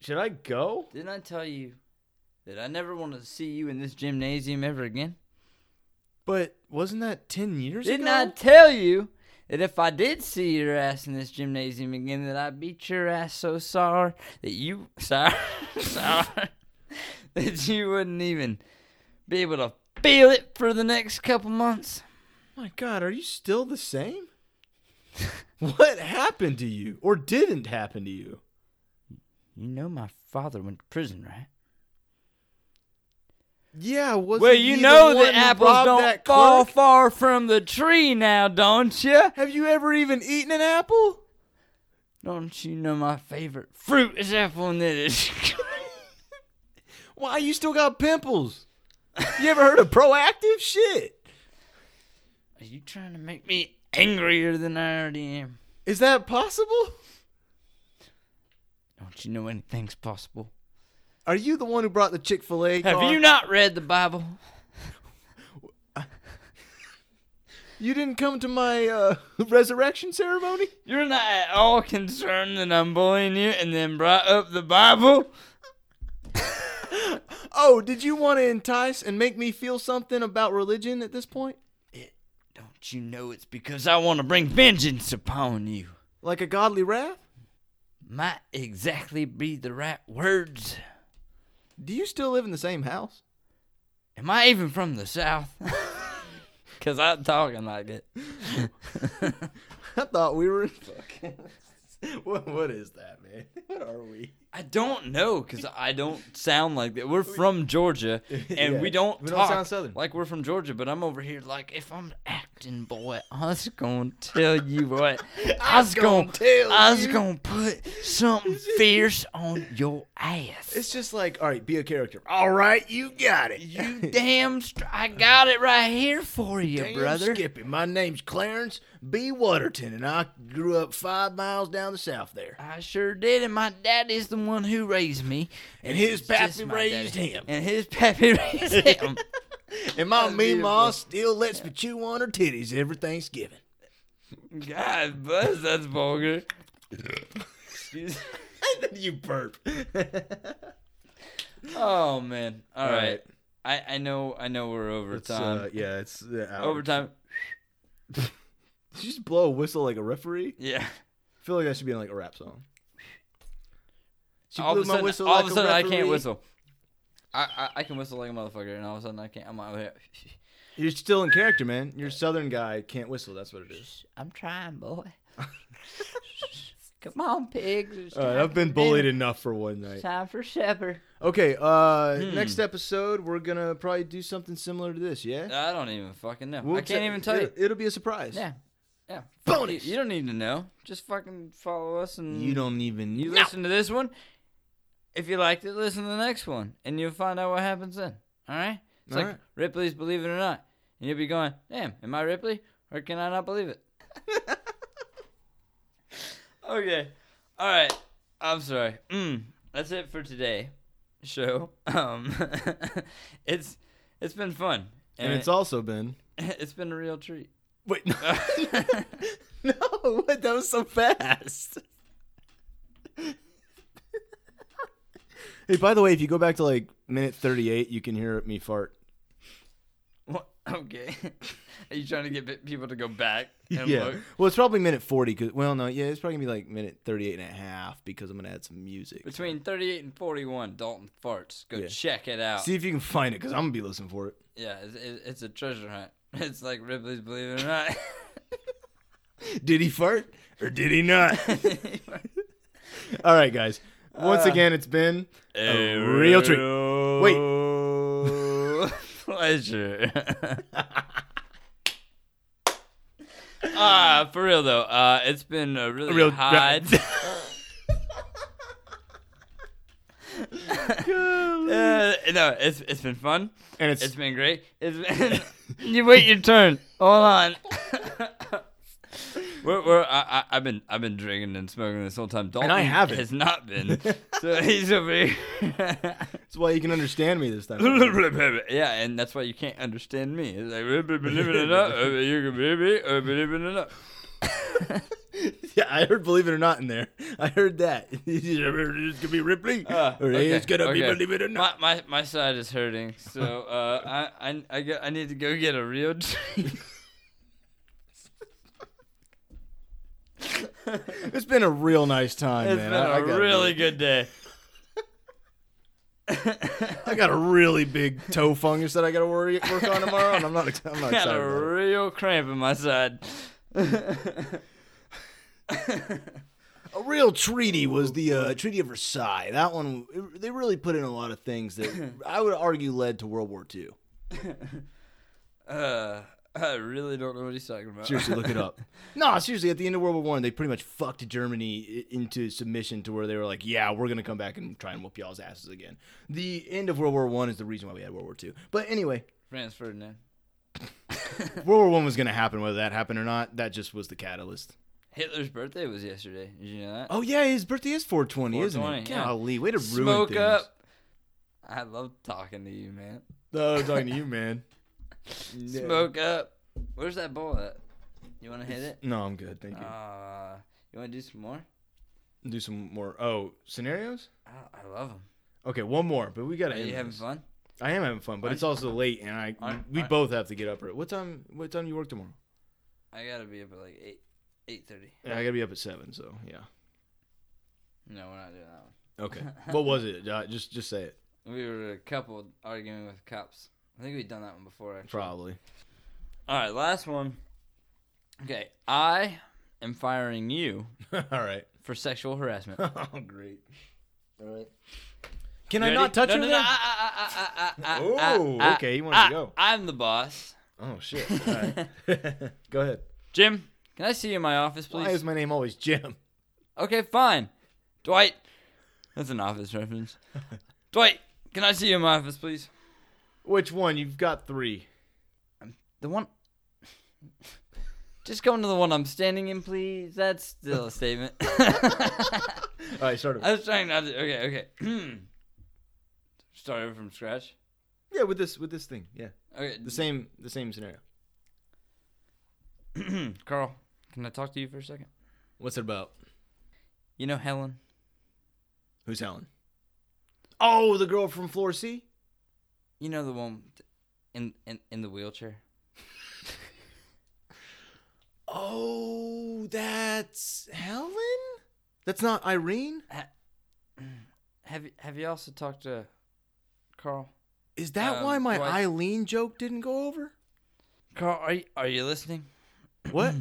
[SPEAKER 4] Should I go?
[SPEAKER 1] Didn't I tell you that I never want to see you in this gymnasium ever again?
[SPEAKER 4] But wasn't that ten years
[SPEAKER 1] Didn't
[SPEAKER 4] ago?
[SPEAKER 1] I tell you that if I did see your ass in this gymnasium again, that I beat your ass so sorry that you sorry sorry that you wouldn't even be able to feel it for the next couple months?
[SPEAKER 4] Oh My God, are you still the same? what happened to you, or didn't happen to you?
[SPEAKER 1] You know my father went to prison, right?
[SPEAKER 5] Yeah, was
[SPEAKER 1] Well, you know that apples don't fall far from the tree now, don't you?
[SPEAKER 5] Have you ever even eaten an apple?
[SPEAKER 1] Don't you know my favorite fruit is apple and it is.
[SPEAKER 5] Why you still got pimples? You ever heard of proactive shit?
[SPEAKER 1] Are you trying to make me angrier than I already am?
[SPEAKER 5] Is that possible?
[SPEAKER 1] Don't you know anything's possible?
[SPEAKER 5] Are you the one who brought the Chick Fil A?
[SPEAKER 1] Have you not read the Bible?
[SPEAKER 5] You didn't come to my uh, resurrection ceremony.
[SPEAKER 1] You're not at all concerned that I'm bullying you and then brought up the Bible?
[SPEAKER 5] Oh, did you want to entice and make me feel something about religion at this point?
[SPEAKER 1] Don't you know it's because I want to bring vengeance upon you?
[SPEAKER 5] Like a godly wrath?
[SPEAKER 1] Might exactly be the right words.
[SPEAKER 5] Do you still live in the same house?
[SPEAKER 1] Am I even from the South? Because I'm talking like it.
[SPEAKER 5] I thought we were. what, what is that, man? What are we?
[SPEAKER 1] I don't know because I don't sound like that. We're from Georgia and
[SPEAKER 4] Yeah.
[SPEAKER 1] we don't
[SPEAKER 4] We don't
[SPEAKER 1] talk
[SPEAKER 4] sound Southern.
[SPEAKER 1] like we're from Georgia, but I'm over here like if I'm acting boy, I was gonna tell you what. I was gonna,
[SPEAKER 5] tell
[SPEAKER 1] I was
[SPEAKER 5] you.
[SPEAKER 1] gonna put something fierce on your ass.
[SPEAKER 4] It's just like, all right, be a character. All right, you got it.
[SPEAKER 1] you damn, str- I got it right here for you,
[SPEAKER 4] Damn
[SPEAKER 1] brother.
[SPEAKER 4] Skippy, my name's Clarence B. Waterton, and I grew up five miles down the south there.
[SPEAKER 1] I sure did, and my daddy's the one who raised me,
[SPEAKER 4] And his
[SPEAKER 1] It's just
[SPEAKER 4] pappy
[SPEAKER 1] my
[SPEAKER 4] raised
[SPEAKER 1] daddy.
[SPEAKER 4] him.
[SPEAKER 1] and his pappy raised him.
[SPEAKER 4] And my
[SPEAKER 1] beautiful.
[SPEAKER 4] meemaw still lets me chew on her titties every Thanksgiving.
[SPEAKER 1] God bless, that's vulgar. Excuse-
[SPEAKER 4] you burp.
[SPEAKER 1] oh man! All
[SPEAKER 4] All
[SPEAKER 1] right. I I know I know we're over time.
[SPEAKER 4] yeah, it's uh,
[SPEAKER 1] Overtime.
[SPEAKER 4] Did you just blow a whistle like a referee?
[SPEAKER 1] Yeah.
[SPEAKER 4] I feel like that should be in like a rap song. She
[SPEAKER 1] all of
[SPEAKER 4] blew
[SPEAKER 1] a
[SPEAKER 4] my
[SPEAKER 1] sudden,
[SPEAKER 4] whistle
[SPEAKER 1] all
[SPEAKER 4] like
[SPEAKER 1] of
[SPEAKER 4] a
[SPEAKER 1] a sudden I can't
[SPEAKER 4] referee.
[SPEAKER 1] whistle. I, I I can whistle like a motherfucker, and all of a sudden I can't. I'm out here.
[SPEAKER 4] You're still in character, man. You're a southern guy, can't whistle. That's what it is.
[SPEAKER 1] I'm trying, boy. Come on, pigs. It's
[SPEAKER 4] All right,
[SPEAKER 1] time
[SPEAKER 4] I've been
[SPEAKER 1] for
[SPEAKER 4] bullied
[SPEAKER 1] dinner.
[SPEAKER 4] enough for one night.
[SPEAKER 1] Time for supper.
[SPEAKER 4] Okay, uh,
[SPEAKER 1] Hmm.
[SPEAKER 4] next episode we're gonna probably do something similar to this. Yeah,
[SPEAKER 1] I don't even fucking know.
[SPEAKER 4] We'll
[SPEAKER 1] Uh, I can't
[SPEAKER 4] ta-
[SPEAKER 1] even tell you.
[SPEAKER 4] it'll- It'll be a surprise.
[SPEAKER 1] Yeah. Yeah.
[SPEAKER 4] Bonus.
[SPEAKER 1] You, you don't need to know. Just fucking follow us and
[SPEAKER 4] You don't even.
[SPEAKER 1] You listen to this one. If you liked it, listen to the next one, and you'll find out what happens then. All right? It's
[SPEAKER 4] All
[SPEAKER 1] like
[SPEAKER 4] right.
[SPEAKER 1] Ripley's Believe It or Not, and you'll be going, "Damn, am I Ripley, or can I not believe it?" okay. All right. I'm sorry. Mm, that's it for today. Show. Um, it's it's been fun,
[SPEAKER 4] And it's also been.
[SPEAKER 1] it's been a real treat.
[SPEAKER 4] Wait, no,
[SPEAKER 5] what? That was so fast.
[SPEAKER 4] hey, by the way, if you go back to like minute thirty-eight, you can hear me fart.
[SPEAKER 1] What? Okay. Are you trying to get pe- people to go back and look?
[SPEAKER 4] Well, it's probably minute forty. Cause well, no, yeah, it's probably gonna be like minute 38 and a half because I'm gonna add some music.
[SPEAKER 1] Between 38 and 41, Dalton farts. Go
[SPEAKER 4] Yeah.
[SPEAKER 1] check it out.
[SPEAKER 4] See if you can find it, cause I'm gonna be listening for it.
[SPEAKER 1] yeah, it's, it's it's a treasure hunt. It's like Ripley's Believe It or Not.
[SPEAKER 4] Did he fart or did he not? All right, guys. Once again, it's been a real treat. Wait, oh.
[SPEAKER 1] Wait. Pleasure. Ah, for real though. Uh, it's been a really
[SPEAKER 4] real-
[SPEAKER 1] high. Uh, no, it's it's been fun.
[SPEAKER 4] and it's
[SPEAKER 1] It's been great. It's been. you wait your turn. Hold on. we're, we're, I, I, I've been I've been drinking and smoking this whole time. Dalton
[SPEAKER 4] I haven't.
[SPEAKER 1] Has not been. so he's over here.
[SPEAKER 4] That's why you can understand me this time.
[SPEAKER 1] yeah, and that's why you can't understand me. It's like believe it or not, uh, you can believe it or believe it or not.
[SPEAKER 4] yeah, I heard "Believe It or Not" in there. I heard that. it's gonna be Ripley,
[SPEAKER 1] Uh,
[SPEAKER 4] or
[SPEAKER 1] okay,
[SPEAKER 4] it's gonna be
[SPEAKER 1] okay.
[SPEAKER 4] "Believe It or Not."
[SPEAKER 1] My, my my side is hurting, so uh, I I I, get, I need to go get a real drink.
[SPEAKER 4] It's been a real nice time,
[SPEAKER 1] It's
[SPEAKER 4] man.
[SPEAKER 1] been
[SPEAKER 4] I-
[SPEAKER 1] a
[SPEAKER 4] I gotta-
[SPEAKER 1] really good day.
[SPEAKER 4] I got a really big toe fungus that I gotta worry work on tomorrow, and I'm not. ex- I'm not
[SPEAKER 1] got
[SPEAKER 4] excited.
[SPEAKER 1] a
[SPEAKER 4] about it.
[SPEAKER 1] real cramp in my side.
[SPEAKER 4] A real treaty was the uh, Treaty of Versailles. That one, it- they really put in a lot of things that I would argue led to World War II.
[SPEAKER 1] Uh, I really don't know what he's talking about.
[SPEAKER 4] Seriously, look it up. No, seriously, at the end of World War One, they pretty much fucked Germany i- into submission to where they were like, "Yeah, we're gonna come back and try and whoop y'all's asses again." The end of World War One is the reason why we had World War Two. But anyway,
[SPEAKER 1] Franz Ferdinand.
[SPEAKER 4] World War One was gonna happen, whether that happened or not. That just was the catalyst.
[SPEAKER 1] Hitler's birthday was yesterday. Did you know that?
[SPEAKER 4] Oh yeah, his birthday is 420, isn't
[SPEAKER 1] 420,
[SPEAKER 4] it?
[SPEAKER 1] yeah.
[SPEAKER 4] Golly, way to ruin
[SPEAKER 1] Smoke
[SPEAKER 4] things.
[SPEAKER 1] up. I love talking to you, man.
[SPEAKER 4] No, I'm talking to you, man.
[SPEAKER 1] Smoke up. Where's that ball at? You want to hit it?
[SPEAKER 4] No, I'm good. Thank you.
[SPEAKER 1] Uh, you want to do some more?
[SPEAKER 4] Do some more. Oh, scenarios.
[SPEAKER 1] I, I love them.
[SPEAKER 4] Okay, one more, but we gotta.
[SPEAKER 1] Are you
[SPEAKER 4] end
[SPEAKER 1] having
[SPEAKER 4] this.
[SPEAKER 1] fun?
[SPEAKER 4] I am having fun, but it's also late, and I
[SPEAKER 1] Aren't-
[SPEAKER 4] we
[SPEAKER 1] aren't-
[SPEAKER 4] both have to get up. early. What time? What time do you work tomorrow?
[SPEAKER 1] I gotta be up at like eight, eight thirty.
[SPEAKER 4] Yeah, I gotta be up at seven, so yeah.
[SPEAKER 1] No, we're not doing that one.
[SPEAKER 4] Okay. what was it? Uh, just just say it.
[SPEAKER 1] We were a couple arguing with cops. I think we've done that one before. Actually.
[SPEAKER 4] Probably.
[SPEAKER 1] All right, last one. Okay, I am firing you
[SPEAKER 4] All right.
[SPEAKER 1] for sexual harassment.
[SPEAKER 4] Oh, great. All right. Can I
[SPEAKER 1] Ready?
[SPEAKER 4] not touch
[SPEAKER 1] no,
[SPEAKER 4] her
[SPEAKER 1] no, no,
[SPEAKER 4] there?
[SPEAKER 1] ah, ah, ah, ah, ah, ah, ah,
[SPEAKER 4] Oh,
[SPEAKER 1] ah,
[SPEAKER 4] okay, you wanted to
[SPEAKER 1] ah,
[SPEAKER 4] go.
[SPEAKER 1] I'm the boss.
[SPEAKER 4] Oh shit. All right. go ahead.
[SPEAKER 1] Jim, can I see you in my office, please?
[SPEAKER 4] Why is my name always Jim?
[SPEAKER 1] Okay, fine. Dwight. That's an office reference. Dwight, can I see you in my office, please?
[SPEAKER 4] Which one? You've got three.
[SPEAKER 1] The one. Just go into the one I'm standing in, please. That's still a statement.
[SPEAKER 4] All right, start over.
[SPEAKER 1] I was trying not to. Okay, okay. Start over from scratch.
[SPEAKER 4] yeah, with this with this thing. Yeah.
[SPEAKER 1] Okay,
[SPEAKER 4] The same the same scenario.
[SPEAKER 1] hmm, Carl, can I talk to you for a second?
[SPEAKER 4] What's it about?
[SPEAKER 1] You know Helen?
[SPEAKER 4] Who's Helen? Oh, the girl from Floor C.
[SPEAKER 1] You know the one th- in in, in the wheelchair?
[SPEAKER 4] Oh, that's Helen? That's not Irene?
[SPEAKER 1] Have y- Have you also talked to Carl?
[SPEAKER 4] Is that
[SPEAKER 1] Um,
[SPEAKER 4] why my
[SPEAKER 1] what?
[SPEAKER 4] Eileen joke didn't go over?
[SPEAKER 1] Carl, are you, are you listening?
[SPEAKER 4] What?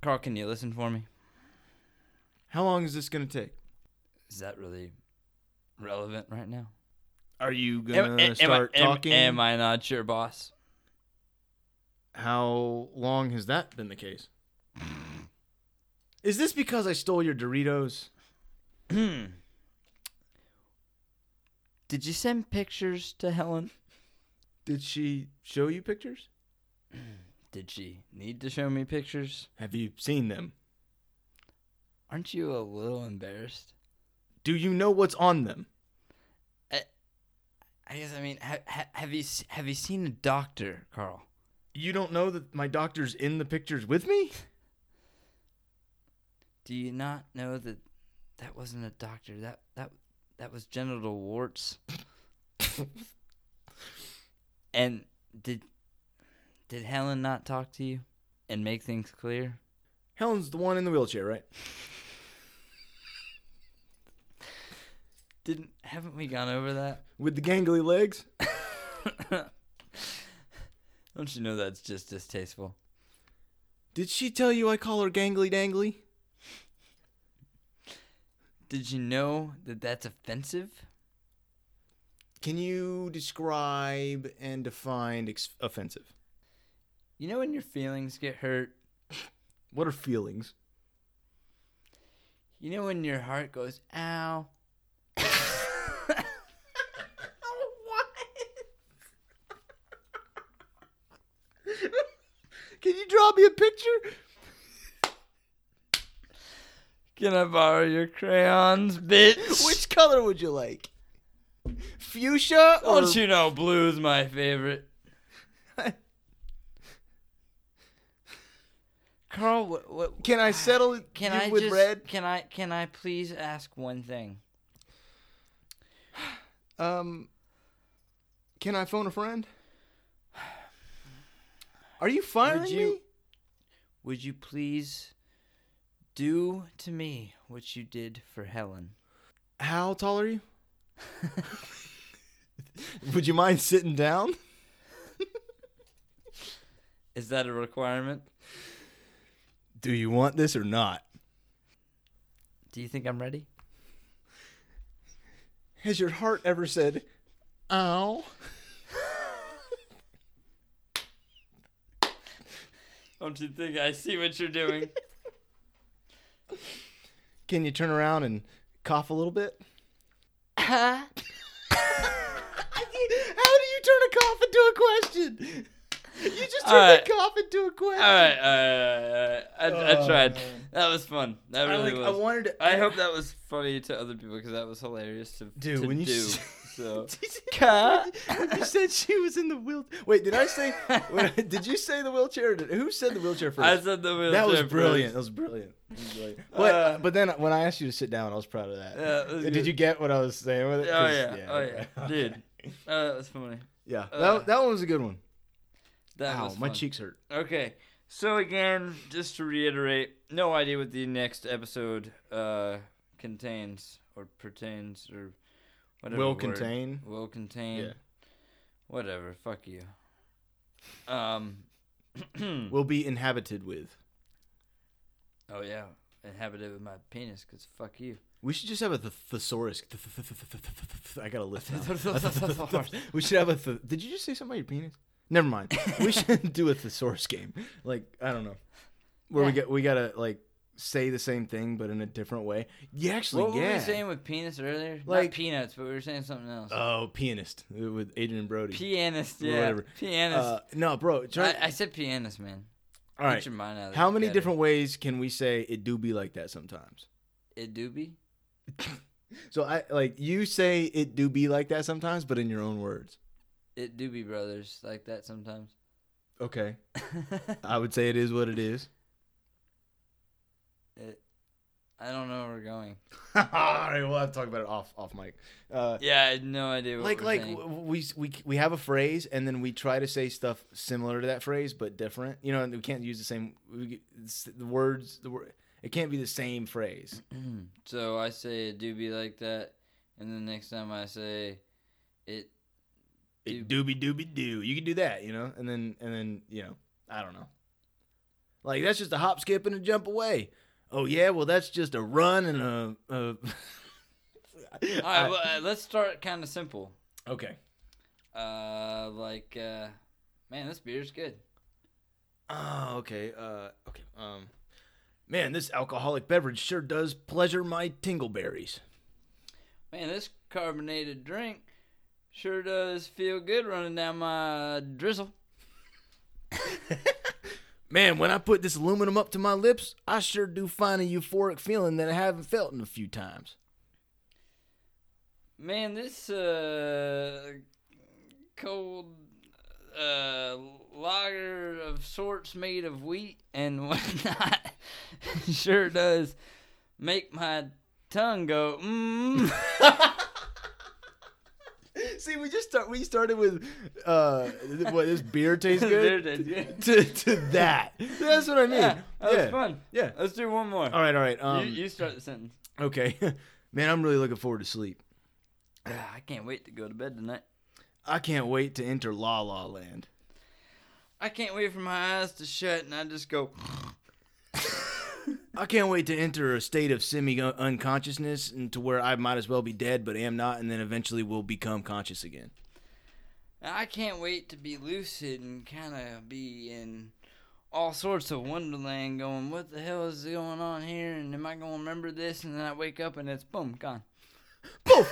[SPEAKER 1] Carl, can you listen for me?
[SPEAKER 4] How long is this going to take?
[SPEAKER 1] Is that really relevant right now?
[SPEAKER 4] Are you
[SPEAKER 1] Am, am-
[SPEAKER 4] going
[SPEAKER 1] am
[SPEAKER 4] to start
[SPEAKER 1] I, am-
[SPEAKER 4] talking?
[SPEAKER 1] Am, I not your boss?
[SPEAKER 4] How long has that been the case? Is this because I stole your Doritos?
[SPEAKER 1] Did you send pictures to Helen?
[SPEAKER 4] Did she show you pictures?
[SPEAKER 1] Did she need to show me pictures?
[SPEAKER 4] Have you seen them?
[SPEAKER 1] Aren't you a little embarrassed?
[SPEAKER 4] Do you know what's on them?
[SPEAKER 1] I guess I mean, ha- ha- have you s- have you seen a doctor, Carl?
[SPEAKER 4] You don't know that my doctor's in the pictures with me?
[SPEAKER 1] Do you not know that that wasn't a doctor? That that that was genital warts. and did did Helen not talk to you and make things clear?
[SPEAKER 4] Helen's the one in the wheelchair, right?
[SPEAKER 1] Didn't haven't we gone over that?
[SPEAKER 4] With the gangly legs?
[SPEAKER 1] Don't you know that's just distasteful?
[SPEAKER 4] Did she tell you I call her gangly dangly?
[SPEAKER 1] Did you know that that's offensive?
[SPEAKER 4] Can you describe and define ex- offensive?
[SPEAKER 1] You know when your feelings get hurt?
[SPEAKER 4] What are feelings?
[SPEAKER 1] You know when your heart goes ow?
[SPEAKER 4] Can you draw me a picture?
[SPEAKER 1] Can I borrow your crayons, bitch?
[SPEAKER 4] Which color would you like? Fuchsia or
[SPEAKER 1] Don't you know blue is my favorite? Carl, what, what,
[SPEAKER 4] Can I settle it
[SPEAKER 1] can
[SPEAKER 4] you
[SPEAKER 1] I
[SPEAKER 4] with
[SPEAKER 1] just,
[SPEAKER 4] red?
[SPEAKER 1] Can I can I please ask one thing?
[SPEAKER 4] Um Can I phone a friend? Are you firing
[SPEAKER 1] you-
[SPEAKER 4] me?
[SPEAKER 1] Would you please do to me what you did for Helen?
[SPEAKER 4] How tall are you? would you mind sitting down?
[SPEAKER 1] Is that a requirement?
[SPEAKER 4] Do you want this or not?
[SPEAKER 1] Do you think I'm ready?
[SPEAKER 4] Has your heart ever said, "Oh"? "Ow"?
[SPEAKER 1] Don't you think I see what you're doing?
[SPEAKER 4] Can you turn around and cough a little bit?
[SPEAKER 1] Uh-huh.
[SPEAKER 4] How do you turn a cough into a question? You just
[SPEAKER 1] All
[SPEAKER 4] turned
[SPEAKER 1] right.
[SPEAKER 4] a cough into a question.
[SPEAKER 1] all right, all right, all right. I,
[SPEAKER 4] Oh,
[SPEAKER 1] I tried. That was fun. That
[SPEAKER 6] I,
[SPEAKER 1] really
[SPEAKER 6] like, I
[SPEAKER 1] was.
[SPEAKER 6] wanted to.
[SPEAKER 1] I hope that was funny to other people because that was hilarious to,
[SPEAKER 4] Dude,
[SPEAKER 1] to
[SPEAKER 4] when you
[SPEAKER 1] do.
[SPEAKER 4] s-
[SPEAKER 1] so
[SPEAKER 4] you said she was in the wheel. Wait, did I say? wait, did you say the wheelchair? or Did, who said the wheelchair first?
[SPEAKER 1] I said the wheelchair.
[SPEAKER 4] that was
[SPEAKER 1] first. Oh,
[SPEAKER 4] brilliant. That was brilliant. That was brilliant. But
[SPEAKER 1] Uh,
[SPEAKER 4] but then when I asked you to sit down, I was proud of that.
[SPEAKER 1] Yeah, it was
[SPEAKER 4] did
[SPEAKER 1] good.
[SPEAKER 4] you get what I was saying with it?
[SPEAKER 1] Oh
[SPEAKER 4] 'Cause-
[SPEAKER 1] yeah, oh
[SPEAKER 4] okay.
[SPEAKER 1] yeah, dude. Oh, that was funny.
[SPEAKER 4] Yeah,
[SPEAKER 1] Uh,
[SPEAKER 4] that, that one was a good one.
[SPEAKER 1] That
[SPEAKER 4] Ow,
[SPEAKER 1] was
[SPEAKER 4] my
[SPEAKER 1] fun.
[SPEAKER 4] cheeks hurt.
[SPEAKER 1] Okay, so again, just to reiterate, no idea what the next episode uh, contains or pertains or whatever.
[SPEAKER 4] Will
[SPEAKER 1] word.
[SPEAKER 4] contain.
[SPEAKER 1] Will contain.
[SPEAKER 4] Yeah.
[SPEAKER 1] Whatever. Fuck you. Um.
[SPEAKER 4] Will be inhabited with.
[SPEAKER 1] Oh yeah, inhabited with my penis, cause fuck you.
[SPEAKER 4] We should just have a th- thesaurus. Th- th- th- th- th- th- th- th- I gotta listen. we should have a. Th- Did you just say something about your penis? Never mind. We should do a thesaurus game. Like I don't know, where we
[SPEAKER 1] Yeah.
[SPEAKER 4] get we gotta like say the same thing but in a different way. Yeah, actually,
[SPEAKER 1] What
[SPEAKER 4] yeah.
[SPEAKER 1] were we saying with penis earlier? Like
[SPEAKER 4] Like-
[SPEAKER 1] Not peanuts, but we were saying something else.
[SPEAKER 4] Oh, pianist uh, with Adrian Brody.
[SPEAKER 1] pianist, yeah.
[SPEAKER 4] whatever.
[SPEAKER 1] Pianist.
[SPEAKER 4] uh, no, bro. Try,
[SPEAKER 1] I, I said pianist, man.
[SPEAKER 4] all
[SPEAKER 1] Get
[SPEAKER 4] right.
[SPEAKER 1] your mind out of
[SPEAKER 4] How
[SPEAKER 1] the
[SPEAKER 4] many
[SPEAKER 1] gutter.
[SPEAKER 4] different ways can we say it do be like that sometimes?
[SPEAKER 1] It do be.
[SPEAKER 4] So I like you say it do be like that sometimes, but in your own words.
[SPEAKER 1] It do be brothers like that sometimes.
[SPEAKER 4] Okay.
[SPEAKER 1] it,
[SPEAKER 4] I would say it is what it is.
[SPEAKER 1] I don't know where we're going.
[SPEAKER 4] All right, we'll have to talk about it off off mic. Uh,
[SPEAKER 1] Yeah, I had no idea. What
[SPEAKER 4] like
[SPEAKER 1] we're
[SPEAKER 4] like
[SPEAKER 1] saying.
[SPEAKER 4] w- we we we have a phrase and then we try to say stuff similar to that phrase but different. You know, and we can't use the same we, get- it's- the words. The word it can't be the same phrase.
[SPEAKER 1] so I say it do be like that, and then next time I say it.
[SPEAKER 4] It doobie doobie doo. You can do that, you know, and then and then you know, I don't know. Like that's just a hop, skip, and a jump away. Oh yeah, well that's just a run and a. a
[SPEAKER 1] All right, well, uh, let's start kind of simple.
[SPEAKER 4] okay.
[SPEAKER 1] Uh, like, uh, man, this beer's good.
[SPEAKER 4] Oh, okay. Uh, okay. Um, man, this alcoholic beverage sure does pleasure my tingleberries.
[SPEAKER 1] Man, this carbonated drink sure does feel good running down my drizzle.
[SPEAKER 4] Man, when I put this aluminum up to my lips, I sure do find a euphoric feeling that I haven't felt in a few times.
[SPEAKER 1] Man, this uh, cold uh, lager of sorts made of wheat and whatnot sure does make my tongue go mmm.
[SPEAKER 4] See, we just start. We started with, uh, th- what this beer tastes
[SPEAKER 1] There
[SPEAKER 4] good
[SPEAKER 1] it is. Yeah,
[SPEAKER 4] to, to that. That's what I mean.
[SPEAKER 1] Yeah, that was
[SPEAKER 4] Yeah.
[SPEAKER 1] fun.
[SPEAKER 4] Yeah.
[SPEAKER 1] Let's do one more.
[SPEAKER 4] All right, all right. Um,
[SPEAKER 1] you, you start the sentence.
[SPEAKER 4] okay, man, I'm really looking forward to sleep.
[SPEAKER 1] Ah, I can't wait to go to bed tonight.
[SPEAKER 4] I can't wait to enter La La Land.
[SPEAKER 1] I can't wait for my eyes to shut and I just go.
[SPEAKER 4] I can't wait to enter a state of semi unconsciousness and to where I might as well be dead, but am not, and then eventually will become conscious again.
[SPEAKER 1] I can't wait to be lucid and kind of be in all sorts of wonderland going, what the hell is going on here? And am I going to remember this? And then I wake up and it's boom, gone.
[SPEAKER 4] Boom!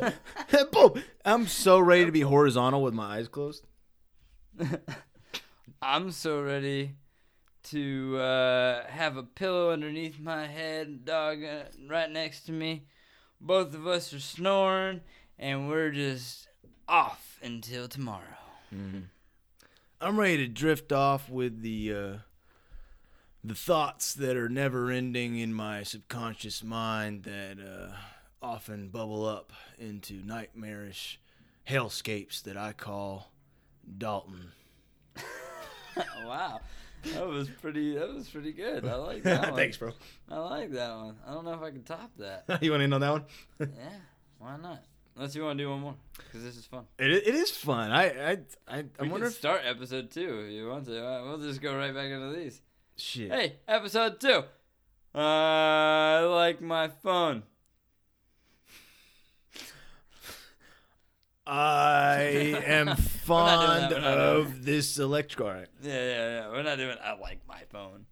[SPEAKER 4] Boom! boom! I'm so ready to be horizontal with my eyes closed.
[SPEAKER 1] I'm so ready to uh, have a pillow underneath my head, dog uh, right next to me. Both of us are snoring and we're just off until tomorrow.
[SPEAKER 4] I'm ready to drift off with the uh, the thoughts that are never ending in my subconscious mind that uh, often bubble up into nightmarish hellscapes that I call Dalton.
[SPEAKER 1] wow. That was pretty that was pretty good. I like that one.
[SPEAKER 4] bro.
[SPEAKER 1] I like that one. I don't know if I can top that.
[SPEAKER 4] you want to end on that one?
[SPEAKER 1] yeah, why not? Unless you want to do one more, because this is fun.
[SPEAKER 4] It, it is fun. I I I, I
[SPEAKER 1] We
[SPEAKER 4] wonder
[SPEAKER 1] can
[SPEAKER 4] if
[SPEAKER 1] start episode two if you want to. Uh, We'll just go right back into these.
[SPEAKER 4] shit.
[SPEAKER 1] Hey, episode two. Uh, I like my phone.
[SPEAKER 4] I am fond
[SPEAKER 1] that, we're not doing
[SPEAKER 4] of this electric. All right,
[SPEAKER 1] Yeah, yeah, yeah. We're not doing. I like my phone,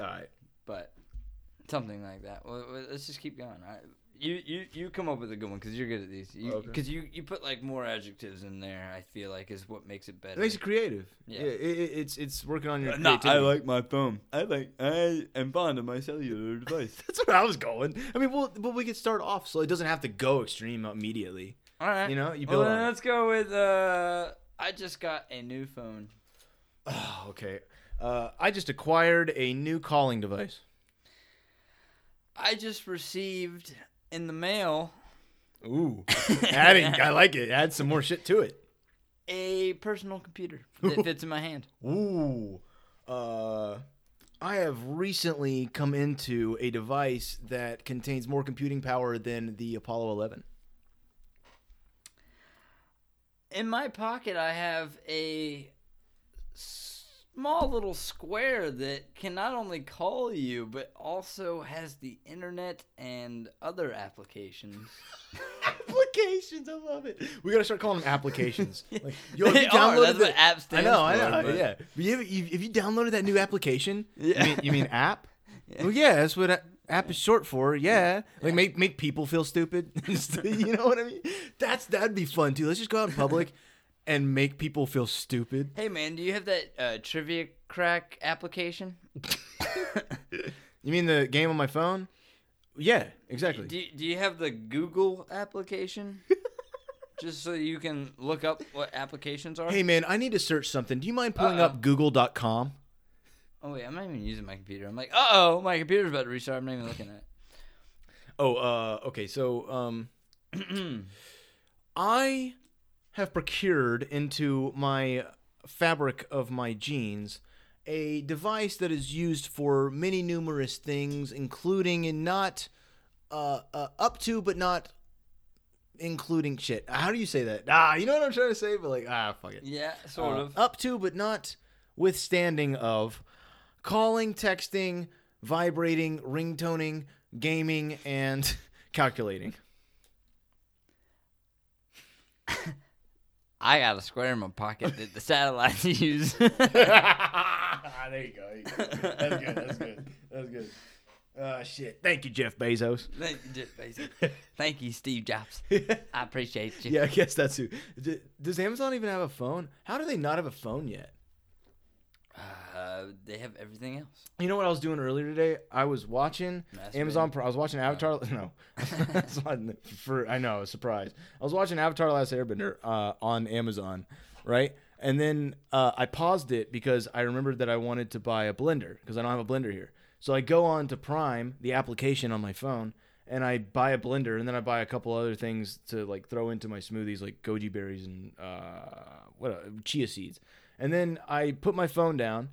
[SPEAKER 4] all right.
[SPEAKER 1] but something like that. Well, well, let's just keep going. Right? You, you, you come up with a good one because you're good at these. Because you,
[SPEAKER 4] Okay.
[SPEAKER 1] 'cause you, you put like more adjectives in there. I feel like is what makes it better.
[SPEAKER 4] It makes it creative.
[SPEAKER 1] Yeah.
[SPEAKER 4] Yeah, it, it, it's it's working on your.
[SPEAKER 1] No, I
[SPEAKER 4] creativity.
[SPEAKER 1] like my phone. I like. I am fond of my cellular device.
[SPEAKER 4] That's where I was going. I mean, well, but we could start off so it doesn't have to go extreme immediately.
[SPEAKER 1] All right.
[SPEAKER 4] You know, you
[SPEAKER 1] Well,
[SPEAKER 4] build
[SPEAKER 1] then
[SPEAKER 4] on it.
[SPEAKER 1] let's go with. uh I just got a new phone.
[SPEAKER 4] Oh, okay. Uh, I just acquired a new calling device.
[SPEAKER 1] I just received in the mail
[SPEAKER 4] Ooh, adding. I like it. Add some more shit to it.
[SPEAKER 1] a personal computer that fits in my hand.
[SPEAKER 4] Ooh. Uh, I have recently come into a device that contains more computing power than the Apollo 11.
[SPEAKER 1] In my pocket, I have a small little square that can not only call you, but also has the internet and other applications.
[SPEAKER 4] Applications, I love it. We gotta start calling them applications. Like, yo,
[SPEAKER 1] They
[SPEAKER 4] you
[SPEAKER 1] are,
[SPEAKER 4] downloaded
[SPEAKER 1] that's what app
[SPEAKER 4] I
[SPEAKER 1] stands
[SPEAKER 4] know, I
[SPEAKER 1] for,
[SPEAKER 4] know.
[SPEAKER 1] but-
[SPEAKER 4] Yeah. But you, you, have you downloaded that new application?
[SPEAKER 1] Yeah.
[SPEAKER 4] You mean, you mean app? Well, yeah, that's what a- app is short for. Yeah. Like make make people feel stupid. you know what I mean? That's that'd be fun too. Let's just go out in public and make people feel stupid.
[SPEAKER 1] Hey, man, do you have that uh, trivia crack application?
[SPEAKER 4] You mean the game on my phone? Yeah, exactly.
[SPEAKER 1] Do, do you have the Google application? Just so you can look up what applications are?
[SPEAKER 4] hey man, I need to search something. Do you mind pulling
[SPEAKER 1] Uh-oh.
[SPEAKER 4] up google.com?
[SPEAKER 1] Oh, wait, I'm not even using my computer. I'm like, uh oh, my computer's about to restart. I'm not even looking at it.
[SPEAKER 4] Oh, uh okay. So, um I have procured into my fabric of my jeans a device that is used for many numerous things, including and not uh, uh up to but not including shit. How do you say that? Ah, you know what I'm trying to say, but like ah, fuck it.
[SPEAKER 1] Yeah, sort
[SPEAKER 4] Uh,
[SPEAKER 1] of.
[SPEAKER 4] Up to, but not withstanding of calling, texting, vibrating, ringtoning, gaming, and calculating.
[SPEAKER 1] I got a square in my pocket that the satellites use.
[SPEAKER 4] there you go. That's good. That's good. That's good. Oh, shit. Thank you, Jeff Bezos.
[SPEAKER 1] Thank you, Jeff Bezos. Thank you, Steve Jobs. I appreciate you.
[SPEAKER 4] Yeah, I guess that's who. D- Does Amazon even have a phone? How do they not have a phone yet?
[SPEAKER 1] Uh, they have everything else.
[SPEAKER 4] You know what I was doing earlier today? I was watching
[SPEAKER 1] Masturbating.
[SPEAKER 4] Amazon. Pro- I was watching Avatar. No, I was watching- for I know, I was surprised. I was watching Avatar: The Last Airbender uh, on Amazon, right? And then uh, I paused it because I remembered that I wanted to buy a blender because I don't have a blender here. So I go on to Prime, the application on my phone, and I buy a blender, and then I buy a couple other things to like throw into my smoothies, like goji berries and uh, what uh, chia seeds. And then I put my phone down,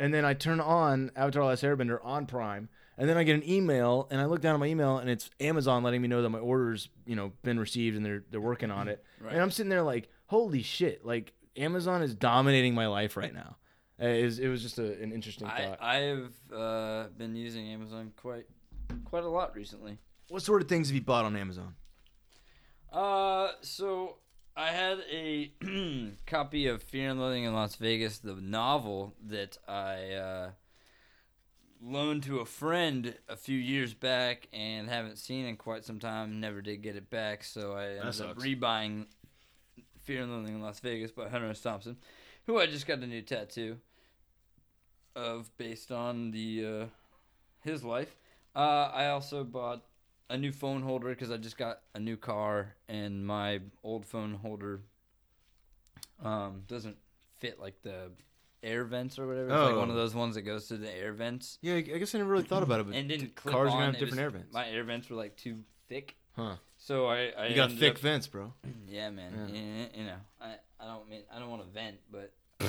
[SPEAKER 4] and then I turn on Avatar: The Last Airbender on Prime, and then I get an email, and I look down at my email, and it's Amazon letting me know that my order's you know been received and they're they're working on it, and I'm sitting there like, holy shit, like Amazon is dominating my life right now. Uh, It was, it was just a, an interesting
[SPEAKER 1] I,
[SPEAKER 4] thought.
[SPEAKER 1] I have uh, been using Amazon quite quite a lot recently.
[SPEAKER 4] what sort of things have you bought on Amazon?
[SPEAKER 1] Uh, so I had a copy of Fear and Loathing in Las Vegas, the novel that I uh, loaned to a friend a few years back and haven't seen in quite some time. Never did get it back, so I ended up
[SPEAKER 4] sucks.
[SPEAKER 1] rebuying Fear and Loathing in Las Vegas by Hunter S. Thompson, who I just got a new tattoo of based on the uh, his life. Uh, I also bought a new phone holder because I just got a new car and my old phone holder um, doesn't fit like the air vents or whatever. It's like
[SPEAKER 4] Oh.
[SPEAKER 1] one of those ones that goes through the air vents
[SPEAKER 4] Yeah, I guess I never really thought about it. But
[SPEAKER 1] and didn't clip
[SPEAKER 4] cars
[SPEAKER 1] on.
[SPEAKER 4] gonna have
[SPEAKER 1] It
[SPEAKER 4] different
[SPEAKER 1] was-
[SPEAKER 4] air vents.
[SPEAKER 1] My air vents were like too thick.
[SPEAKER 4] Huh.
[SPEAKER 1] So I, I
[SPEAKER 4] you got
[SPEAKER 1] ended
[SPEAKER 4] thick
[SPEAKER 1] up-
[SPEAKER 4] vents, bro.
[SPEAKER 1] yeah, man. Yeah, You know, I, I don't mean I don't want to vent, but I-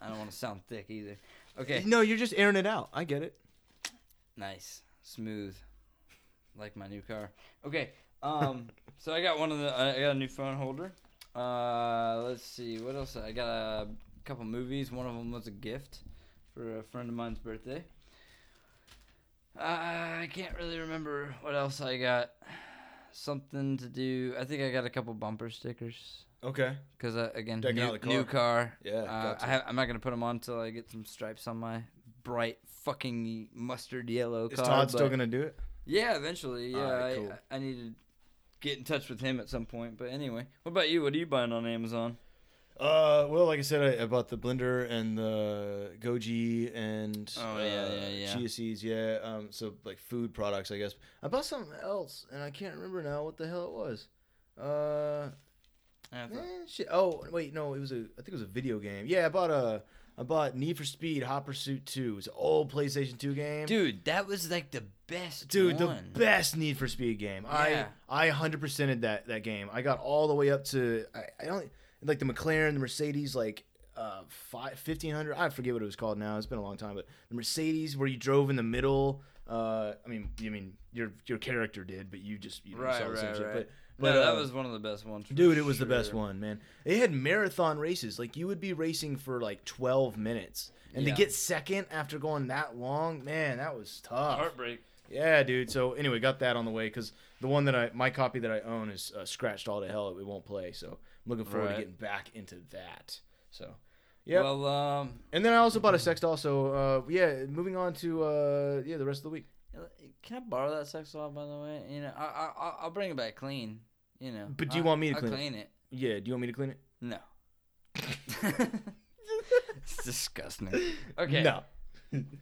[SPEAKER 1] I don't want to sound thick either. Okay,
[SPEAKER 4] No, you're just airing it out. I get it.
[SPEAKER 1] nice, smooth, like my new car. Okay, um, so I got one of the I I got a new phone holder. Uh, let's see what else. I got a couple movies. One of them was a gift for a friend of mine's birthday. Uh, I can't really remember what else I got. Something to do. I think I got a couple bumper stickers.
[SPEAKER 4] Okay.
[SPEAKER 1] Cause uh, again,
[SPEAKER 4] Decking
[SPEAKER 1] new
[SPEAKER 4] out the
[SPEAKER 1] new
[SPEAKER 4] car.
[SPEAKER 1] car.
[SPEAKER 4] Yeah,
[SPEAKER 1] uh,
[SPEAKER 4] gotcha.
[SPEAKER 1] I ha- I'm not gonna put them on until I get some stripes on my bright fucking mustard yellow
[SPEAKER 4] Is
[SPEAKER 1] car.
[SPEAKER 4] Todd still
[SPEAKER 1] but-
[SPEAKER 4] gonna do it?
[SPEAKER 1] Yeah, eventually. Yeah,
[SPEAKER 4] Alright,
[SPEAKER 1] I-
[SPEAKER 4] cool.
[SPEAKER 1] I, I need to get in touch with him at some point. But anyway, what about you? What are you buying on Amazon?
[SPEAKER 4] Uh, well, like I said, I, I bought the blender and the goji and
[SPEAKER 1] Oh,
[SPEAKER 4] uh,
[SPEAKER 1] yeah, yeah, yeah.
[SPEAKER 4] chia seeds. Yeah, um, so like food products, I guess. I bought something else, and I can't remember now what the hell it was. Uh,
[SPEAKER 1] I
[SPEAKER 4] eh,
[SPEAKER 1] thought-
[SPEAKER 4] shit. Oh, wait, no, it was a. I think it was a video game. Yeah, I bought a. I bought Need for Speed Hot Pursuit Two. It's an old PlayStation Two game.
[SPEAKER 1] Dude, that was like the best.
[SPEAKER 4] Dude,
[SPEAKER 1] one.
[SPEAKER 4] the best Need for Speed game.
[SPEAKER 1] Yeah.
[SPEAKER 4] I I hundred percented that that game. I got all the way up to I, I don't like the McLaren, the Mercedes, like uh five, 1500 I forget what it was called now. It's been a long time, but the Mercedes where you drove in the middle. Uh, I mean, you mean your your character did, but you just you know,
[SPEAKER 1] Right,
[SPEAKER 4] saw the same
[SPEAKER 1] right,
[SPEAKER 4] shit.
[SPEAKER 1] right.
[SPEAKER 4] But,
[SPEAKER 1] No,
[SPEAKER 4] but
[SPEAKER 1] that
[SPEAKER 4] uh,
[SPEAKER 1] was one of the best ones. for
[SPEAKER 4] Dude, it was the best
[SPEAKER 1] sure.
[SPEAKER 4] one, man. They had marathon races. Like you would be racing for like 12 minutes, and
[SPEAKER 1] Yeah.
[SPEAKER 4] to get second after going that long, man, that was tough.
[SPEAKER 1] Heartbreak.
[SPEAKER 4] Yeah, dude. So anyway, got that on the way because the one that I my copy that I own is uh, scratched all to hell. It won't play. So I'm looking forward
[SPEAKER 1] Right.
[SPEAKER 4] to getting back into that. So Yep.
[SPEAKER 1] Well, um,
[SPEAKER 4] and then I also bought a sex doll. So uh, yeah, moving on to uh, yeah the rest of the week.
[SPEAKER 1] Can I borrow that sex doll, by the way? You know, I, I I'll- I'll bring it back clean. You know.
[SPEAKER 4] But do you
[SPEAKER 1] I-
[SPEAKER 4] want me to
[SPEAKER 1] I'll
[SPEAKER 4] clean it?
[SPEAKER 1] clean it?
[SPEAKER 4] Yeah. Do you want me to clean it?
[SPEAKER 1] No. it's disgusting. Okay.
[SPEAKER 4] No.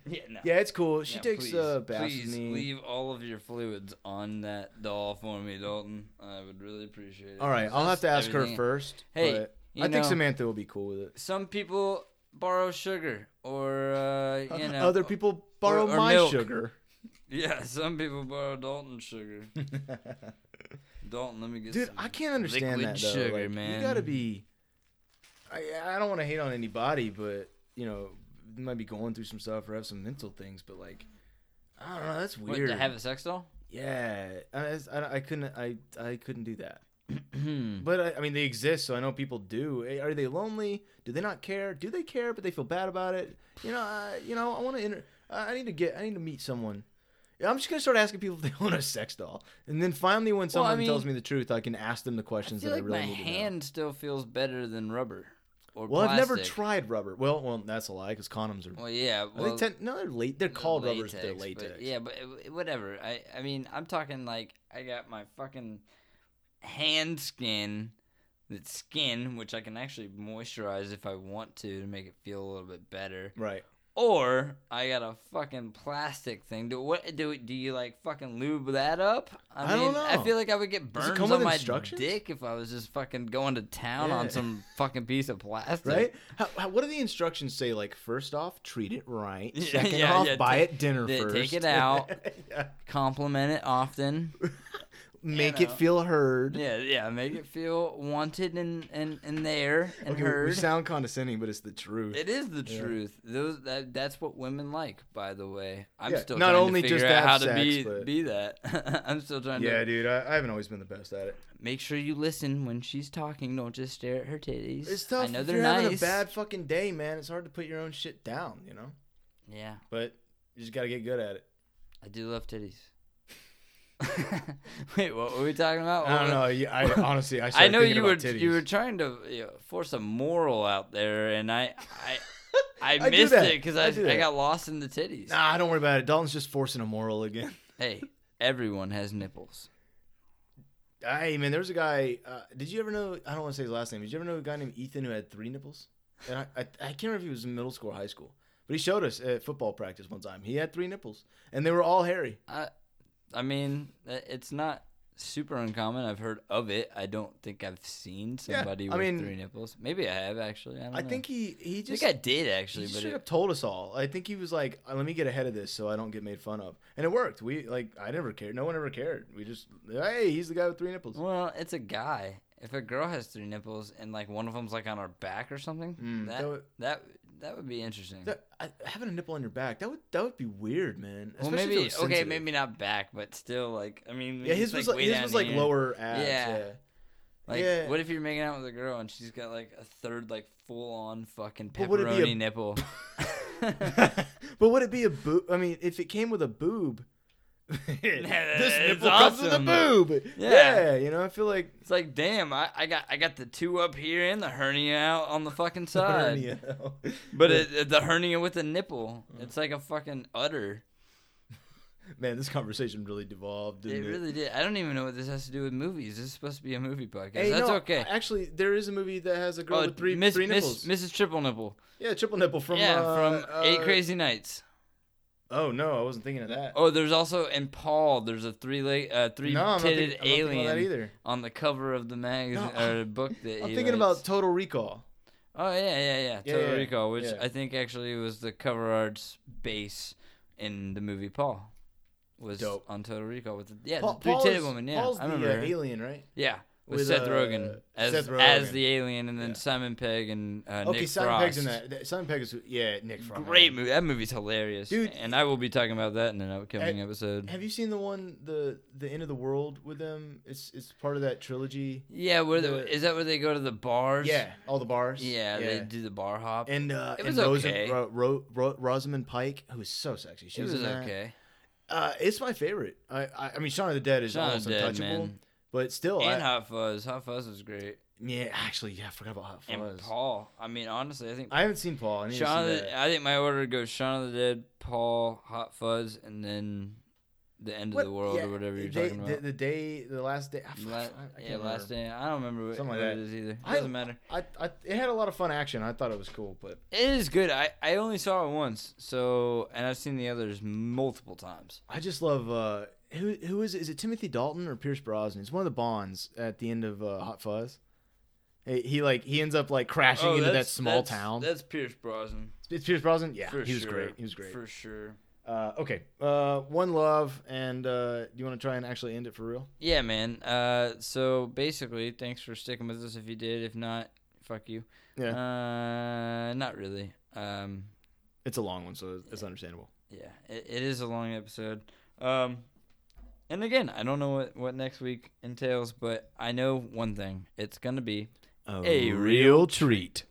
[SPEAKER 1] Yeah. No.
[SPEAKER 4] Yeah, it's cool. She
[SPEAKER 1] No,
[SPEAKER 4] takes
[SPEAKER 1] please,
[SPEAKER 4] uh, baths with
[SPEAKER 1] please
[SPEAKER 4] me.
[SPEAKER 1] leave all of your fluids on that doll for me, Dalton. I would really appreciate it.
[SPEAKER 4] All right, I'll have to ask her
[SPEAKER 1] Everything-
[SPEAKER 4] first.
[SPEAKER 1] Hey,
[SPEAKER 4] but
[SPEAKER 1] you
[SPEAKER 4] I think
[SPEAKER 1] know-
[SPEAKER 4] Samantha will be cool with it.
[SPEAKER 1] Some people borrow sugar, or uh, you know,
[SPEAKER 4] Other people borrow
[SPEAKER 1] or
[SPEAKER 4] my
[SPEAKER 1] milk.
[SPEAKER 4] sugar.
[SPEAKER 1] Yeah, some people borrow Dalton sugar. Dalton, let me get
[SPEAKER 4] Dude,
[SPEAKER 1] some.
[SPEAKER 4] I can't understand
[SPEAKER 1] liquid
[SPEAKER 4] that though.
[SPEAKER 1] sugar,
[SPEAKER 4] Like,
[SPEAKER 1] man.
[SPEAKER 4] You gotta be. I I don't want to hate on anybody, but you know, they might be going through some stuff or have some mental things. But like, I don't know. That's
[SPEAKER 1] What,
[SPEAKER 4] weird.
[SPEAKER 1] to have a sex doll?
[SPEAKER 4] yeah, I, I- I, I couldn't. I I couldn't do that.
[SPEAKER 1] Hmm.
[SPEAKER 4] But I, I mean, they exist, so I know people do. Eh, Are they lonely? Do they not care? Do they care, but they feel bad about it? You know, I, you know, I want to. Inter- I I need to get. I need to meet someone. Yeah, I'm just gonna start asking people if they own a sex doll, and then finally, when
[SPEAKER 1] Well, I
[SPEAKER 4] someone tells
[SPEAKER 1] mean-
[SPEAKER 4] me the truth, I can ask them the
[SPEAKER 1] I
[SPEAKER 4] questions
[SPEAKER 1] feel like
[SPEAKER 4] that I really
[SPEAKER 1] my
[SPEAKER 4] need to know.
[SPEAKER 1] hand still feels better than rubber or
[SPEAKER 4] Well, I've never
[SPEAKER 1] plastic.
[SPEAKER 4] tried rubber. Well, well, that's a lie because condoms are.
[SPEAKER 1] Well, yeah.
[SPEAKER 4] are
[SPEAKER 1] Well,
[SPEAKER 4] they ten- no, they're late. They're called rubbers.
[SPEAKER 1] latex,
[SPEAKER 4] They're
[SPEAKER 1] but
[SPEAKER 4] latex.
[SPEAKER 1] yeah, but it- whatever. I I mean, I'm talking like I got my fucking hand skin, that skin which I can actually moisturize if I want to to make it feel a little bit better.
[SPEAKER 4] Right.
[SPEAKER 1] Or I got a fucking plastic thing. Do what? Do do you like fucking lube that up?
[SPEAKER 4] I don't
[SPEAKER 1] I
[SPEAKER 4] know.
[SPEAKER 1] feel like I would get burns
[SPEAKER 4] come
[SPEAKER 1] on
[SPEAKER 4] with
[SPEAKER 1] my
[SPEAKER 4] instructions?
[SPEAKER 1] dick if I was just fucking going to town on
[SPEAKER 4] Yeah.
[SPEAKER 1] some fucking piece of plastic.
[SPEAKER 4] Right. How, how, what do the instructions say? Like, first off, treat it right.
[SPEAKER 1] Yeah,
[SPEAKER 4] Second
[SPEAKER 1] yeah,
[SPEAKER 4] off,
[SPEAKER 1] yeah,
[SPEAKER 4] buy
[SPEAKER 1] take-
[SPEAKER 4] it dinner
[SPEAKER 1] yeah,
[SPEAKER 4] first.
[SPEAKER 1] take it out.
[SPEAKER 4] Yeah.
[SPEAKER 1] Compliment it often.
[SPEAKER 4] Make
[SPEAKER 1] know.
[SPEAKER 4] it feel heard.
[SPEAKER 1] Yeah, yeah. Make it feel wanted and and and there and
[SPEAKER 4] Okay, we-
[SPEAKER 1] heard.
[SPEAKER 4] We sound condescending, but it's the truth.
[SPEAKER 1] it is the truth. Those that that's what women like. By the way, I'm
[SPEAKER 4] Yeah,
[SPEAKER 1] still
[SPEAKER 4] not
[SPEAKER 1] trying to
[SPEAKER 4] only just
[SPEAKER 1] figure out
[SPEAKER 4] to
[SPEAKER 1] how
[SPEAKER 4] have
[SPEAKER 1] to be
[SPEAKER 4] sex, but-
[SPEAKER 1] be that. I'm still trying to
[SPEAKER 4] yeah, dude, I, I haven't always been the best at it.
[SPEAKER 1] Make sure you listen when she's talking. Don't just stare at her titties.
[SPEAKER 4] It's tough.
[SPEAKER 1] I know
[SPEAKER 4] if
[SPEAKER 1] they're
[SPEAKER 4] you're
[SPEAKER 1] nice.
[SPEAKER 4] having a bad fucking day, man. It's hard to put your own shit down, you know.
[SPEAKER 1] Yeah,
[SPEAKER 4] But you just gotta get good at it.
[SPEAKER 1] I do love titties. Wait, what were we talking about?
[SPEAKER 4] I don't
[SPEAKER 1] What-
[SPEAKER 4] know. you- I honestly, I,
[SPEAKER 1] Oh, I
[SPEAKER 4] started
[SPEAKER 1] know
[SPEAKER 4] thinking
[SPEAKER 1] you were
[SPEAKER 4] about titties.
[SPEAKER 1] you were trying to you know, force a moral out there, and I I, I
[SPEAKER 4] I do
[SPEAKER 1] missed
[SPEAKER 4] that.
[SPEAKER 1] it because I,
[SPEAKER 4] I do
[SPEAKER 1] I,
[SPEAKER 4] that.
[SPEAKER 1] got lost in the titties.
[SPEAKER 4] Nah, don't worry about it. Dalton's just forcing a moral again.
[SPEAKER 1] Hey, everyone has nipples.
[SPEAKER 4] Hey man, there was a guy. Uh, did you ever know? I don't want to say his last name. Did you ever know a guy named Ethan who had three nipples? And I, I, I can't remember if he was in middle school or high school, but he showed us at football practice one time. He had three nipples, and they were all hairy.
[SPEAKER 1] I I mean, i- it's not super uncommon. I've heard of it. I don't think I've seen somebody
[SPEAKER 4] I
[SPEAKER 1] with
[SPEAKER 4] mean-
[SPEAKER 1] three nipples. Maybe I have actually. I, don't
[SPEAKER 4] I
[SPEAKER 1] know.
[SPEAKER 4] think he he
[SPEAKER 1] I
[SPEAKER 4] just
[SPEAKER 1] think I did actually,
[SPEAKER 4] he
[SPEAKER 1] but
[SPEAKER 4] straight
[SPEAKER 1] it,
[SPEAKER 4] up told us all. I think he was like, "Uh, "Let me get ahead of this so I don't get made fun of," and it worked. We like, I never cared. No one ever cared. We just, hey, he's the guy with three nipples.
[SPEAKER 1] well, it's a guy. If a girl has three nipples and like one of them's like on her back or something,
[SPEAKER 4] Mm,
[SPEAKER 1] that,
[SPEAKER 4] that
[SPEAKER 1] that
[SPEAKER 4] would-
[SPEAKER 1] that would be interesting.
[SPEAKER 4] That, I, having a nipple on your back that would that would be weird, man.
[SPEAKER 1] well,
[SPEAKER 4] Especially if it
[SPEAKER 1] maybe
[SPEAKER 4] was
[SPEAKER 1] okay,
[SPEAKER 4] sensitive.
[SPEAKER 1] maybe not back, but still like I mean,
[SPEAKER 4] Yeah,
[SPEAKER 1] it's,
[SPEAKER 4] his was
[SPEAKER 1] like,
[SPEAKER 4] like
[SPEAKER 1] way
[SPEAKER 4] his
[SPEAKER 1] down
[SPEAKER 4] was like
[SPEAKER 1] here.
[SPEAKER 4] lower abs.
[SPEAKER 1] Yeah.
[SPEAKER 4] Yeah.
[SPEAKER 1] Like,
[SPEAKER 4] yeah.
[SPEAKER 1] what if you're making out with a girl and she's got like a third like full on fucking
[SPEAKER 4] But would it be a-
[SPEAKER 1] pepperoni nipple?
[SPEAKER 4] But would it be a boob? I mean, if it came with a boob, this
[SPEAKER 1] it's
[SPEAKER 4] nipple comes with a
[SPEAKER 1] awesome.
[SPEAKER 4] boob.
[SPEAKER 1] Yeah.
[SPEAKER 4] yeah, you know, I feel like
[SPEAKER 1] It's like, damn, I, I got I got the two up here and the hernia out on the fucking side. But it, it- the hernia with a nipple,
[SPEAKER 4] Mm.
[SPEAKER 1] it's like a fucking udder.
[SPEAKER 4] Man, this conversation really devolved.
[SPEAKER 1] It
[SPEAKER 4] Didn't it
[SPEAKER 1] really did. I don't even know what this has to do with movies. This is supposed to be a movie podcast.
[SPEAKER 4] Hey,
[SPEAKER 1] That's
[SPEAKER 4] no,
[SPEAKER 1] okay.
[SPEAKER 4] Actually, there is a movie that has a girl
[SPEAKER 1] Oh,
[SPEAKER 4] with three,
[SPEAKER 1] Miss,
[SPEAKER 4] three
[SPEAKER 1] Miss,
[SPEAKER 4] nipples.
[SPEAKER 1] Mrs. Triple Nipple.
[SPEAKER 4] yeah, triple nipple from
[SPEAKER 1] yeah,
[SPEAKER 4] uh,
[SPEAKER 1] from Eight
[SPEAKER 4] uh,
[SPEAKER 1] Crazy Nights.
[SPEAKER 4] Oh no, I wasn't thinking of that.
[SPEAKER 1] Oh, there's also in Paul. There's a three leg, uh, three
[SPEAKER 4] No, I'm not thinking-
[SPEAKER 1] titted
[SPEAKER 4] I'm not thinking about
[SPEAKER 1] alien
[SPEAKER 4] that either.
[SPEAKER 1] on the cover of the magazine or book that
[SPEAKER 4] I'm
[SPEAKER 1] he
[SPEAKER 4] thinking
[SPEAKER 1] writes.
[SPEAKER 4] about Total Recall.
[SPEAKER 1] Oh yeah, yeah, yeah.
[SPEAKER 4] Yeah,
[SPEAKER 1] Total
[SPEAKER 4] yeah,
[SPEAKER 1] Recall, which
[SPEAKER 4] yeah.
[SPEAKER 1] I think actually was the cover art's base in the movie Paul. Was
[SPEAKER 4] Dope.
[SPEAKER 1] on Total Recall with the, yeah,
[SPEAKER 4] Paul-
[SPEAKER 1] the three
[SPEAKER 4] Paul
[SPEAKER 1] titted
[SPEAKER 4] is-
[SPEAKER 1] woman. Yeah,
[SPEAKER 4] Paul's
[SPEAKER 1] I remember.
[SPEAKER 4] the
[SPEAKER 1] her.
[SPEAKER 4] uh, alien, right?
[SPEAKER 1] yeah, with,
[SPEAKER 4] with,
[SPEAKER 1] Seth
[SPEAKER 4] uh,
[SPEAKER 1] Rogan as
[SPEAKER 4] Seth
[SPEAKER 1] as
[SPEAKER 4] Rogen.
[SPEAKER 1] the alien, and then
[SPEAKER 4] Yeah.
[SPEAKER 1] Simon Pegg and uh,
[SPEAKER 4] Okay,
[SPEAKER 1] Nick
[SPEAKER 4] Simon
[SPEAKER 1] Frost.
[SPEAKER 4] Pegg's in that. that. Simon Pegg is yeah, Nick Frost.
[SPEAKER 1] Great movie. That movie's hilarious,
[SPEAKER 4] Dude,
[SPEAKER 1] And I will be talking about that in an upcoming
[SPEAKER 4] I-
[SPEAKER 1] episode.
[SPEAKER 4] Have you seen the one the the end of the world with them? It's it's part of that trilogy.
[SPEAKER 1] yeah, where the,
[SPEAKER 4] the-
[SPEAKER 1] is that where they go to the bars?
[SPEAKER 4] Yeah, all the bars.
[SPEAKER 1] yeah, they do the bar hop.
[SPEAKER 4] and uh,
[SPEAKER 1] It
[SPEAKER 4] it
[SPEAKER 1] was
[SPEAKER 4] was and Rosa,
[SPEAKER 1] okay.
[SPEAKER 4] Ro- Ro- Ro- Rosamund Pike, who is so sexy. She
[SPEAKER 1] it was
[SPEAKER 4] in that.
[SPEAKER 1] okay.
[SPEAKER 4] Uh, it's my favorite. I, I, I mean, Shaun of the Dead is
[SPEAKER 1] Shaun of
[SPEAKER 4] almost
[SPEAKER 1] the Dead,
[SPEAKER 4] untouchable,
[SPEAKER 1] man.
[SPEAKER 4] but still,
[SPEAKER 1] and
[SPEAKER 4] I,
[SPEAKER 1] Hot Fuzz. Hot Fuzz was great.
[SPEAKER 4] yeah, actually, yeah, I forgot about Hot
[SPEAKER 1] And
[SPEAKER 4] Fuzz.
[SPEAKER 1] Paul. I mean, honestly, I think
[SPEAKER 4] I haven't seen Paul. I need
[SPEAKER 1] Shaun
[SPEAKER 4] to
[SPEAKER 1] of
[SPEAKER 4] see
[SPEAKER 1] the,
[SPEAKER 4] that.
[SPEAKER 1] I think my order goes Shaun of the Dead, Paul, Hot Fuzz, and then the end
[SPEAKER 4] What-
[SPEAKER 1] of the world
[SPEAKER 4] yeah,
[SPEAKER 1] or whatever you're
[SPEAKER 4] they-
[SPEAKER 1] talking
[SPEAKER 4] the,
[SPEAKER 1] about.
[SPEAKER 4] The day, the last day. I, fuck,
[SPEAKER 1] La-
[SPEAKER 4] I, I
[SPEAKER 1] yeah, last day. I don't remember what,
[SPEAKER 4] Something like
[SPEAKER 1] what it
[SPEAKER 4] that.
[SPEAKER 1] is either.
[SPEAKER 4] I-
[SPEAKER 1] Doesn't matter.
[SPEAKER 4] I, I, it had a lot of fun action. I thought it was cool, but
[SPEAKER 1] It is good. I, I only saw it once, so and I've seen the others multiple times.
[SPEAKER 4] I just love uh, who who is it? is it Timothy Dalton or Pierce Brosnan? It's one of the Bonds at the end of uh, Hot Fuzz. He, he like he ends up like crashing into that
[SPEAKER 1] Oh, that's-
[SPEAKER 4] small
[SPEAKER 1] that's-
[SPEAKER 4] town.
[SPEAKER 1] That's Pierce Brosnan.
[SPEAKER 4] It's Pierce Brosnan. Yeah,
[SPEAKER 1] For
[SPEAKER 4] he was
[SPEAKER 1] sure.
[SPEAKER 4] great. He was great.
[SPEAKER 1] For sure.
[SPEAKER 4] Uh, okay, uh, one love, and uh, do you want to try and actually end it for real?
[SPEAKER 1] Yeah, man. Uh, so basically, thanks for sticking with us. If you did, if not, fuck you. Uh, not really. Um,
[SPEAKER 4] it's a long one, so it's understandable.
[SPEAKER 1] yeah, it, it is a long episode. Um, and again, I don't know what, what next week entails, but I know one thing. It's gonna be
[SPEAKER 4] A
[SPEAKER 1] A real
[SPEAKER 4] real treat.